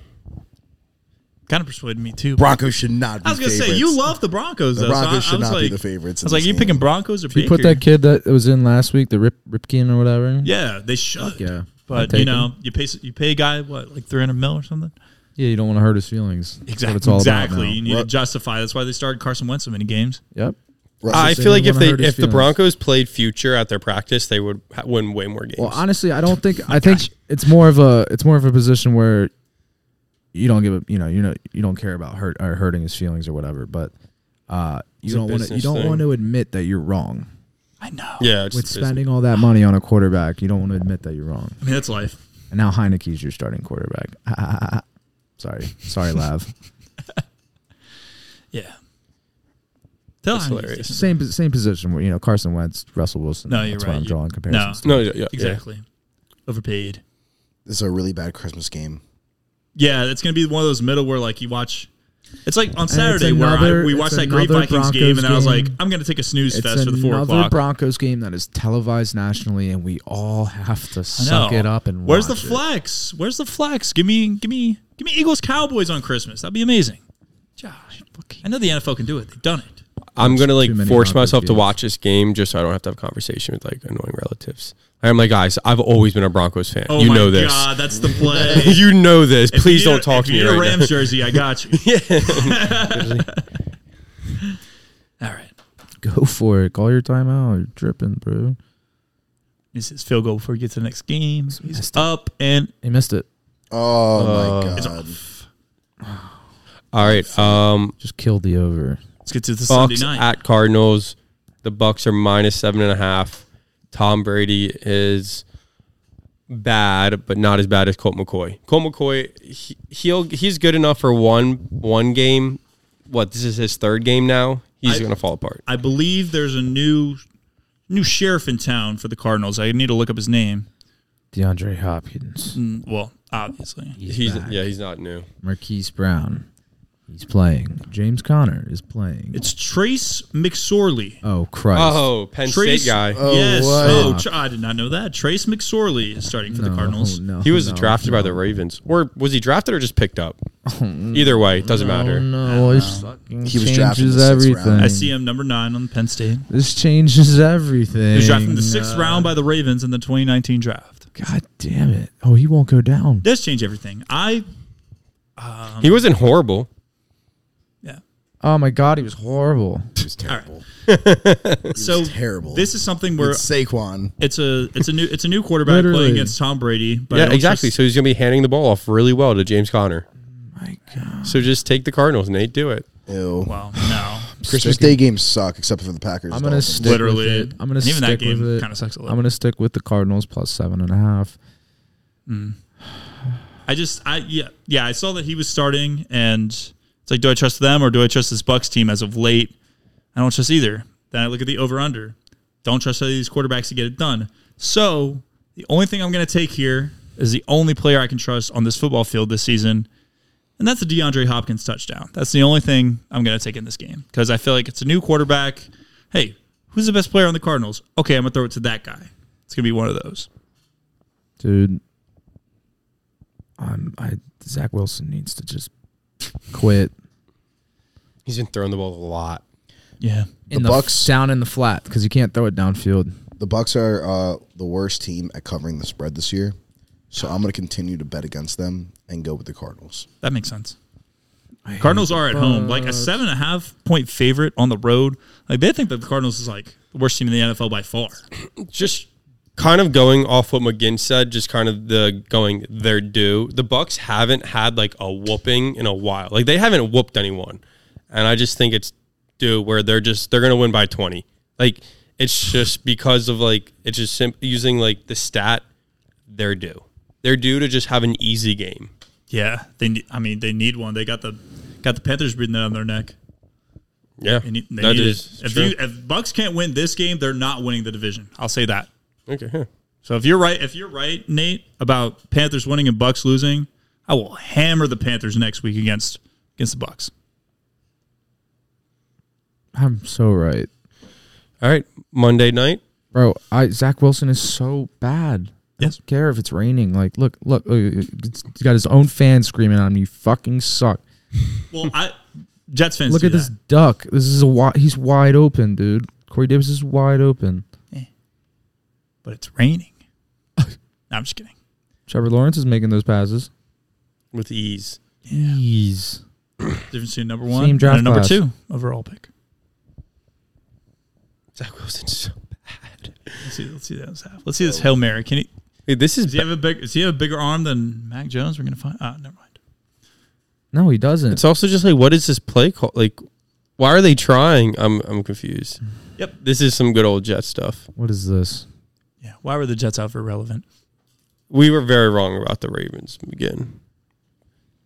Speaker 2: Kind of persuaded me too.
Speaker 3: Broncos should not. Be
Speaker 2: I was gonna say
Speaker 3: favorites.
Speaker 2: you love the Broncos.
Speaker 3: The
Speaker 2: though, so I-
Speaker 3: Broncos
Speaker 2: I
Speaker 3: should
Speaker 2: was
Speaker 3: not be
Speaker 2: like-
Speaker 3: the favorites
Speaker 2: I was
Speaker 3: in
Speaker 2: like,
Speaker 3: this
Speaker 2: you
Speaker 3: game.
Speaker 2: picking Broncos or
Speaker 4: You put that kid that was in last week, the Rip Ripkin or whatever.
Speaker 2: Yeah, they should.
Speaker 4: Yeah.
Speaker 2: but
Speaker 4: Take
Speaker 2: you know, you pay you pay a guy what like three hundred mil or something.
Speaker 4: Yeah, you don't want to hurt his feelings. That's
Speaker 2: Exactly.
Speaker 4: what it's all about
Speaker 2: exactly.
Speaker 4: now.
Speaker 2: You need to
Speaker 3: Well-
Speaker 2: justify. That's why they started Carson Wentz so many games.
Speaker 4: Yep.
Speaker 3: Russell
Speaker 1: I
Speaker 4: just
Speaker 1: feel
Speaker 4: they
Speaker 1: like if
Speaker 4: wanna
Speaker 1: they
Speaker 4: hurt his
Speaker 1: if the
Speaker 4: feelings.
Speaker 1: Broncos played future at their practice, they would ha- win way more games.
Speaker 4: Well, honestly, I don't think I think it's more of a it's more of a position where you don't give a you know you know you don't care about hurt or hurting his feelings or whatever, but uh,
Speaker 1: It's
Speaker 4: you
Speaker 1: a
Speaker 4: don't want to you
Speaker 1: business
Speaker 4: don't
Speaker 1: thing.
Speaker 4: want to admit that you're wrong
Speaker 2: I know.
Speaker 1: yeah, it's
Speaker 4: with
Speaker 1: business.
Speaker 4: spending all that money on a quarterback. You don't want to admit that you're wrong.
Speaker 2: I mean that's life.
Speaker 4: And now Heineke's your starting quarterback. sorry, sorry, Lav.
Speaker 2: Yeah. Tell
Speaker 1: That's
Speaker 2: him.
Speaker 1: hilarious.
Speaker 4: same pos- same position where you know Carson Wentz, Russell Wilson.
Speaker 2: No, you're
Speaker 4: That's
Speaker 2: right.
Speaker 4: Why I'm
Speaker 2: You-
Speaker 4: drawing
Speaker 2: No,
Speaker 4: comparisons.
Speaker 1: No, yeah, yeah,
Speaker 2: exactly. Overpaid.
Speaker 3: This is a really bad Christmas game.
Speaker 2: Yeah, that's gonna be one of those middle where like you watch. It's like on
Speaker 4: it's
Speaker 2: Saturday where I,
Speaker 4: another-
Speaker 2: we
Speaker 4: it's
Speaker 2: watched that great
Speaker 4: another
Speaker 2: Vikings game, and I was
Speaker 4: Broncos
Speaker 2: like,
Speaker 4: game.
Speaker 2: I'm gonna take a snooze
Speaker 4: It's
Speaker 2: fest for the four
Speaker 4: another
Speaker 2: o'clock.
Speaker 4: Broncos game that is televised nationally, and we all have to
Speaker 2: I know.
Speaker 4: suck it up and
Speaker 2: where's the
Speaker 4: watch it.
Speaker 2: flex? Where's the flex? Give me, give me, give me Eagles Cowboys on Christmas. That'd be amazing. Josh, I know the NFL can do it. They've done it.
Speaker 1: I'm gonna like
Speaker 4: too many
Speaker 1: force
Speaker 4: Broncos
Speaker 1: myself to
Speaker 4: games.
Speaker 1: watch this game just so I don't have to have a conversation with like annoying relatives. I'm like, guys, I've always been a Broncos fan.
Speaker 2: Oh
Speaker 1: you
Speaker 2: my
Speaker 1: know this.
Speaker 2: god, that's the play.
Speaker 1: you know this.
Speaker 2: If
Speaker 1: Please
Speaker 2: you need
Speaker 1: don't
Speaker 2: a-
Speaker 1: talk
Speaker 2: if
Speaker 1: to me
Speaker 2: you need a
Speaker 1: right
Speaker 2: Rams
Speaker 1: now.
Speaker 2: jersey. I got you. All right,
Speaker 4: Go for it. Call your timeout. You're dripping, bro.
Speaker 2: this is field goal before we get to the next game. He's up and
Speaker 4: He missed it.
Speaker 3: Oh my
Speaker 2: Uh, it's
Speaker 3: god!
Speaker 1: All right. Um,
Speaker 4: Just killed the over.
Speaker 2: let's get to the Sunday
Speaker 1: Bucks
Speaker 2: night.
Speaker 1: at Cardinals. The Bucks are minus seven and a half. Tom Brady is bad, but not as bad as Colt McCoy. Colt McCoy, he, he'll he's good enough for one one game. What this is his third game now. He's
Speaker 2: I-
Speaker 1: gonna fall apart.
Speaker 2: I believe there's a new new sheriff in town for the Cardinals. I need to look up his name.
Speaker 4: DeAndre Hopkins,
Speaker 2: Mm, Well, obviously.
Speaker 4: He's
Speaker 1: he's
Speaker 4: back.
Speaker 1: yeah, he's not new.
Speaker 4: Marquise Brown, he's playing. James Conner is playing.
Speaker 2: It's Trace McSorley.
Speaker 4: oh Christ!
Speaker 1: Oh, Penn
Speaker 2: Trace
Speaker 1: State guy.
Speaker 3: Oh,
Speaker 2: yes.
Speaker 3: what?
Speaker 2: Oh, tr- I did not know that. Trace McSorley is starting for the
Speaker 4: No,
Speaker 2: Cardinals.
Speaker 4: no,
Speaker 1: he was
Speaker 4: no, Oh,
Speaker 1: drafted by the Ravens, or was he drafted or just picked up? Either way, it doesn't
Speaker 4: No,
Speaker 1: matter.
Speaker 4: no, this fucking
Speaker 3: He was drafted in
Speaker 4: changes
Speaker 3: the sixth round.
Speaker 4: everything.
Speaker 2: I see him number nine on Penn State.
Speaker 4: This changes everything.
Speaker 2: He was drafted in the sixth round by the Ravens in the 2019 draft.
Speaker 4: God damn it! Oh, he won't go down.
Speaker 2: Does change everything. I
Speaker 1: He wasn't horrible.
Speaker 2: yeah.
Speaker 4: Oh my God, he was horrible.
Speaker 3: It was terrible.
Speaker 2: so
Speaker 3: terrible.
Speaker 2: This is something where
Speaker 3: It's Saquon.
Speaker 2: it's a it's a new it's a new quarterback
Speaker 4: Literally.
Speaker 2: playing against Tom Brady. But I
Speaker 1: yeah,
Speaker 2: don't
Speaker 1: exactly.
Speaker 2: trust-
Speaker 1: so he's gonna be handing the ball off really well to James Conner.
Speaker 4: My God.
Speaker 1: So just take the Cardinals, Nate. Do it.
Speaker 3: Ew.
Speaker 2: well, no,
Speaker 3: Christmas Day games suck, except for the Packers.
Speaker 4: I'm gonna
Speaker 3: Dolphins.
Speaker 4: stick
Speaker 2: literally.
Speaker 4: with it. I'm gonna
Speaker 2: and even that
Speaker 4: stick
Speaker 2: game
Speaker 4: with it.
Speaker 2: kind of sucks a little.
Speaker 4: I'm gonna stick with the Cardinals plus seven and a half.
Speaker 2: I just I yeah yeah I saw that he was starting, and it's like, do I trust them or do I trust this Bucks team as of late? I don't trust either. Then I look at the over under. Don't trust any of these quarterbacks to get it done. So the only thing I'm gonna take here is the only player I can trust on this football field this season. And that's a DeAndre Hopkins touchdown. That's the only thing I'm going to take in this game because I feel like it's a new quarterback. Hey, who's the best player on the Cardinals? Okay, I'm going to throw it to that guy. It's going to be one of those.
Speaker 4: Dude, I'm I Zach Wilson needs to just quit
Speaker 1: He's been throwing the ball a lot.
Speaker 2: Yeah.
Speaker 4: in
Speaker 3: The
Speaker 4: the f-
Speaker 3: Bucks-
Speaker 4: down in the flat because you can't throw it downfield.
Speaker 3: the Bucks are uh, the worst team at covering the spread this year, so I'm going to continue to bet against them and go with the Cardinals.
Speaker 2: That makes sense. Cardinals are at home, like a seven and a half point favorite on the road. Like they think that the Cardinals is like the worst team in the NFL by far.
Speaker 1: Just kind of going off what McGinn said, just kind of the going their due. The Bucks haven't had like a whooping in a while. Like they haven't whooped anyone. And I just think it's due where they're just they're gonna win by twenty. Like it's just because of like it's just sim- using like the stat they're due. They're due to just have an easy game.
Speaker 2: Yeah, they. Need, I mean, they need one. They got the got the Panthers breathing down their neck.
Speaker 1: Yeah,
Speaker 2: They need, they
Speaker 1: that
Speaker 2: need
Speaker 1: is
Speaker 2: it. If,
Speaker 1: true.
Speaker 2: you, if Bucks can't win this game, they're not winning the division. I'll say that.
Speaker 1: okay, yeah.
Speaker 2: So if you're right, if you're right, Nate, about Panthers winning and Bucks losing, I will hammer the Panthers next week against against the Bucks.
Speaker 4: I'm so right,
Speaker 1: All right, Monday night.
Speaker 4: bro. I Zach Wilson is so bad. I
Speaker 2: Yes.
Speaker 4: don't care if it's raining. Like, look, look, look, he's got his own fan screaming on him. You fucking suck.
Speaker 2: Well, I Jets fans.
Speaker 4: Look
Speaker 2: do
Speaker 4: at this
Speaker 2: that.
Speaker 4: duck. This is a wi- he's wide open, dude. Corey Davis is wide open.
Speaker 2: but it's raining. No, I'm just kidding.
Speaker 4: Trevor Lawrence is making those passes.
Speaker 1: with ease.
Speaker 4: Jeez.
Speaker 2: Difference between number one
Speaker 4: Same draft
Speaker 2: and a number
Speaker 4: class.
Speaker 2: two overall pick.
Speaker 1: Zach Wilson's so bad.
Speaker 2: Let's see. Let's see that. Let's have- Let's see this hail mary. Can he?
Speaker 1: Wait, this is
Speaker 2: Does he have a big? Does he have a bigger arm than Mac Jones? We're gonna find. Ah, never mind.
Speaker 4: No, he doesn't.
Speaker 1: it's also just like what is this play called? Like why are they trying? I'm I'm confused.
Speaker 2: Yep.
Speaker 1: This is some good old Jet stuff.
Speaker 4: what is this?
Speaker 2: Yeah. Why were the Jets out for relevant?
Speaker 1: We were very wrong about the Ravens again.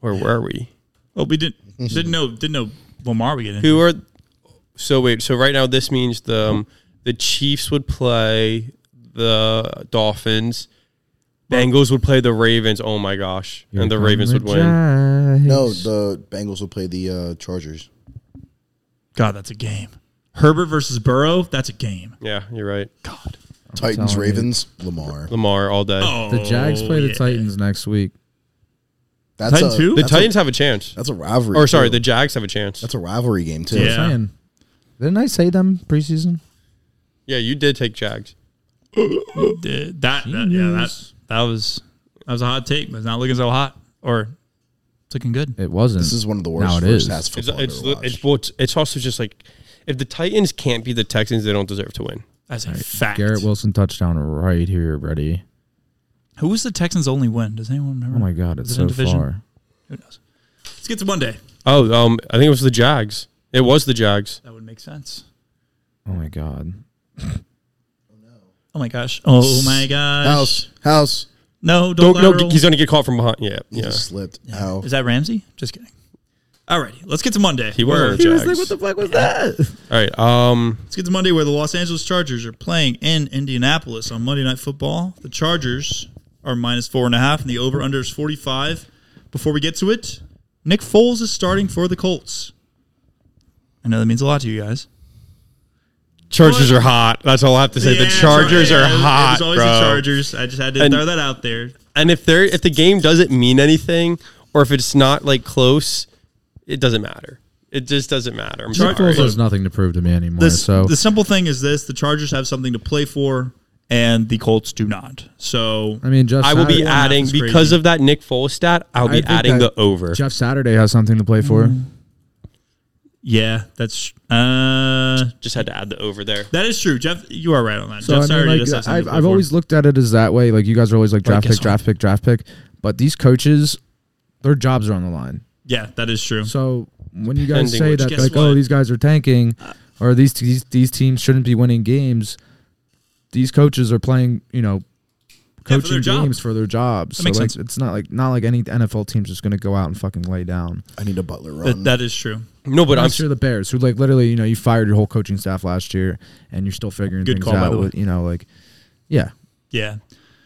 Speaker 1: Or were we?
Speaker 2: Well, we didn't didn't know didn't know Lamar. We get in.
Speaker 1: Who are So wait, so right now this means the um, the Chiefs would play the Dolphins. Bengals would play the Ravens. Oh my gosh. and the Ravens would win.
Speaker 4: win.
Speaker 3: No, the Bengals will play the uh, Chargers.
Speaker 2: God, that's a game. Herbert versus Burrow. That's a game.
Speaker 1: Yeah, you're right.
Speaker 2: God.
Speaker 3: Titans,
Speaker 4: telling you.
Speaker 3: Ravens, Lamar.
Speaker 1: Lamar all day.
Speaker 2: Oh,
Speaker 4: the Jags play the
Speaker 2: yeah.
Speaker 4: Titans next week.
Speaker 3: That's
Speaker 2: Titans
Speaker 3: a,
Speaker 2: who?
Speaker 1: The
Speaker 3: that's a-
Speaker 1: Titans have a chance.
Speaker 3: that's a rivalry.
Speaker 1: Or sorry,
Speaker 3: too.
Speaker 1: the Jags have a chance.
Speaker 3: that's a rivalry game too.
Speaker 2: Yeah.
Speaker 4: Saying. Didn't I say them preseason?
Speaker 1: Yeah, you did take Jags.
Speaker 2: Did- that, that- yeah that that was that was a hot take, but it's not looking so hot or it's looking good.
Speaker 4: It wasn't.
Speaker 3: This is one of the worst
Speaker 4: Now it
Speaker 3: first
Speaker 4: is.
Speaker 3: halves
Speaker 1: It's
Speaker 3: football.
Speaker 1: it's
Speaker 3: I've ever
Speaker 1: it's,
Speaker 3: watched.
Speaker 1: well, it's it's also just like if the Titans can't beat the Texans, they don't deserve to win.
Speaker 2: That's a fact.
Speaker 4: Garrett Wilson touchdown right here, buddy.
Speaker 2: Who was the Texans' only win? Does anyone remember?
Speaker 4: Oh my god, it's
Speaker 2: Was it in
Speaker 4: so
Speaker 2: division?
Speaker 4: far.
Speaker 2: Who knows? Let's get to Monday.
Speaker 1: Oh, um, I think it was the Jags. It was the Jags.
Speaker 2: That would make sense.
Speaker 4: Oh my god.
Speaker 2: Oh my gosh. Oh my gosh.
Speaker 3: house, house.
Speaker 2: No, don't,
Speaker 1: Don't, no,
Speaker 2: lateral.
Speaker 1: he's gonna get caught from behind. Yeah,
Speaker 3: He
Speaker 1: yeah.
Speaker 3: just slipped. How?
Speaker 2: Is that Ramsey? Just kidding. Alrighty, let's get to Monday.
Speaker 1: He was
Speaker 2: where,
Speaker 1: on the Jags.
Speaker 4: fuck was that?
Speaker 1: All right. Um,
Speaker 2: Let's get to Monday where the Los Angeles Chargers are playing in Indianapolis on Monday Night Football. The Chargers are minus four and a half, and the over under is 45. Before we get to it, Nick Foles is starting for the Colts. I know that means a lot to you guys.
Speaker 1: Chargers are hot. That's all I have to say. the
Speaker 2: Yeah,
Speaker 1: Chargers
Speaker 2: sorry,
Speaker 1: are
Speaker 2: yeah, it was- It
Speaker 1: hot,
Speaker 2: was always
Speaker 1: bro.
Speaker 2: the Chargers. I just had to
Speaker 1: And-
Speaker 2: throw that out there.
Speaker 1: And if they're if the game doesn't mean anything, or if it's not like close, it doesn't matter. It just doesn't matter. I'm
Speaker 2: Char-
Speaker 1: sorry.
Speaker 4: Foles has nothing to prove to me anymore.
Speaker 2: The,
Speaker 4: so
Speaker 2: the simple thing is this: the Chargers have something to play for, and the Colts do not. So
Speaker 4: I mean, Jeff.
Speaker 1: I will be
Speaker 4: Saturday-
Speaker 2: Saturday-
Speaker 1: adding
Speaker 2: It's crazy.
Speaker 1: because of that Nick Foles stat. I'll
Speaker 4: I
Speaker 1: be
Speaker 4: think
Speaker 1: adding the
Speaker 4: that
Speaker 1: over.
Speaker 4: Jeff Saturday has something to play for.
Speaker 2: Mm-hmm. yeah, that's uh,
Speaker 1: Just had to add the over there.
Speaker 2: that is true. Jeff, you are right on that.
Speaker 4: So
Speaker 2: Jeff
Speaker 4: I
Speaker 2: Saturday
Speaker 4: mean,
Speaker 2: does have
Speaker 4: like,
Speaker 2: something
Speaker 4: I've,
Speaker 2: to play
Speaker 4: I've
Speaker 2: for.
Speaker 4: always looked at it as that way. Like you guys are always like draft
Speaker 2: guess
Speaker 4: pick, draft pick, draft pick. But these coaches, their jobs are on the line.
Speaker 2: yeah, that is true.
Speaker 4: So when you guys
Speaker 1: Depending
Speaker 4: say
Speaker 1: which-
Speaker 4: that,
Speaker 2: guess
Speaker 4: like,
Speaker 2: what? Uh,
Speaker 4: oh, these guys are tanking, or these these these teams shouldn't be winning games, these coaches are playing, you know,
Speaker 2: for their
Speaker 4: coaching
Speaker 2: job.
Speaker 4: games for their jobs.
Speaker 2: That
Speaker 4: So
Speaker 2: makes
Speaker 4: like,
Speaker 2: sense.
Speaker 4: it's not like not like any NFL team's just going to go out and fucking lay down.
Speaker 3: I need a Butler
Speaker 2: That,
Speaker 3: run.
Speaker 2: that is true.
Speaker 1: No, but
Speaker 4: But
Speaker 1: I'm
Speaker 4: I'm sure the Bears, who like literally, you know, you fired your whole coaching staff last year, and you're still figuring
Speaker 2: Good
Speaker 4: things
Speaker 2: call, by
Speaker 4: out.
Speaker 2: the way.
Speaker 4: With, you know, like, yeah,
Speaker 2: Yeah,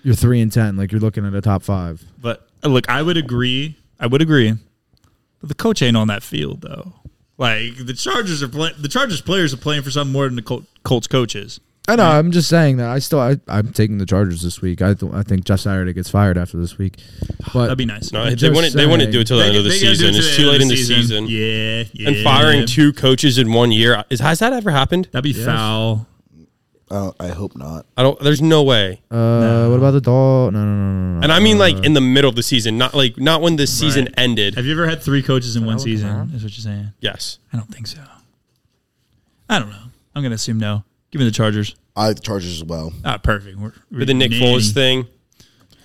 Speaker 4: you're three and ten. Like you're looking at a top five.
Speaker 2: but uh, look, I would agree. I would agree. But the coach ain't on that field though. Like the Chargers are playing. The Chargers players are playing for something more than the Col- Colts coaches.
Speaker 4: I know. I'm just saying that. I still. I, I'm taking the Chargers this week. I th- I think Jeff Saturday gets fired after this week. But
Speaker 2: That'd be nice.
Speaker 1: no, they
Speaker 4: just
Speaker 1: wouldn't. They wouldn't
Speaker 4: saying.
Speaker 1: do it till the end of the
Speaker 2: they gotta do
Speaker 1: season.
Speaker 2: it
Speaker 1: It's
Speaker 2: till
Speaker 1: too late in
Speaker 2: end
Speaker 1: the
Speaker 2: of
Speaker 1: season.
Speaker 2: Yeah, yeah.
Speaker 1: And firing two coaches in one year is has that ever happened?
Speaker 2: That'd be foul.
Speaker 3: Uh, I hope not.
Speaker 1: I don't. There's no way.
Speaker 4: uh, what about the doll? No, no, no, no, no.
Speaker 1: And I mean like in the middle of the season, not like not when the season
Speaker 2: Right.
Speaker 1: ended.
Speaker 2: Have you ever had three coaches in one season? Is what you're saying?
Speaker 1: Yes.
Speaker 2: I don't think so. I don't know. I'm gonna assume no. Give me the Chargers.
Speaker 3: I like the Chargers as well.
Speaker 2: Ah, perfect. We're,
Speaker 1: With the Nick Foles thing,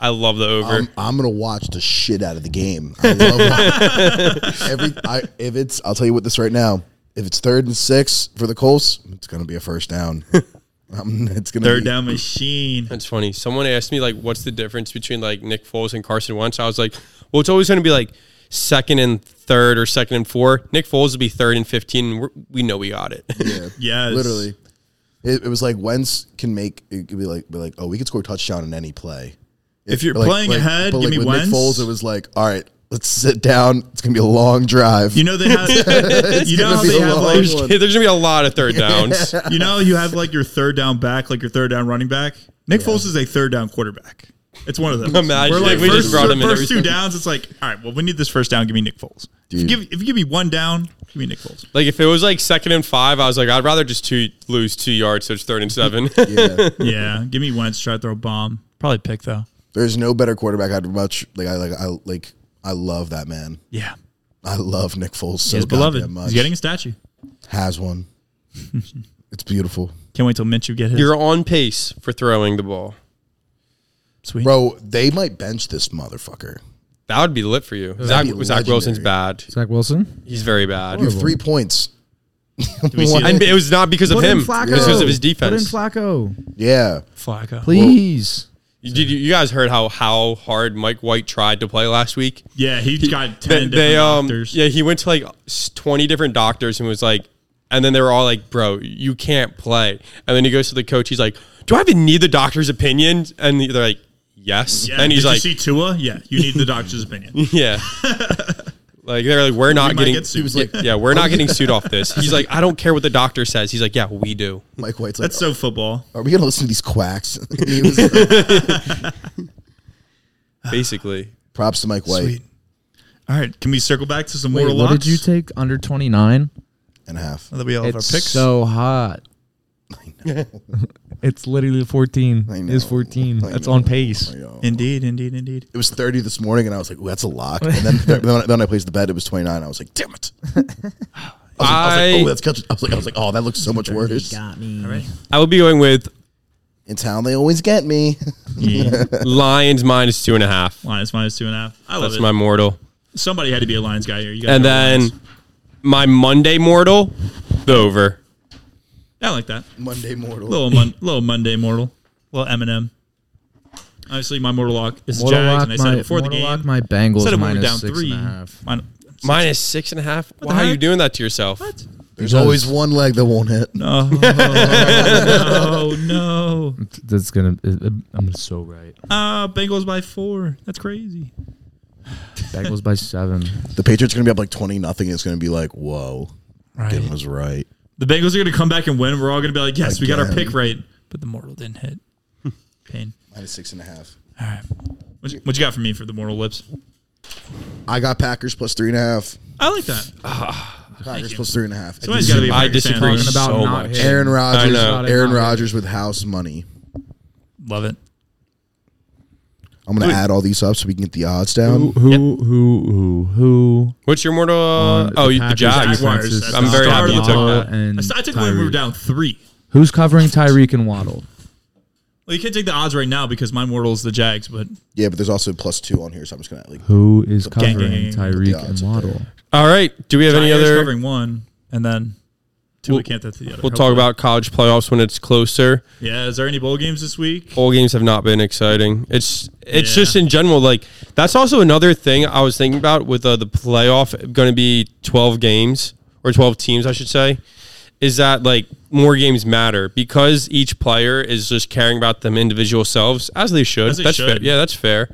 Speaker 1: I love the over.
Speaker 2: Um,
Speaker 3: I'm, I'm gonna watch the shit out of the game. I love every. I, if it's, I'll tell you what this right now. If it's third and six for the Colts, it's gonna be a first down. um, it's gonna
Speaker 2: Third
Speaker 3: be,
Speaker 2: down machine.
Speaker 1: That's funny. Someone asked me like, "What's the difference between like Nick Foles and Carson Wentz?" I was like, "Well, it's always going to be like second and third or second and four. Nick Foles will be third and fifteen. And we're, we know we got it.
Speaker 3: Yeah,
Speaker 2: Yes.
Speaker 3: literally. It, it was like Wentz can make it could be like be like oh we could score a touchdown in any play.
Speaker 2: If you're playing ahead,
Speaker 3: but
Speaker 2: give me
Speaker 3: with
Speaker 2: Wentz.
Speaker 3: Nick Foles, it was like all right, let's sit down. It's gonna be a long drive.
Speaker 2: You know they have. you know
Speaker 3: gonna
Speaker 2: how
Speaker 3: be
Speaker 2: they
Speaker 3: a
Speaker 2: have
Speaker 3: long
Speaker 2: like.
Speaker 1: there's
Speaker 3: one.
Speaker 1: there's going to be a lot of third downs.
Speaker 2: You know you have like your third down back, like your third down running back. Nick Foles is a third down quarterback. It's one of those.
Speaker 1: Imagine
Speaker 2: We're like
Speaker 1: if we
Speaker 2: first,
Speaker 1: just brought him in
Speaker 2: first
Speaker 1: every
Speaker 2: two
Speaker 1: single-
Speaker 2: downs. It's like, all right, well, we need this first down. Give me Nick Foles. If you,
Speaker 3: Dude.
Speaker 2: give, if you give me one down, give me Nick Foles.
Speaker 1: Like if it was like second and five, I was like, I'd rather just two lose two yards, so it's third and seven.
Speaker 3: yeah.
Speaker 2: Yeah, give me Wentz. Try to throw a bomb. Probably pick though.
Speaker 3: There's no better quarterback. I'd much like I like I like I love that man.
Speaker 2: Yeah,
Speaker 3: I love Nick Foles so
Speaker 2: he's beloved.
Speaker 3: goddamn much.
Speaker 2: He's getting a statue.
Speaker 3: has one. it's beautiful,
Speaker 2: Can't wait till Minshew get his.
Speaker 1: You're on pace for throwing the ball.
Speaker 2: Sweet.
Speaker 3: bro. They might bench this motherfucker.
Speaker 1: That would be lit for you. Zach,
Speaker 3: be
Speaker 1: Zach Wilson's bad.
Speaker 4: Zach Wilson.
Speaker 1: He's very bad.
Speaker 3: You have three points.
Speaker 2: we see
Speaker 3: One-
Speaker 1: And it was not because of him. It was because of his
Speaker 4: Put in
Speaker 1: defense.
Speaker 4: Flacco,
Speaker 3: yeah,
Speaker 2: Flacco.
Speaker 4: please.
Speaker 1: Did you, you guys heard how how hard Mike White tried to play last week?
Speaker 2: Yeah, he's got
Speaker 1: They,
Speaker 2: ten
Speaker 1: they
Speaker 2: different
Speaker 1: um
Speaker 2: doctors.
Speaker 1: yeah he went to like s- twenty different doctors and was like, and then they were all like, bro, you can't play. And then he goes to the coach. He's like, do I even need the doctor's opinion? And they're like, yes.
Speaker 2: Yeah,
Speaker 1: and he's
Speaker 2: did
Speaker 1: like,
Speaker 2: you see Tua? Yeah, you need the doctor's opinion.
Speaker 1: yeah. Like they're like we're not
Speaker 2: might
Speaker 1: getting
Speaker 2: get sued. He was
Speaker 1: yeah, yeah, we're not getting sued off this. He's like I don't care what the doctor says. He's like yeah we do.
Speaker 3: Mike White's like,
Speaker 2: That's so football.
Speaker 3: are we gonna listen to these quacks? He was like-
Speaker 1: Basically,
Speaker 3: props to Mike White
Speaker 2: Sweet. All right, can we circle back to some
Speaker 4: Wait,
Speaker 2: more
Speaker 4: what
Speaker 2: locks?
Speaker 4: did you take under twenty nine?
Speaker 3: and a half.
Speaker 2: Now that we all have our
Speaker 4: It's
Speaker 2: picks.
Speaker 4: so hot. it's literally fourteen.
Speaker 3: I
Speaker 4: It's
Speaker 3: know.
Speaker 4: fourteen.
Speaker 3: I
Speaker 4: That's
Speaker 3: know.
Speaker 4: on pace.
Speaker 2: indeed, indeed, indeed.
Speaker 3: It was thirty this morning, and I was like, "Ooh, that's a lock." And then then, I, then I placed the bet. It was twenty nine. I was like, "Damn it!" I
Speaker 1: I-
Speaker 3: was, like, I was like, "Oh, that's catch-" I was like, "I was like, oh, that looks so much worse."
Speaker 2: All right.
Speaker 1: I will be going with
Speaker 3: In town, they always get me.
Speaker 2: Yeah.
Speaker 1: Lions minus two and a half.
Speaker 2: Lions minus two and a half. I love
Speaker 1: That's
Speaker 2: it.
Speaker 1: my mortal.
Speaker 2: Somebody had to be a Lions guy here. You guys
Speaker 1: And
Speaker 2: are Lions.
Speaker 1: then my Monday mortal, the over.
Speaker 2: I like that.
Speaker 3: Monday mortal.
Speaker 2: Little mon- little Monday mortal. Little Eminem. Obviously, my mortal lock is the
Speaker 4: Mortal
Speaker 2: Jags,
Speaker 4: lock
Speaker 2: and I said
Speaker 4: my-
Speaker 2: it before the
Speaker 4: Mortal
Speaker 2: game.
Speaker 4: lock my
Speaker 2: I said
Speaker 4: Bengals
Speaker 2: it when we were
Speaker 4: minus
Speaker 2: down
Speaker 4: six
Speaker 2: three.
Speaker 4: and a half.
Speaker 2: Mine-
Speaker 1: Minus six and a half.
Speaker 2: the
Speaker 1: Why are you
Speaker 2: heck?
Speaker 1: doing that to yourself?
Speaker 2: What?
Speaker 3: There's always one leg that won't hit.
Speaker 2: No, no, no.
Speaker 6: That's gonna. I'm so right.
Speaker 2: Ah, Bengals by four. That's crazy.
Speaker 6: Bengals by seven.
Speaker 3: The Patriots are gonna be up like twenty nothing. It's gonna be like, whoa, Gideon was right.
Speaker 2: The Bengals are going to come back and win. We're all going to be like, yes, we got our
Speaker 3: Again.
Speaker 2: pick right. But the mortal didn't hit. Pain.
Speaker 3: Minus six and a half.
Speaker 2: All right. What you, what you got for me for the mortal lips?
Speaker 3: I got Packers plus three and a half.
Speaker 2: I like that.
Speaker 3: Packers plus three and a half.
Speaker 2: Somebody's got to be. a
Speaker 1: I
Speaker 2: Packers fan.
Speaker 1: disagree
Speaker 6: Talking about
Speaker 1: so
Speaker 6: not
Speaker 1: much.
Speaker 6: hitting.
Speaker 3: Aaron
Speaker 1: I
Speaker 3: Rodgers.
Speaker 1: know.
Speaker 3: Aaron Rodgers with house money.
Speaker 2: Love it.
Speaker 3: I'm gonna add all these up so we can get the odds down.
Speaker 4: Um,
Speaker 6: Who who who who who?
Speaker 1: What's your mortal? Uh, oh, you- the
Speaker 6: Packers,
Speaker 1: Jags.
Speaker 2: Jaguars.
Speaker 6: defenses,
Speaker 1: I'm very happy you took
Speaker 6: Star-
Speaker 1: that.
Speaker 6: and
Speaker 2: I s- I took when we were
Speaker 6: Tyreek.
Speaker 2: down three.
Speaker 6: Who's covering Tyreek and Waddle?
Speaker 2: Well, you can't take the odds right now because my mortal is the Jags, but
Speaker 3: Yeah, but there's also plus two on here, so I'm just gonna like.
Speaker 6: Who is
Speaker 2: gang,
Speaker 6: covering
Speaker 2: gang, gang, gang.
Speaker 6: Tyreek
Speaker 3: Yeah,
Speaker 6: and
Speaker 3: it's up
Speaker 6: Waddle?
Speaker 1: All right. Do we have any
Speaker 2: Tigers
Speaker 1: other?
Speaker 2: covering one, and then 2
Speaker 1: We'll-
Speaker 2: we can't. That's the other.
Speaker 1: We'll talk
Speaker 2: Hopefully.
Speaker 1: about college playoffs when it's closer.
Speaker 2: Yeah, is there any bowl games this week?
Speaker 1: bowl games have not been exciting. It's it's
Speaker 2: Yeah.
Speaker 1: just in general like that's also another thing I was thinking about with uh, the playoff going to be 12 games or 12 teams I should say is that like more games matter because each player is just caring about them individual selves as they should.
Speaker 2: As they
Speaker 1: that's fair.
Speaker 2: should.
Speaker 1: Yeah, that's fair.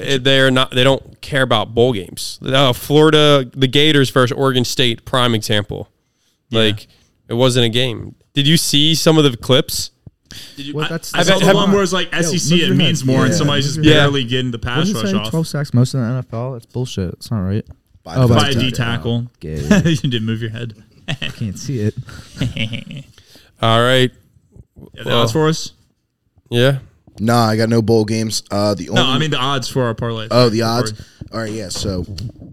Speaker 1: Uh, They're not. They don't care about bowl games. Uh, Florida, the Gators versus Oregon State, prime example. Like it wasn't a game. Did you see some of the clips?
Speaker 6: Well, that's,
Speaker 2: I
Speaker 1: bet-
Speaker 2: saw the
Speaker 1: have-
Speaker 2: one where it's like
Speaker 6: move
Speaker 2: SEC,
Speaker 6: your
Speaker 2: it
Speaker 6: head.
Speaker 2: means more, and
Speaker 3: Yeah.
Speaker 2: somebody's just
Speaker 1: Move your head.
Speaker 2: barely getting the
Speaker 6: What
Speaker 2: pass
Speaker 6: did you
Speaker 2: rush
Speaker 6: say?
Speaker 2: off
Speaker 6: 12 sacks, most in the NFL. That's bullshit. That's not right.
Speaker 3: By
Speaker 6: Oh,
Speaker 2: by
Speaker 3: the
Speaker 6: by
Speaker 2: a
Speaker 3: time.
Speaker 2: D tackle.
Speaker 6: Gay.
Speaker 2: you didn't move your head.
Speaker 6: Can't see it.
Speaker 1: All right.
Speaker 2: Yeah, the odds for us?
Speaker 1: Yeah.
Speaker 3: Nah, I got no bowl games. Uh, the only
Speaker 2: No, I mean the odds for our parlay.
Speaker 3: Oh, the odds. All right, yeah. So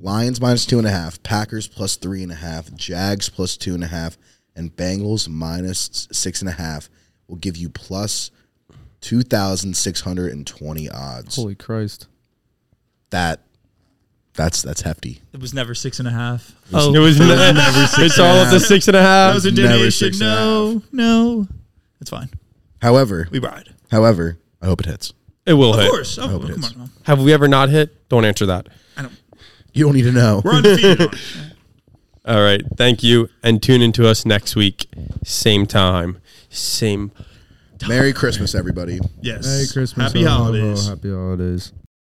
Speaker 3: Lions minus two and a half, Packers plus three and a half, Jags plus two and a half, and Bengals minus s- six and a half will give you plus two thousand six hundred and twenty odds.
Speaker 6: Holy Christ.
Speaker 3: That that's that's hefty.
Speaker 2: It was never six and a half.
Speaker 1: It was never, It's all up to six and a
Speaker 2: That
Speaker 1: half.
Speaker 2: was a
Speaker 3: never
Speaker 2: deviation.
Speaker 3: six and a
Speaker 2: No, no. It's fine.
Speaker 3: However,
Speaker 2: We ride.
Speaker 3: however, I hope it hits.
Speaker 1: It will
Speaker 2: Of
Speaker 1: hit.
Speaker 2: course. Oh,
Speaker 3: hope it
Speaker 2: come
Speaker 3: is.
Speaker 2: on. man.
Speaker 1: Have we ever not hit? Don't answer that.
Speaker 2: I don't,
Speaker 3: You don't need to know.
Speaker 2: we're undefeated. on it.
Speaker 1: All right. Thank you. And tune into us next week. Same time. Same.
Speaker 3: Merry Christmas, everybody.
Speaker 2: Yes.
Speaker 6: Merry Christmas.
Speaker 2: Happy
Speaker 6: Ho, ho, ho.
Speaker 2: holidays.
Speaker 6: Happy holidays.